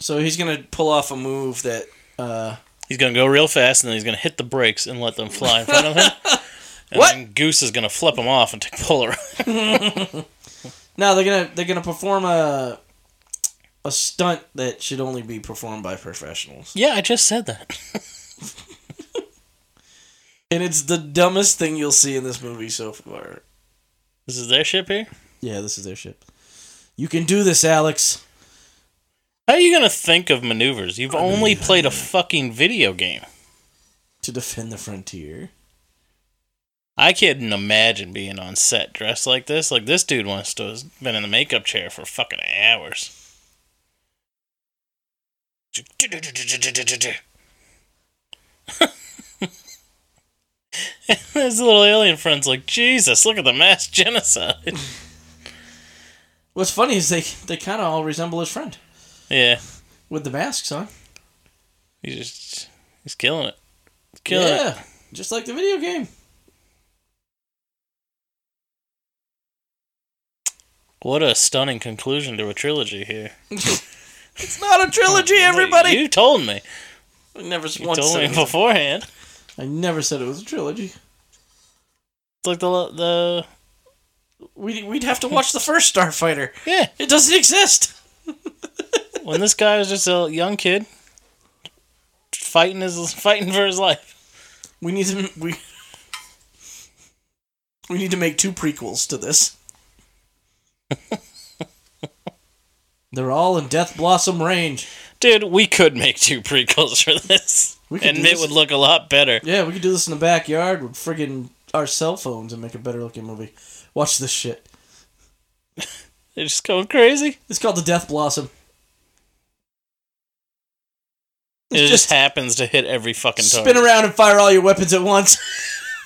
S4: So he's gonna pull off a move that uh,
S5: He's gonna go real fast, and then he's gonna hit the brakes and let them fly in front of (laughs) him. And
S4: What?
S5: Then Goose is gonna flip him off and take Polaroid.
S4: No, they're gonna they're gonna perform a a stunt that should only be performed by professionals,
S5: yeah, I just said that.
S4: and it's the dumbest thing you'll see in this movie so far.
S5: This is their ship here.
S4: Yeah, this is their ship. You can do this, Alex.
S5: How are you gonna think of maneuvers? You've only played a fucking video game.
S4: To defend the frontier.
S5: I couldn't imagine being on set dressed like this. Like this dude wants to has been in the makeup chair for fucking hours. (laughs) His little alien friend's like, Jesus, look at the mass genocide. (laughs)
S4: What's funny is they they kind of all resemble his friend
S5: yeah,
S4: with the masks on.
S5: he's just he's killing it. He's killing
S4: yeah,
S5: it.
S4: just like the video game.
S5: What a stunning conclusion to a trilogy here.
S4: It's not a trilogy, everybody.
S5: You told me.
S4: I never s-
S5: You
S4: once
S5: told
S4: said
S5: me
S4: it was-
S5: beforehand.
S4: I never said it was a trilogy.
S5: It's like the the
S4: We'd, we'd have to watch the first Starfighter.
S5: yeah.
S4: It doesn't exist.
S5: when this guy was just a young kid fighting his (laughs) fighting for his life.
S4: We need to we we need to make two prequels to
S5: (laughs)
S4: this. They're all in Death Blossom range.
S5: Dude, we could make two prequels for this.
S4: We could
S5: and
S4: do
S5: it
S4: this.
S5: would look a lot better.
S4: Yeah, we could do this in the backyard with friggin' our cell phones and make a better looking movie. Watch this shit.
S5: They're just going crazy.
S4: It's called the Death Blossom.
S5: It just,
S4: just-
S5: happens to hit every fucking
S4: Spin
S5: target.
S4: around and fire all your weapons at once.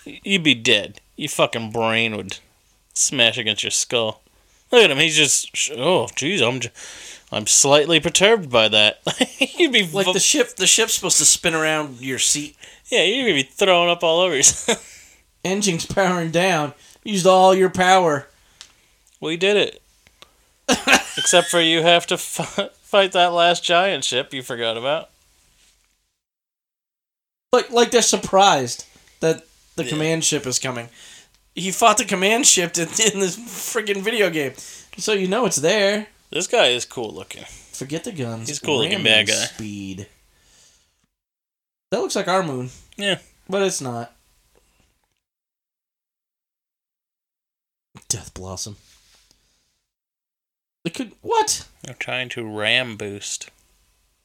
S5: You'd be dead. Your fucking brain would smash against your skull. Look at him. He's just sh- oh, jeez, I'm j- I'm slightly perturbed by that. (laughs) you'd be
S4: (laughs) like
S5: vo-
S4: the ship, the ship's supposed to spin around your seat.
S5: yeah, you'd be throwing up all over yourself.
S4: Engine's powering down. Used all your power.
S5: We did it. Except for you have to f- (laughs) fight that last giant ship you forgot about.
S4: like like they're surprised that the command ship is coming. He fought the command ship in, in this friggin' video game, so you know it's there.
S5: This guy is cool looking.
S4: Forget the guns.
S5: He's a cool-looking
S4: ramming
S5: bad guy.
S4: Speed. That looks like our moon,
S5: Yeah.
S4: but it's not. Death Blossom. It could what?
S5: I'm trying to ram boost.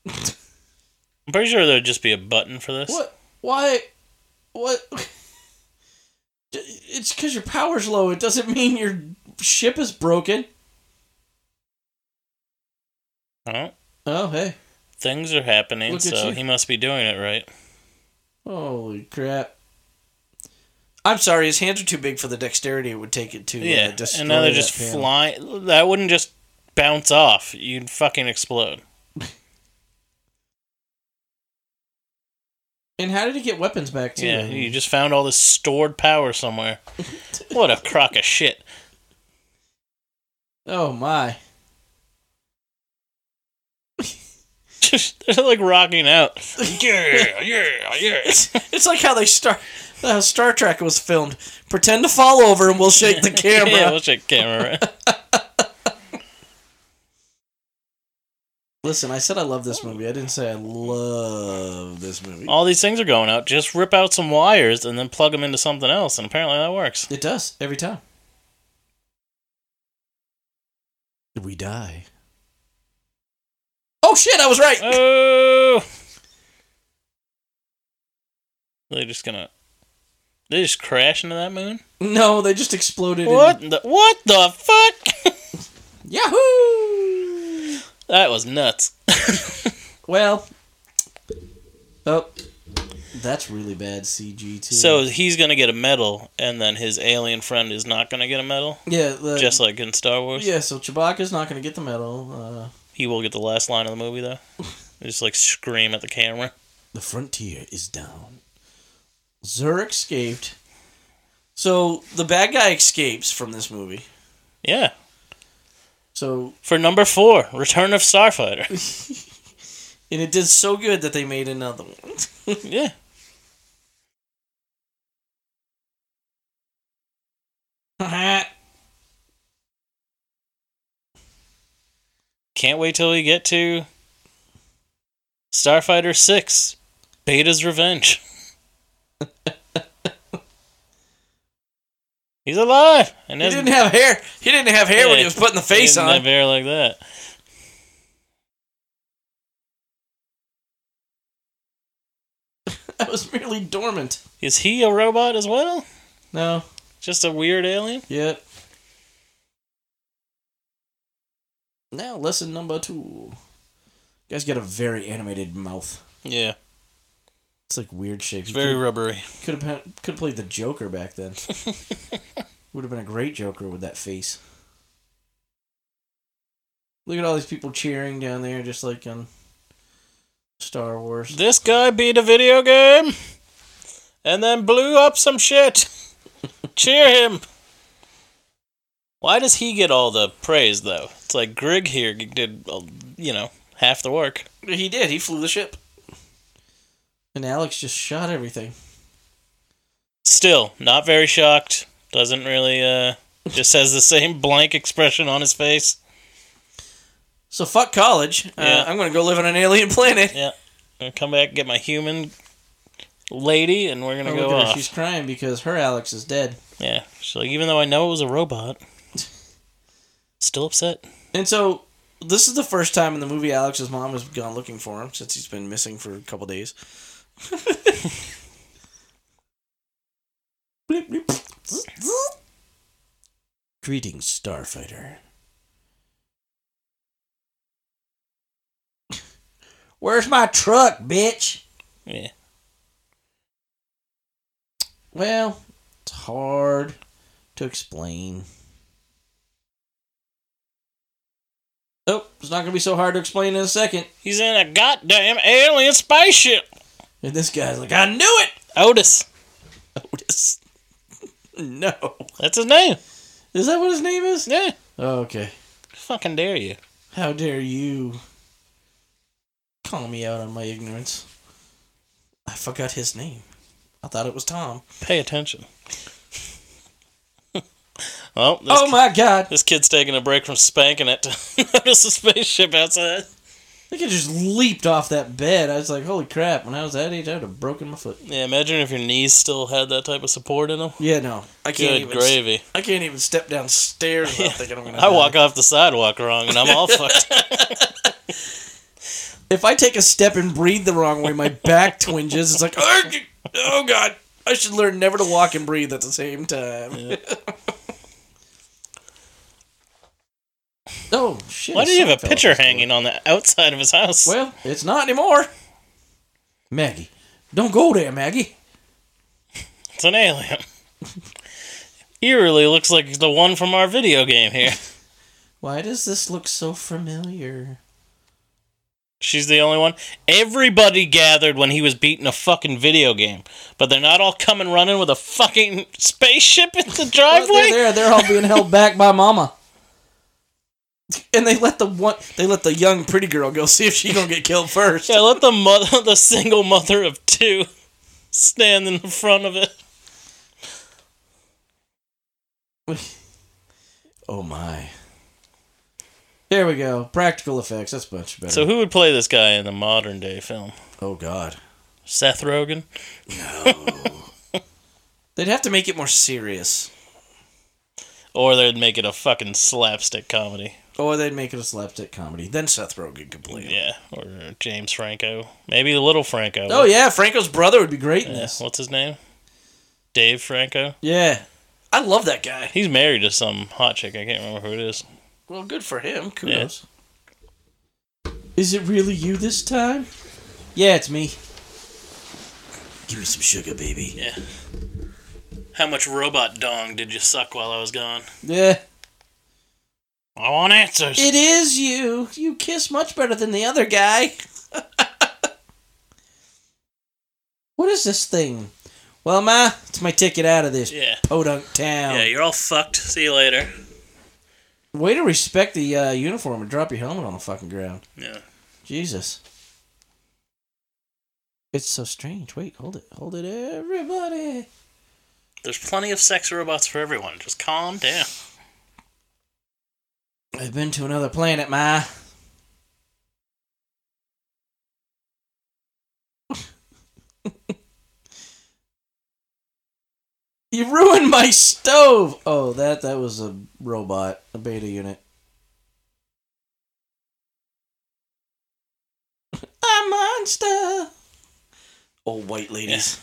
S5: I'm pretty sure there'd just be a button for this.
S4: What? Why? What? (laughs) It's because your power's low. It doesn't mean your ship is broken.
S5: Huh?
S4: Oh, hey.
S5: Things are happening,
S4: Look at
S5: so
S4: you.
S5: he must be doing it right.
S4: Holy crap. I'm sorry, his hands are too big for the dexterity it would take it to.
S5: yeah.
S4: uh, destroy
S5: and now they're
S4: that
S5: just
S4: panel.
S5: flying. That wouldn't just bounce off. You'd fucking explode.
S4: And how did he get weapons back, too?
S5: yeah. You just found all this stored power (laughs) somewhere. what a crock of shit. (laughs)
S4: Oh, my.
S5: they're like rocking out. yeah, yeah, yeah.
S4: It's like how they start. How Star Trek was filmed. Pretend to fall over and we'll shake the camera.
S5: (laughs) yeah, we'll check camera.
S4: (laughs)
S5: right?
S4: Listen, I said I love this movie. I didn't say I love this movie.
S5: all these things are going out. Just rip out some wires and then plug them into something else, and apparently that works.
S4: It does every time. We die. Oh shit! I was right.
S5: Oh! They're just gonna. They just crash into that moon?
S4: no, they just exploded. in-
S5: What the, what the fuck? (laughs)
S4: Yahoo!
S5: that was nuts.
S4: Well, oh, that's really bad CG too.
S5: So he's gonna get a medal, and then his alien friend is not gonna get a medal?
S4: yeah, the,
S5: Just like in Star Wars?
S4: yeah. So Chewbacca's not going to get the medal. Uh,
S5: He will get the last line of the
S4: (laughs)
S5: movie, though. They just like scream at the camera.
S4: The frontier is down. Zur escaped. So the bad guy escapes from this movie.
S5: Yeah.
S4: So (laughs)
S5: For number four, Return of Starfighter.
S4: And it did so good that they made another one. (laughs)
S5: Yeah. Can't wait till we get to Starfighter 6 Beta's Revenge. (laughs) He's alive! And
S4: he
S5: has-
S4: didn't have hair. He didn't have hair when
S5: Yeah,
S4: he was putting the
S5: he
S4: face
S5: didn't
S4: on.
S5: have hair like that.
S4: (laughs) That was merely dormant.
S5: Is he a robot as well?
S4: No.
S5: Just a weird alien?
S4: Yep. Now lesson number two. You guys got a very animated mouth.
S5: Yeah.
S4: It's like weird shapes.
S5: It's very rubbery.
S4: Could have could have played the Joker back (laughs) then. Would have been a great Joker with that face. Look at all these people cheering down there, just like on Star Wars.
S5: This guy beat a video game and then blew up some shit. (laughs) Cheer him. Why does he get all the praise though? It's like Grig here did, uh, you know, half the work.
S4: He did. He flew the ship. And Alex just shot everything.
S5: Still, not very shocked. Doesn't really, uh, just has the same blank expression on his face.
S4: So fuck college.
S5: Yeah.
S4: Uh, I'm gonna go live on an alien planet.
S5: Yeah. I'm gonna come back and get my human lady and we're (laughs) gonna
S4: Oh,
S5: go
S4: look at her.
S5: off.
S4: She's crying because her Alex is dead.
S5: Yeah. She's like, even though I know it was a robot, still upset.
S4: And so this is the first time in the movie Alex's mom has gone looking for him since he's been missing for a couple days. (laughs) Bleep, bleep. Greetings, Starfighter. Where's my truck, bitch?
S5: Yeah.
S4: Well, it's hard to explain. Oh, it's not going to be so hard to explain in a second.
S5: He's in a goddamn alien spaceship.
S4: And this guy's like, I knew it! (laughs)
S5: Otis.
S4: Otis. no.
S5: That's his name.
S4: Is that what his name is? Oh,
S5: Yeah.
S4: Okay.
S5: Fucking dare you.
S4: How dare you call me out on my ignorance? I forgot his name. I thought it was Tom.
S5: Pay attention. (laughs) well, this,
S4: oh my god!
S5: this kid's taking a break from spanking it (laughs) to notice the spaceship outside.
S4: I think I just leaped off that bed. I was like, holy crap, when I was that age, I would have broken my foot.
S5: Yeah, imagine if your knees still had that type of support in them.
S4: Yeah, no. I can't
S5: Good
S4: even
S5: gravy.
S4: I can't even step downstairs
S5: (laughs)
S4: without thinking I'm gonna
S5: I walk
S4: die.
S5: off the sidewalk wrong and (laughs) I'm all fucked. up.
S4: If I take a step and breathe the wrong way, my
S5: (laughs)
S4: back twinges. It's like "Argh! oh god. I should learn never to walk and breathe at the same time. (laughs) oh shit.
S5: Why
S4: a
S5: do you have a
S4: sock fell
S5: picture
S4: off the
S5: hanging on the outside of his house?
S4: floor. Well, it's not anymore. Maggie. Don't go there, Maggie.
S5: It's an alien. (laughs) Eerily looks like the one from our video game here.
S4: Why does this look so familiar?
S5: She's the only one. Everybody gathered when he was beating a fucking video game, but they're not all coming running with a fucking spaceship in the
S4: Well, they're
S5: driveway.
S4: there. They're all being held back by Mama. And they let the one, they let the young pretty girl go see if she gonna get killed
S5: (laughs)
S4: first.
S5: Yeah, let the mother, the single mother of two, stand in front of it.
S4: Oh my! There we go. Practical effects. That's much better.
S5: So who would play this guy in the modern day film?
S4: oh god,
S5: Seth Rogen.
S4: they'd have to make it more serious,
S5: Or they'd make it a fucking slapstick comedy.
S4: or they'd make it a slapstick comedy. Then Seth Rogen could play it.
S5: Yeah, or James Franco. Maybe the little Franco.
S4: Oh yeah, Franco's brother would be great in
S5: Yeah,
S4: this.
S5: What's his name? Dave Franco.
S4: Yeah, I love that guy.
S5: He's married to some hot chick. I can't remember who it is.
S4: Well, good for him. Kudos. Is it really you this time? Yeah, it's me. Give me some sugar, baby.
S5: Yeah. How much robot dong did you suck while I was gone?
S4: Yeah.
S5: I want answers.
S4: It is you. You kiss much better than the other guy. (laughs) what is this thing? Well, ma, it's my ticket out of this
S5: Yeah.
S4: podunk town.
S5: Yeah, you're all fucked. See you later.
S4: Way to respect the uh, uniform and drop your helmet on the fucking ground.
S5: Yeah.
S4: Jesus. It's so strange. Wait, hold it, hold it, everybody.
S5: There's plenty of sex robots for everyone. Just calm down. (laughs)
S4: I've been to another planet, ma. (laughs) you ruined my stove. Oh, that that was a robot, a beta unit. (laughs) a monster. Old white (laughs) ladies.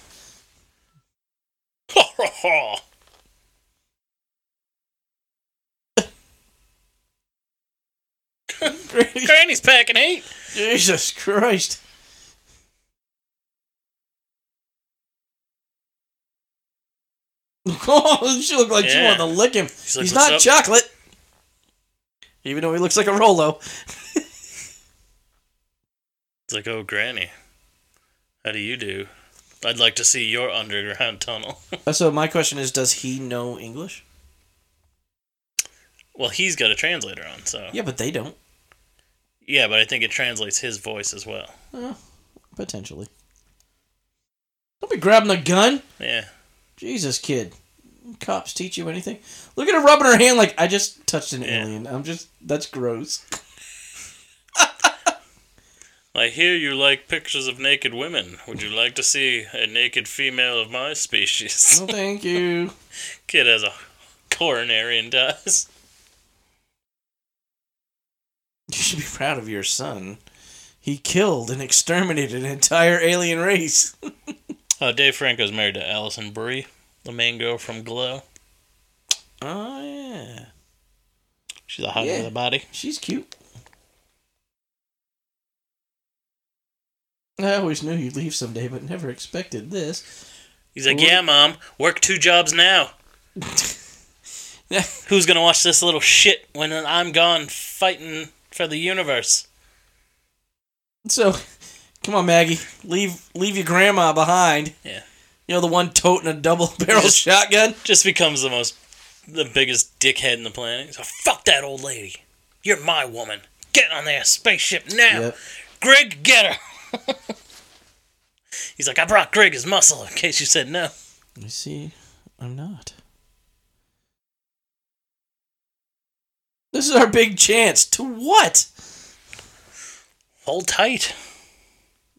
S4: Granny-
S5: Granny's packing heat.
S4: Jesus Christ. (laughs) Oh, she looked like she
S5: Yeah.
S4: wanted to lick him. He's,
S5: He's like,
S4: not
S5: "What's up?"
S4: chocolate. Even though he looks like a Rolo. (laughs)
S5: It's like, oh, Granny, how do you do? I'd like to see your underground tunnel. (laughs)
S4: so my question is, does he know English?
S5: well, he's got a translator on, so
S4: Yeah, but they don't.
S5: yeah. But I think it translates his voice as well.
S4: Well, potentially. Don't be grabbing a gun.
S5: Yeah,
S4: Jesus, kid. Cops teach you anything? Look at her rubbing her hand like, I just touched an
S5: Yeah.
S4: alien. I'm just, that's gross.
S5: I hear you like pictures of naked women. Would you like to see a naked female of my species? (laughs)
S4: No, thank you.
S5: Kid has a coronary and dies.
S4: You should be proud of your son. He killed and exterminated an entire alien race.
S5: (laughs) Uh, Dave Franco's married to Allison Brie, the main girl from Glow.
S4: Oh yeah,
S5: She's a hot
S4: Yeah.
S5: yeah. the body.
S4: she's cute. I always knew you'd leave someday, but never expected this.
S5: He's like, yeah, mom, work two jobs now. Who's gonna watch this little shit when I'm gone fighting for the universe?
S4: So, come on, Maggie, leave leave your grandma behind.
S5: Yeah.
S4: You know the one toting a double (laughs) barrel shotgun.
S5: Just becomes the most, the biggest dickhead in the planet. So fuck that old lady. You're my woman. Get on their spaceship now.
S4: Yep.
S5: Greg, get her. (laughs) He's like, I brought Greg his muscle in case you said no.
S4: You see, I'm not. This is our big chance. To what?
S5: Hold tight.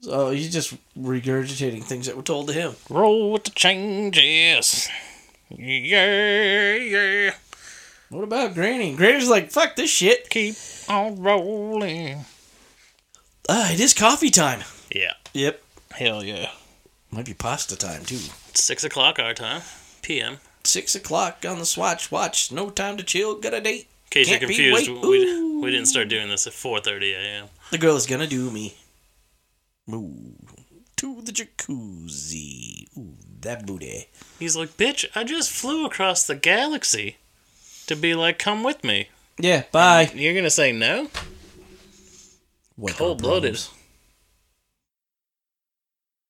S4: So he's just regurgitating things that were told to him.
S5: Roll with the changes. Yeah, yeah.
S4: What about Granny? Granny's like, fuck this shit.
S5: Keep on rolling.
S4: Ah, it is coffee time.
S5: Yeah.
S4: Yep.
S5: Hell yeah.
S4: Might be pasta time, too.
S5: Six o'clock our time. PM. In
S4: Six o'clock on the Swatch Watch. No time to chill. Got a date.
S5: case
S4: Can't
S5: you're
S4: be
S5: confused,
S4: wait-
S5: we,
S4: Ooh.
S5: we didn't start doing this at 4.30 a.m.
S4: The girl is gonna do me. Move to the jacuzzi. Ooh, that booty.
S5: He's like, bitch, I just flew across the galaxy to be like, come with me.
S4: Yeah, bye.
S5: You're going to say no?
S4: What are
S5: Cold-blooded.
S4: problems?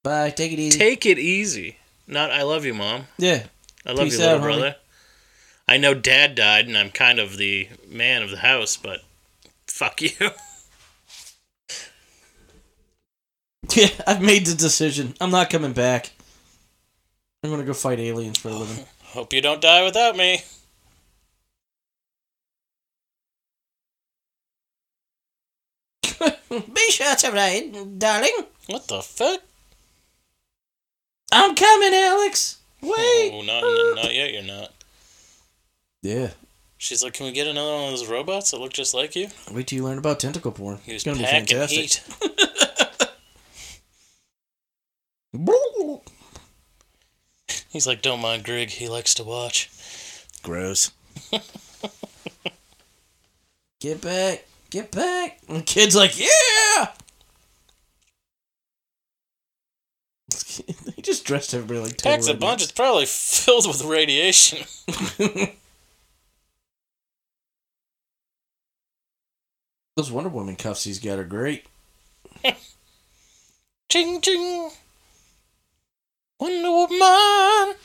S4: Bye. Take it easy.
S5: Take it easy. Not, I love you, Mom.
S4: yeah. (laughs)
S5: I love
S4: Peace
S5: you, little
S4: out, homie.
S5: brother. I know Dad died, and I'm kind of the man of the house, but fuck you. (laughs)
S4: Yeah, I've made the decision. I'm not coming back. I'm gonna go fight aliens for a living.
S5: Hope you don't die without me.
S4: Be sure to ride, darling.
S5: What the fuck?
S4: I'm coming, Alex. Wait.
S5: Oh, not, not yet, you're not.
S4: Yeah.
S5: She's like, can we get another one of those robots that look just like you?
S4: Wait till you learn about tentacle porn.
S5: He
S4: it's
S5: was
S4: gonna be
S5: packing
S4: fantastic.
S5: heat. He's like, don't mind Grig. He likes to watch.
S4: (laughs)
S5: (laughs)
S4: Gross. Get back. Get back. And the kid's like, yeah. (laughs) he just dressed everybody like total
S5: Packs a
S4: rednecks.
S5: bunch. It's probably (laughs) filled with radiation.
S4: Those Wonder Woman cuffs he's got are great.
S5: ching ching. Wonder Woman.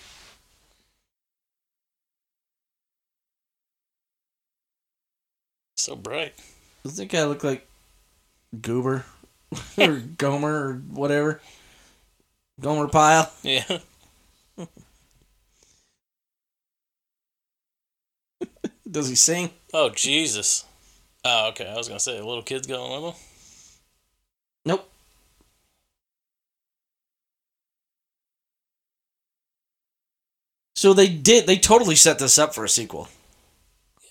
S5: So bright.
S4: Does (laughs) that guy look like Goober or Gomer or whatever? Gomer Pyle.
S5: Yeah. (laughs)
S4: Does he sing?
S5: Oh Jesus. Oh, okay. I was gonna say little kids going with him.
S4: Nope. So they did. They totally set this up for a sequel.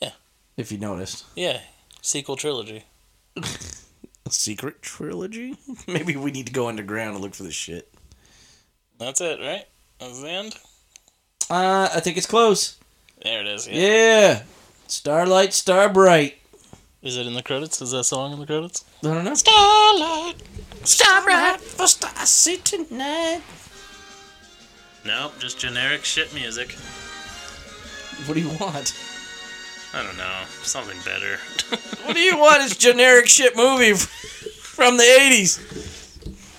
S5: Yeah.
S4: If you noticed,
S5: Yeah. Sequel trilogy.
S4: a secret trilogy. (laughs) Maybe we need to go underground and look for this shit.
S5: That's it, right? That's the end.
S4: Uh, I think it's close.
S5: There it is. Yeah.
S4: Yeah. Starlight, star bright.
S5: Is it in the credits? Is that song in the credits?
S4: I don't know. Starlight, star bright, first I see tonight.
S5: Nope. Just generic shit music.
S4: What do you want?
S5: I don't know. Something better. (laughs)
S4: What do you want? It's generic shit movie (laughs) from the eighties.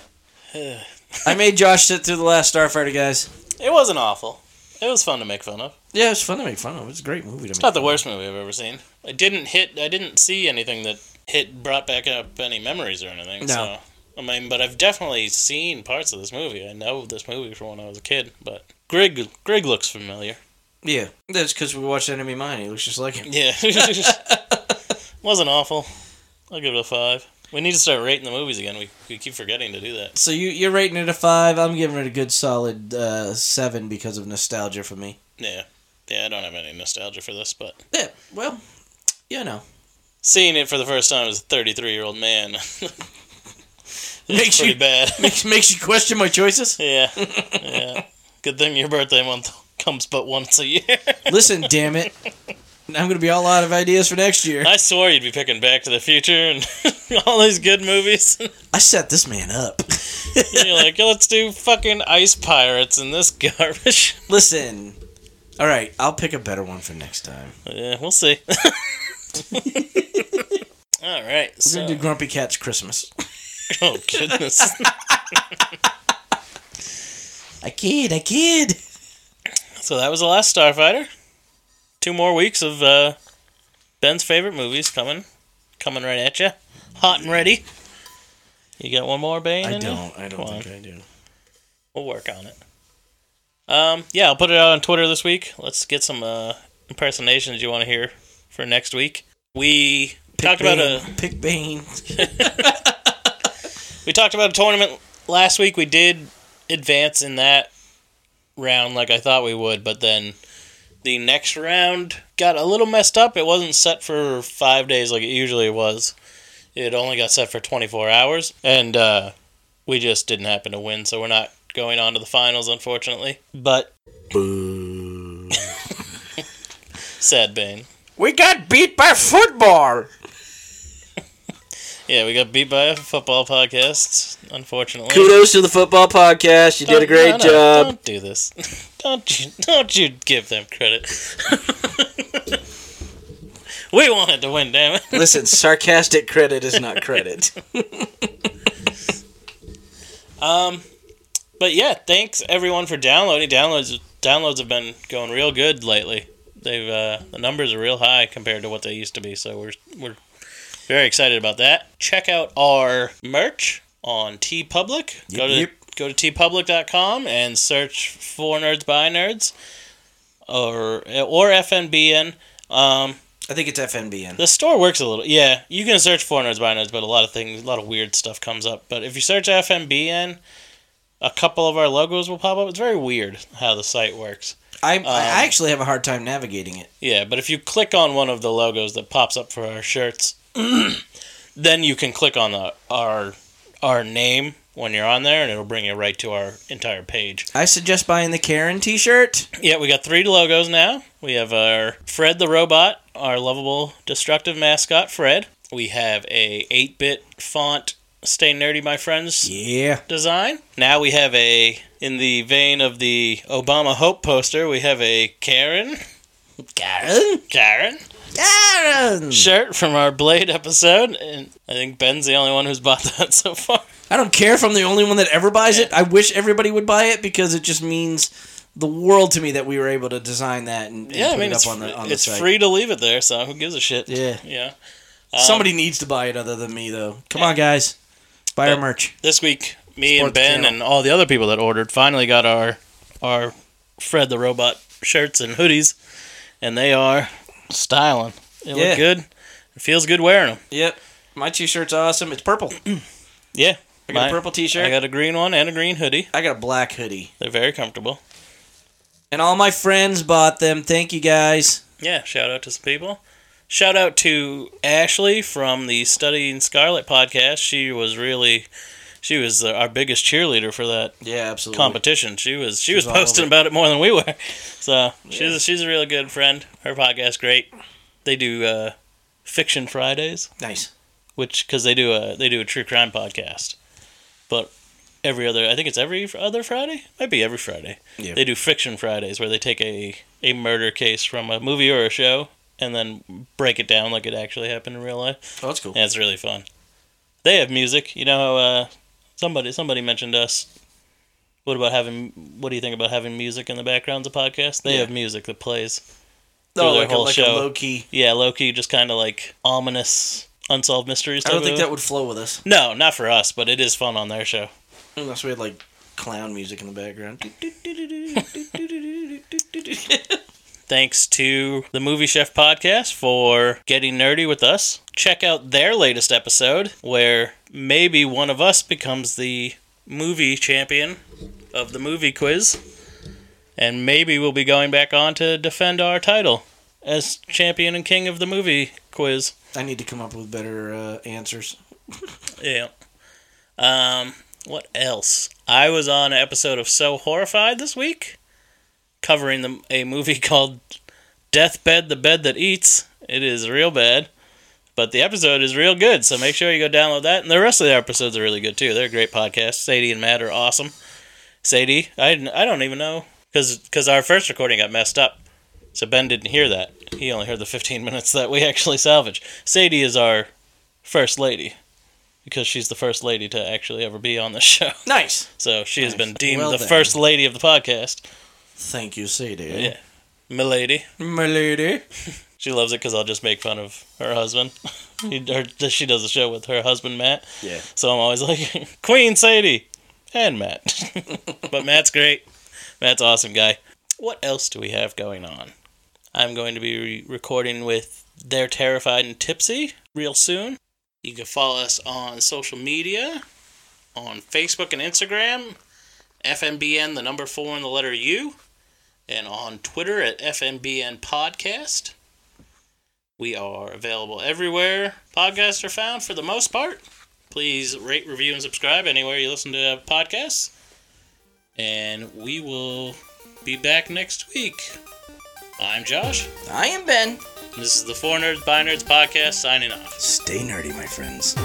S4: (sighs) I made Josh sit through the last Starfighter, guys.
S5: it wasn't awful. It was fun to make fun of.
S4: Yeah, it's fun to make fun of. It's a great movie to
S5: It's
S4: make.
S5: not the worst movie I've ever seen. I didn't hit. I didn't see anything that hit brought back up any memories or anything.
S4: No.
S5: So I mean, but I've definitely seen parts of this movie. I know this movie from when I was a kid. But Grig, Grig looks familiar.
S4: Yeah, that's because we watched Enemy Mine. He looks just like him.
S5: Yeah. (laughs) Wasn't awful. I'll give it a five. We need to start rating the movies again. We, we keep forgetting to do
S4: (laughs)
S5: that.
S4: So you you're rating it a five. I'm giving it a good solid uh, seven because of nostalgia for me.
S5: Yeah. Yeah, I don't have any nostalgia for this, but
S4: Yeah. Well, you know,
S5: seeing it for the first time as a 33 year old man (laughs)
S4: Makes
S5: makes
S4: (laughs)
S5: pretty
S4: you-
S5: bad.
S4: makes makes you question my choices.
S5: (laughs) yeah. Yeah. Good thing your birthday month (laughs) comes but once a year.
S4: Listen, damn it. I'm gonna be all out of ideas for next year.
S5: I swore you'd be picking Back to the Future and (laughs) all these good movies. (laughs)
S4: I set this man up.
S5: You're like, let's do fucking Ice Pirates and this (laughs) garbage.
S4: Listen. All right, I'll pick a better one for next time.
S5: Yeah, we'll see. (laughs) All right,
S4: We're
S5: so
S4: gonna do Grumpy Cat's Christmas.
S5: oh goodness, (laughs)
S4: I kid, I kid.
S5: so that was the last Starfighter. Two more weeks of uh, Ben's favorite movies coming, coming right at you, hot and ready. You got one more, Bane?
S4: I
S5: in you?
S4: don't. I don't
S5: Come
S4: think I do.
S5: We'll work on it. Um, yeah, I'll put it out on Twitter this week. Let's get some uh, impersonations you want to hear for next week. We talked about
S4: Bane,
S5: a
S4: pick Bane.
S5: We talked about a tournament last week. We did advance in that round like I thought we would, but then the next round got a little messed up. It wasn't set for five days like it usually was. It only got set for 24 hours, and uh, we just didn't happen to win, so we're not going on to the finals, unfortunately. But. (laughs) Sad Bane.
S4: We got beat by football.
S5: Yeah, we got beat by a football podcast, unfortunately.
S4: Kudos to the football podcast. You did a
S5: Don't-
S4: great
S5: no, no,
S4: job.
S5: Don't do this. (laughs) Don't you, don't you give them credit. (laughs) we wanted to win, damn it.
S4: Listen, sarcastic credit is not credit.
S5: But yeah, thanks everyone for downloading. Downloads downloads have been going real good lately. They've uh, the numbers are real high compared to what they used to be, so we're we're very excited about that. Check out our merch on T Public. go to
S4: yep.
S5: go to tpublic.com and search for nerds by nerds or or FNBN. Um,
S4: (laughs) I think it's FNBN.
S5: The store works a little. Yeah, you can search for nerds by nerds, but a lot of things, a lot of weird stuff comes up. But if you search FMBN, a couple of our logos will pop up. It's very weird how the site works.
S4: I, I actually have a hard time navigating it.
S5: Yeah, but if you click on one of the logos that pops up for our shirts, (clears throat) then you can click on the our our name when you're on there, and it'll bring you right to our entire page.
S4: I suggest buying the Karen T-shirt.
S5: Yeah, we got three logos now. We have our Fred the robot, our lovable destructive mascot Fred. We have a 8-bit font "Stay Nerdy, My Friends"
S4: Yeah.
S5: design. Now we have a, in the vein of the Obama Hope poster, we have a Karen
S4: Karen.
S5: Karen
S4: Hmm. Karen.
S5: shirt from our Blade episode, and I think Ben's the only one who's bought (laughs) that so far.
S4: I don't care if I'm the only one that ever buys it. I wish everybody would buy it because it just means the world to me that we were able to design that and, and
S5: Yeah,
S4: put
S5: I mean
S4: it up
S5: it's
S4: on the on
S5: it's
S4: the site.
S5: free to leave it there, so who gives a shit?
S4: Yeah.
S5: yeah.
S4: um, Somebody needs to buy it other than me though. Come on, guys, buy our merch.
S5: This week me
S9: Support
S5: and
S9: the
S5: Ben
S9: channel.
S5: and all the other people that ordered finally got our our Fred the Robot shirts and hoodies, and they are styling. They
S4: Yeah.
S5: look good. It feels good wearing them.
S4: Yep. My t-shirt's awesome. It's purple.
S5: Yeah,
S4: I got
S5: My-
S4: a purple t-shirt.
S5: I got a green one and a green hoodie.
S4: I got a black hoodie.
S5: They're very comfortable.
S4: And all my friends bought them. Thank you guys.
S5: Yeah, shout out to some people. Shout out to Ashley from the Studying Scarlet podcast. She was really, she was the, our biggest cheerleader for that
S4: Yeah, absolutely.
S5: competition. She was she was
S4: all over
S5: posting
S4: it.
S5: about it more than we were. (laughs) So she's a, she's a really good friend. Her podcast great. They do uh, Fiction Fridays,
S4: Nice.
S5: which because they do a they do a true crime podcast, but every other I think it's every other Friday, might be every Friday.
S4: Yeah.
S5: They do Fiction Fridays where they take a a murder case from a movie or a show and then break it down like it actually happened in real life.
S4: Oh, that's cool.
S5: Yeah, it's really fun. They have music. You know how uh, somebody somebody mentioned us. What about having? What do you think about having music in the background of podcasts? They
S4: Yeah.
S5: have music that plays.
S4: Oh,
S5: their
S4: like, a,
S5: whole
S4: like a
S5: show.
S4: low key.
S5: Yeah, low key, just kind of like ominous, unsolved mysteries.
S4: I don't
S5: type
S4: think
S5: of-
S4: that would flow with us
S5: No, not for us, but it is fun on their show.
S4: unless we had like clown music in the background.
S5: Thanks to the Movie Chef Podcast for getting nerdy with us. Check out their latest episode where maybe one of us becomes the movie champion of the movie quiz. And maybe we'll be going back on to defend our title as champion and king of the movie quiz.
S4: I need to come up with better uh, answers.
S5: Yeah. Um, what else? I was on an episode of So Horrified this week, covering the, a movie (laughs) called Deathbed: The Bed That Eats. It is real bad, but the episode is real good. So make sure you go download that, and the rest of the episodes are really good too. They're a great podcast. Sadie and Matt are awesome. Sadie, I didn't- I don't even know because our first recording got messed up, so Ben didn't hear that. He only heard the 15 minutes that we actually salvaged. Sadie is our first lady because she's the first lady to actually ever be on the (laughs) show.
S4: Nice.
S5: So she has
S4: Nice.
S5: been deemed
S4: Well
S5: the
S4: then.
S5: first lady of the podcast.
S4: Thank you, Sadie.
S5: Yeah. Milady.
S4: My lady.
S5: She loves it because I'll just make fun of her husband. (laughs) he, her, she does a show with her husband, Matt.
S4: Yeah.
S5: So I'm always like, (laughs) Queen Sadie and Matt. (laughs) but Matt's great. Matt's an awesome guy. What else do we have going on? I'm going to be re- recording with They're Terrified and Tipsy real soon. You can follow us on social media on Facebook and Instagram, FMBN, the number four and the letter U, and on Twitter at FMBN Podcast. We are available everywhere podcasts are found for the most part. Please rate, review, and subscribe anywhere you listen to podcasts. And we will be back next week. I'm Josh.
S4: I am Ben.
S5: This is the Four Nerds by Nerds podcast signing off.
S4: Stay nerdy, my friends.